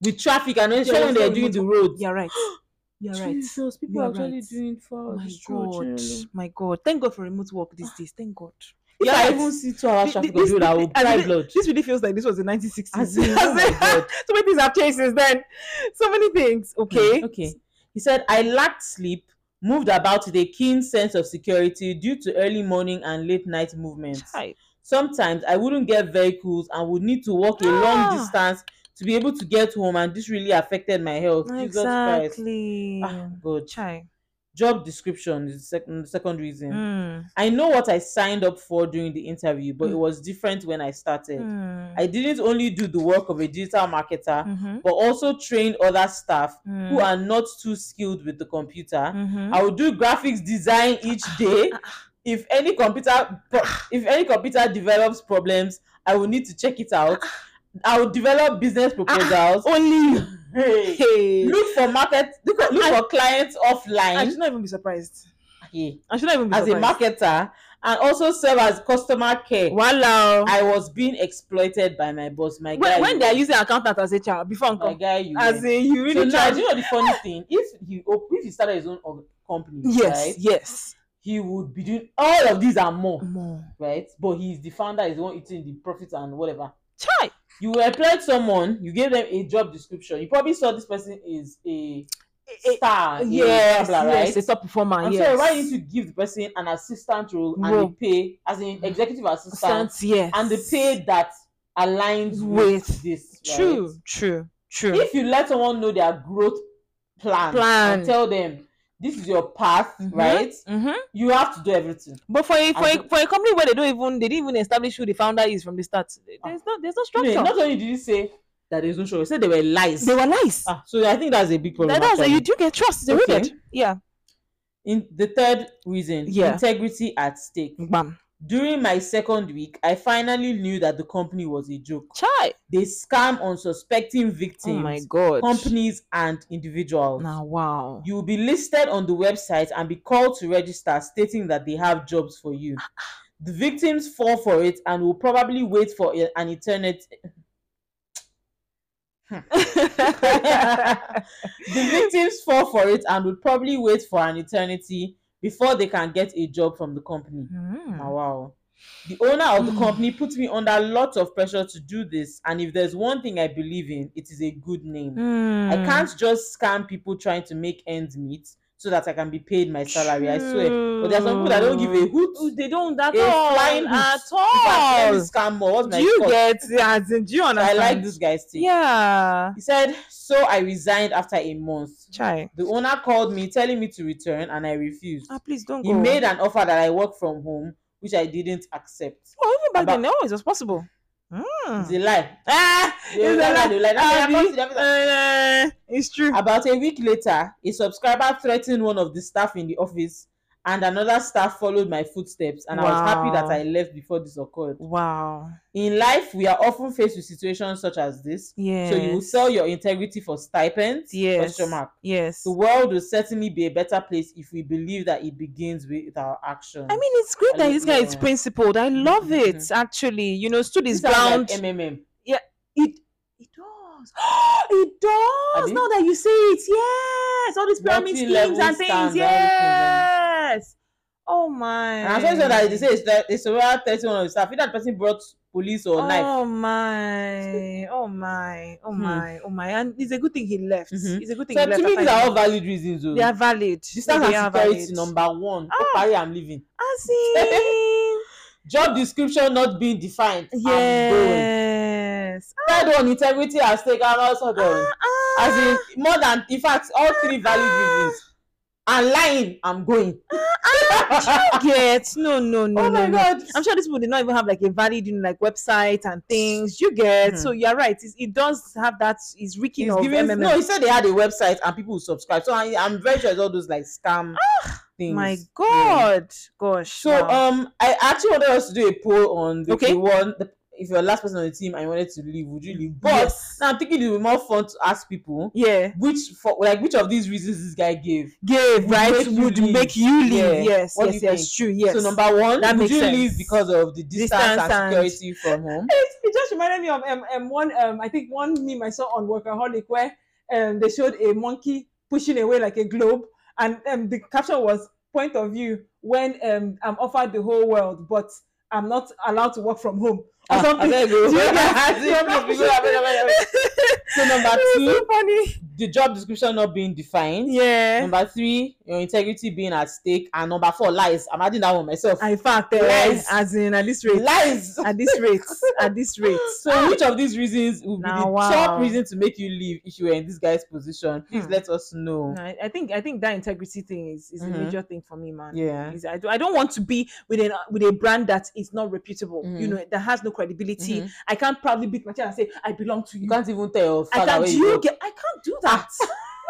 Speaker 2: with traffic and then
Speaker 1: There was
Speaker 2: when they're
Speaker 1: no
Speaker 2: doing the
Speaker 1: remote
Speaker 2: road.
Speaker 1: You're right. You're right.
Speaker 2: Jesus, people
Speaker 1: You're
Speaker 2: are actually
Speaker 1: right.
Speaker 2: doing four
Speaker 1: Oh My
Speaker 2: hours
Speaker 1: God. Ah. My God. Thank God for remote work these days. Thank God.
Speaker 2: If
Speaker 1: You're
Speaker 2: I
Speaker 1: right.
Speaker 2: even see two hours
Speaker 1: Thi- thi-
Speaker 2: traffic on the road, I will
Speaker 1: thi- and
Speaker 2: cry
Speaker 1: thi-
Speaker 2: blood.
Speaker 1: This really feels like this was in 1960s.
Speaker 2: As in, oh my God.
Speaker 1: so many things have changed since then. So many things. Hmm, Okay.
Speaker 2: Okay. He said, I lacked sleep, moved about with a keen sense of security due to early morning and late night movements.
Speaker 1: Chai.
Speaker 2: Sometimes I wouldn't get vehicles and would need to walk a
Speaker 1: Ah.
Speaker 2: long distance to be able to get home, and this really affected my health. Jesus Christ.
Speaker 1: Exactly.
Speaker 2: Ah, God.
Speaker 1: Chai.
Speaker 2: Job description is the second, second reason.
Speaker 1: Mm.
Speaker 2: I know what I signed up for during the interview, but it
Speaker 1: Mm.
Speaker 2: was different when I started.
Speaker 1: Mm.
Speaker 2: I didn't only do the work of a digital marketer,
Speaker 1: Mhm.
Speaker 2: but also trained other staff who
Speaker 1: Mm.
Speaker 2: are not too skilled with the computer.
Speaker 1: Mhm.
Speaker 2: I will do graphics design each day. If any computer pro- if any computer develops problems, I will need to check it out. I will develop business proposals.
Speaker 1: Only you.
Speaker 2: Hey.
Speaker 1: Hey.
Speaker 2: Look for market look, for- look for clients
Speaker 1: I
Speaker 2: offline
Speaker 1: should not even be surprised.
Speaker 2: Hey.
Speaker 1: I should not even be
Speaker 2: as a
Speaker 1: surprised.
Speaker 2: marketer and also serve as customer care.
Speaker 1: Wow.
Speaker 2: I was being exploited by my boss, my
Speaker 1: When,
Speaker 2: guy.
Speaker 1: when
Speaker 2: you-
Speaker 1: they are using accountant as a child before
Speaker 2: my
Speaker 1: uncle,
Speaker 2: guy, you
Speaker 1: as
Speaker 2: were.
Speaker 1: in you
Speaker 2: so
Speaker 1: really
Speaker 2: now,
Speaker 1: charge.
Speaker 2: do you know the funny thing? If he op- if he started his own org- company,
Speaker 1: Yes.
Speaker 2: right,
Speaker 1: Yes.
Speaker 2: he would be doing all of these and more,
Speaker 1: More.
Speaker 2: right? But he's the founder, he's the one eating the profits and whatever.
Speaker 1: Chai. Eh,
Speaker 2: You employed someone, you gave them a job description. You probably saw this person is a
Speaker 1: a-
Speaker 2: star in
Speaker 1: eh, yes,
Speaker 2: Tabla,
Speaker 1: yes,
Speaker 2: right?
Speaker 1: a top performer.
Speaker 2: I'm
Speaker 1: yes.
Speaker 2: sorry, why need to give the person an assistant role and
Speaker 1: Role. Mm.
Speaker 2: the pay as an executive assistant
Speaker 1: Stance, yes.
Speaker 2: and the pay that aligns with,
Speaker 1: With.
Speaker 2: this? right?
Speaker 1: True, true, true.
Speaker 2: If you let someone know their growth plan,
Speaker 1: Plan.
Speaker 2: and tell them this is your path,
Speaker 1: Mhm.
Speaker 2: right?
Speaker 1: Mhm.
Speaker 2: You have to do everything.
Speaker 1: But for a, for,
Speaker 2: And
Speaker 1: a, for a company where they don't even they didn't even establish who the founder is from the start, there's no there's no structure.
Speaker 2: Ah. No, not only did you say that there's no show, you said there were lies.
Speaker 1: they were nice.
Speaker 2: Ah, so I think that's a big problem.
Speaker 1: That- that's
Speaker 2: actually.
Speaker 1: you do get trust
Speaker 2: Okay.
Speaker 1: eroded. Yeah.
Speaker 2: In the third reason,
Speaker 1: Yeah.
Speaker 2: integrity at stake.
Speaker 1: Bam.
Speaker 2: During my second week, I finally knew that the company was a joke.
Speaker 1: Chai.
Speaker 2: They scam on suspecting
Speaker 1: Oh
Speaker 2: victims,
Speaker 1: my god.
Speaker 2: companies, and individuals.
Speaker 1: Now wow.
Speaker 2: You will be listed on the website and be called to register, stating that they have jobs for you. The victims fall for it and will probably wait for e- an eternity. the victims fall for it and will probably wait for an eternity before they can get a job from the company. Ah,
Speaker 1: Mm.
Speaker 2: wow. The owner of the
Speaker 1: Mm.
Speaker 2: company put me under a lot of pressure to do this, and if there's one thing I believe in, it is a good name.
Speaker 1: Hmm.
Speaker 2: I can't just scam people trying to make ends meet so that I can be paid my salary. I swear. But there's some people that don't give a hoot.
Speaker 1: True. Mm. Oh, They don't at
Speaker 2: A
Speaker 1: all.
Speaker 2: flying hoot.
Speaker 1: At
Speaker 2: In fact, let me
Speaker 1: all.
Speaker 2: scam more. What's my
Speaker 1: Do you
Speaker 2: fault?
Speaker 1: get? As in, do you
Speaker 2: So I
Speaker 1: understand?
Speaker 2: like this guy's take.
Speaker 1: Yeah.
Speaker 2: He said, So I resigned after a month.
Speaker 1: Chai.
Speaker 2: The owner called me telling me to return, and I refused.
Speaker 1: Ah, please don't
Speaker 2: He
Speaker 1: go.
Speaker 2: made an offer that I work from home, which I didn't accept.
Speaker 1: Oh, even back
Speaker 2: about-
Speaker 1: then, always was possible. Mm.
Speaker 2: It's a lie.
Speaker 1: Ah,
Speaker 2: Yeah,
Speaker 1: it's a
Speaker 2: that
Speaker 1: lie.
Speaker 2: one, like, that one,
Speaker 1: Abi,
Speaker 2: that one, that
Speaker 1: eh, it's true.
Speaker 2: About a week later, a subscriber threatened one of the staff in the office, and another staff followed my footsteps, and I was happy
Speaker 1: Wow.
Speaker 2: that I left before this occurred.
Speaker 1: Wow.
Speaker 2: In life, we are often faced with situations such as this.
Speaker 1: Yes.
Speaker 2: So you will sell your integrity for stipends?
Speaker 1: Yes.
Speaker 2: Question mark.
Speaker 1: Yes.
Speaker 2: The world will certainly be a better place if we believe that it begins with our actions.
Speaker 1: I mean, it's great
Speaker 2: I
Speaker 1: that
Speaker 2: love
Speaker 1: this guy is
Speaker 2: that.
Speaker 1: principled. I love
Speaker 2: Mhm,
Speaker 1: it, actually. You know, stood his
Speaker 2: This
Speaker 1: ground.
Speaker 2: sounds like MMM.
Speaker 1: it, it does. it does.
Speaker 2: Abi?
Speaker 1: Now that you say it, yes. All these pyramid schemes
Speaker 2: Multi-level
Speaker 1: and
Speaker 2: scams,
Speaker 1: things.
Speaker 2: everything,
Speaker 1: Yes. Oh, my.
Speaker 2: And I'm sure
Speaker 1: Eh.
Speaker 2: that they say it's, that it's around 31 of the staff. If that person brought police or knife,
Speaker 1: Oh my, oh my, oh
Speaker 2: Hmm.
Speaker 1: my, oh my. And it's a good thing he left.
Speaker 2: Mhm.
Speaker 1: It's a good thing
Speaker 2: so
Speaker 1: he left.
Speaker 2: to me,
Speaker 1: after
Speaker 2: these
Speaker 1: he
Speaker 2: are all
Speaker 1: left.
Speaker 2: valid reasons. though.
Speaker 1: they are valid.
Speaker 2: Distance
Speaker 1: they
Speaker 2: and
Speaker 1: are
Speaker 2: security
Speaker 1: valid.
Speaker 2: number one.
Speaker 1: Ah.
Speaker 2: Opari, I'm leaving.
Speaker 1: As in,
Speaker 2: Job description not being defined. I'm going.
Speaker 1: yes.
Speaker 2: Third one, integrity at stake. I'm also going.
Speaker 1: Ah,
Speaker 2: As in, more than, in fact, all three valid reasons. And lying, I'm going.
Speaker 1: Oh get no, no, no,
Speaker 2: oh
Speaker 1: no,
Speaker 2: my
Speaker 1: no.
Speaker 2: God.
Speaker 1: I'm sure these people did not even have like a valid, you know, like website and things. You get
Speaker 2: Mhm.
Speaker 1: so you're right. It's, it does have that. It's reeking
Speaker 2: He's
Speaker 1: of
Speaker 2: giving-
Speaker 1: MMM.
Speaker 2: no, he said they had a website and people would subscribe. So I, I'm very sure it's all those like scam things.
Speaker 1: Ah,
Speaker 2: Mm.
Speaker 1: my God, gosh.
Speaker 2: So
Speaker 1: wow.
Speaker 2: um, I actually wanted us to do a poll on the,
Speaker 1: Okay.
Speaker 2: the one. The, if you're the last person on the team and you wanted to leave, would you leave? But
Speaker 1: Yes.
Speaker 2: now I'm thinking it would be more fun to ask people
Speaker 1: yeah,
Speaker 2: which for like which of these reasons this guy gave.
Speaker 1: gave
Speaker 2: Would
Speaker 1: right
Speaker 2: make you
Speaker 1: would
Speaker 2: leave.
Speaker 1: make you leave.
Speaker 2: Yeah.
Speaker 1: Yes,
Speaker 2: What do
Speaker 1: yes,
Speaker 2: you
Speaker 1: yes. True. Yes.
Speaker 2: So number one,
Speaker 1: That
Speaker 2: would
Speaker 1: makes
Speaker 2: you
Speaker 1: sense.
Speaker 2: leave because of the distance,
Speaker 1: Distance
Speaker 2: and
Speaker 1: and-
Speaker 2: security from home?
Speaker 1: it, it just reminded me of um, um one um I think one meme I saw on Workaholic where um they showed a monkey pushing away like a globe and um the caption was point of view when um I'm offered the whole world but I'm not allowed to work from home or
Speaker 2: Ah,
Speaker 1: something.
Speaker 2: there you go.
Speaker 1: Do you get-
Speaker 2: I said,
Speaker 1: you're not
Speaker 2: please, people, wait, wait, wait, wait. So number
Speaker 1: It's
Speaker 2: two,
Speaker 1: so funny.
Speaker 2: the job description not being defined.
Speaker 1: Yeah.
Speaker 2: Number three, your integrity being at stake, and number four, lies. I'm adding that one myself.
Speaker 1: In fact,
Speaker 2: Lies.
Speaker 1: as in at this rate,
Speaker 2: lies. Ah.
Speaker 1: at this rate, at this rate.
Speaker 2: So, which of these reasons would be
Speaker 1: Now,
Speaker 2: the
Speaker 1: wow.
Speaker 2: top reason to make you leave if you were in this guy's position? Please
Speaker 1: Hmm.
Speaker 2: let us know.
Speaker 1: No, I, I think I think that integrity thing is, is
Speaker 2: Mhm.
Speaker 1: a major thing for me, man.
Speaker 2: Yeah.
Speaker 1: Is I, do, I don't want to be with a with a brand that is not reputable. You
Speaker 2: Mhm.
Speaker 1: know that has no credibility.
Speaker 2: Mhm.
Speaker 1: I can't proudly beat my chest and say I belong to you.
Speaker 2: You can't even tell your
Speaker 1: I
Speaker 2: father
Speaker 1: can't.
Speaker 2: where
Speaker 1: do
Speaker 2: you
Speaker 1: You
Speaker 2: work.
Speaker 1: get, I can't do that.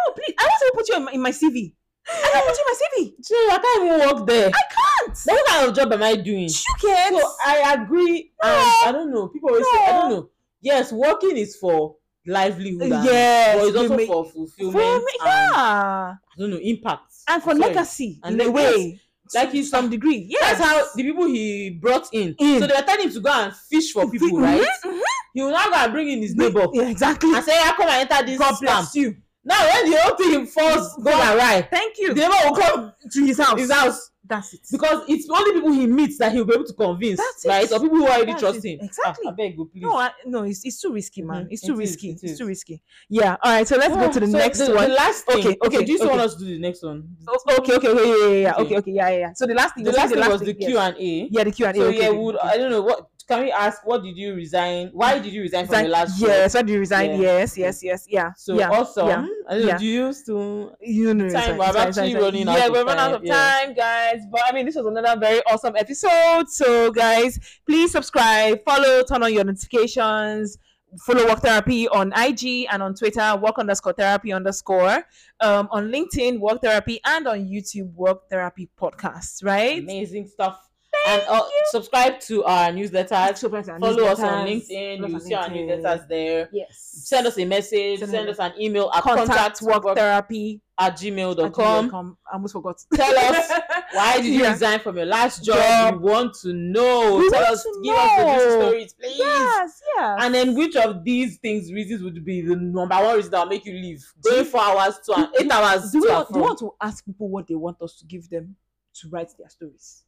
Speaker 1: no, please. I want to put you in my, in my CV. I can't put you in my CV.
Speaker 2: Jay, I can't even work there.
Speaker 1: I can't.
Speaker 2: Then what kind of job am I doing?
Speaker 1: Do you get?
Speaker 2: Mm. So I agree.
Speaker 1: No.
Speaker 2: And I don't know. People always say, I don't
Speaker 1: Ah, No.
Speaker 2: know. Yes, working is for livelihood. and-
Speaker 1: yes.
Speaker 2: But it's
Speaker 1: we
Speaker 2: also
Speaker 1: may-
Speaker 2: for
Speaker 1: for
Speaker 2: fulfillment.
Speaker 1: me-
Speaker 2: And,
Speaker 1: yeah.
Speaker 2: I don't know, impact.
Speaker 1: And for
Speaker 2: I swear.
Speaker 1: legacy
Speaker 2: And
Speaker 1: in a
Speaker 2: legacy.
Speaker 1: way,
Speaker 2: Like
Speaker 1: to
Speaker 2: he's-
Speaker 1: some degree. Yes.
Speaker 2: That's how the people he brought in.
Speaker 1: In.
Speaker 2: So they were telling him to go and fish for people,
Speaker 1: Mhm,
Speaker 2: right?
Speaker 1: mhm.
Speaker 2: He will now go and bring in his neighbor
Speaker 1: Yeah, exactly.
Speaker 2: and say, How come I enter this
Speaker 1: God
Speaker 2: scam?
Speaker 1: bless you.
Speaker 2: now when the whole thing falls goes awry
Speaker 1: Thank
Speaker 2: the
Speaker 1: you.
Speaker 2: neighbor will come to his house
Speaker 1: His house. That's it.
Speaker 2: because it's only people he meets that he'll be able to convince
Speaker 1: That's it.
Speaker 2: right or people who already
Speaker 1: That's
Speaker 2: trust
Speaker 1: it.
Speaker 2: him
Speaker 1: Exactly.
Speaker 2: ah, abeg go please
Speaker 1: No, I, no, it's, it's too risky, man.
Speaker 2: Mhm,
Speaker 1: It's too
Speaker 2: it is,
Speaker 1: risky.
Speaker 2: it
Speaker 1: it's
Speaker 2: is.
Speaker 1: too risky. Yeah. All right. So let's go to the
Speaker 2: Ah, so
Speaker 1: next
Speaker 2: the,
Speaker 1: one.
Speaker 2: the last thing
Speaker 1: Okay, okay,
Speaker 2: do you still
Speaker 1: okay.
Speaker 2: want us to do the next one
Speaker 1: O- okay. Okay. Okay. Yeah. Yeah. Yeah.
Speaker 2: Okay.
Speaker 1: Okay. Okay. Yeah. Yeah. yeah. So the last thing.
Speaker 2: the
Speaker 1: you said
Speaker 2: last thing was the
Speaker 1: yes.
Speaker 2: q and a
Speaker 1: Yeah. The Q and A.
Speaker 2: so
Speaker 1: okay,
Speaker 2: yeah
Speaker 1: okay,
Speaker 2: would uh,
Speaker 1: okay.
Speaker 2: i don't know what can we ask what did you resign why did you resign from
Speaker 1: Resign-
Speaker 2: your last job?
Speaker 1: yes. When do you resign?
Speaker 2: Yeah.
Speaker 1: Yes. Yes. Yes. Yeah.
Speaker 2: so
Speaker 1: yeah.
Speaker 2: awesome
Speaker 1: yeah,
Speaker 2: i don't know
Speaker 1: yeah.
Speaker 2: do you still
Speaker 1: you know, it's
Speaker 2: Time,
Speaker 1: fine,
Speaker 2: we're
Speaker 1: it's fine,
Speaker 2: actually
Speaker 1: it's fine.
Speaker 2: running out
Speaker 1: yeah,
Speaker 2: of
Speaker 1: we're running out
Speaker 2: time,
Speaker 1: of
Speaker 2: yeah.
Speaker 1: time, guys. But I mean, this was another very awesome episode. So, guys, please subscribe, follow, turn on your notifications. Follow Work Therapy on IG and on Twitter, Work underscore Therapy underscore. Um, on LinkedIn, Work Therapy, and on YouTube, Work Therapy Podcast. Right?
Speaker 2: amazing stuff and uh, subscribe to our newsletters
Speaker 1: Follow us on
Speaker 2: follow us on LinkedIn. You see our newsletters there.
Speaker 1: Yes.
Speaker 2: Send us a message.
Speaker 1: Send
Speaker 2: Send,
Speaker 1: us
Speaker 2: us an email at
Speaker 1: contact,
Speaker 2: contact,
Speaker 1: work, therapy
Speaker 2: at
Speaker 1: at
Speaker 2: gmail.com.
Speaker 1: gmail.com. I almost forgot.
Speaker 2: Tell us why did you
Speaker 1: Yeah.
Speaker 2: resign from your last job?
Speaker 1: Job.
Speaker 2: We want to know.
Speaker 1: We
Speaker 2: Tell
Speaker 1: want
Speaker 2: us,
Speaker 1: to
Speaker 2: give us the juicy
Speaker 1: know.
Speaker 2: stories, please.
Speaker 1: yes, yes.
Speaker 2: And then which of these things reasons would be the number one reason that will make you leave? Going four hours to an eight hours
Speaker 1: do
Speaker 2: to
Speaker 1: we
Speaker 2: and
Speaker 1: want, do
Speaker 2: from.
Speaker 1: we want to ask people what they want us to give them to write their stories?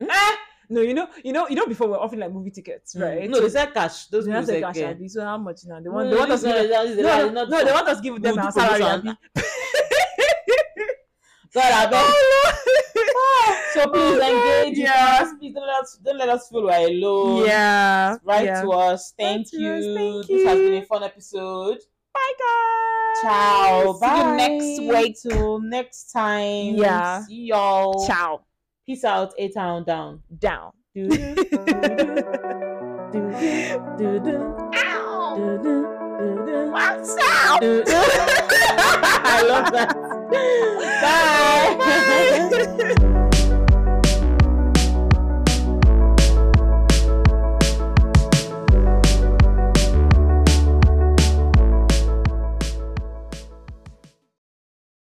Speaker 1: Eh? No, you know, you know, you know. Before we're offering like movie tickets,
Speaker 2: Mm.
Speaker 1: right?
Speaker 2: No, they said cash. Those
Speaker 1: they
Speaker 2: people
Speaker 1: have to
Speaker 2: said
Speaker 1: cash
Speaker 2: cash.
Speaker 1: out. So how much now? They want, they want us. to give them-
Speaker 2: no,
Speaker 1: No, no, no, they want us to give them
Speaker 2: We'll
Speaker 1: our
Speaker 2: do promotion.
Speaker 1: salary. abi.
Speaker 2: God, I beg.
Speaker 1: Oh,
Speaker 2: So please
Speaker 1: God.
Speaker 2: engage
Speaker 1: Yeah.
Speaker 2: with us. Please don't let us don't let us feel we're
Speaker 1: no.
Speaker 2: alone.
Speaker 1: yeah,
Speaker 2: Write
Speaker 1: yeah.
Speaker 2: to us. Thank
Speaker 1: Write
Speaker 2: you.
Speaker 1: to us. Thank
Speaker 2: This has
Speaker 1: you.
Speaker 2: been a fun episode.
Speaker 1: Bye, guys.
Speaker 2: Ciao. Bye.
Speaker 1: See you next week.
Speaker 2: Till next time.
Speaker 1: Yeah.
Speaker 2: See y'all.
Speaker 1: Ciao.
Speaker 2: Peace out. A town down.
Speaker 1: Down.
Speaker 2: Do do do do
Speaker 1: Ow.
Speaker 2: do do.
Speaker 1: What's up?
Speaker 2: I love that. Bye.
Speaker 1: Bye.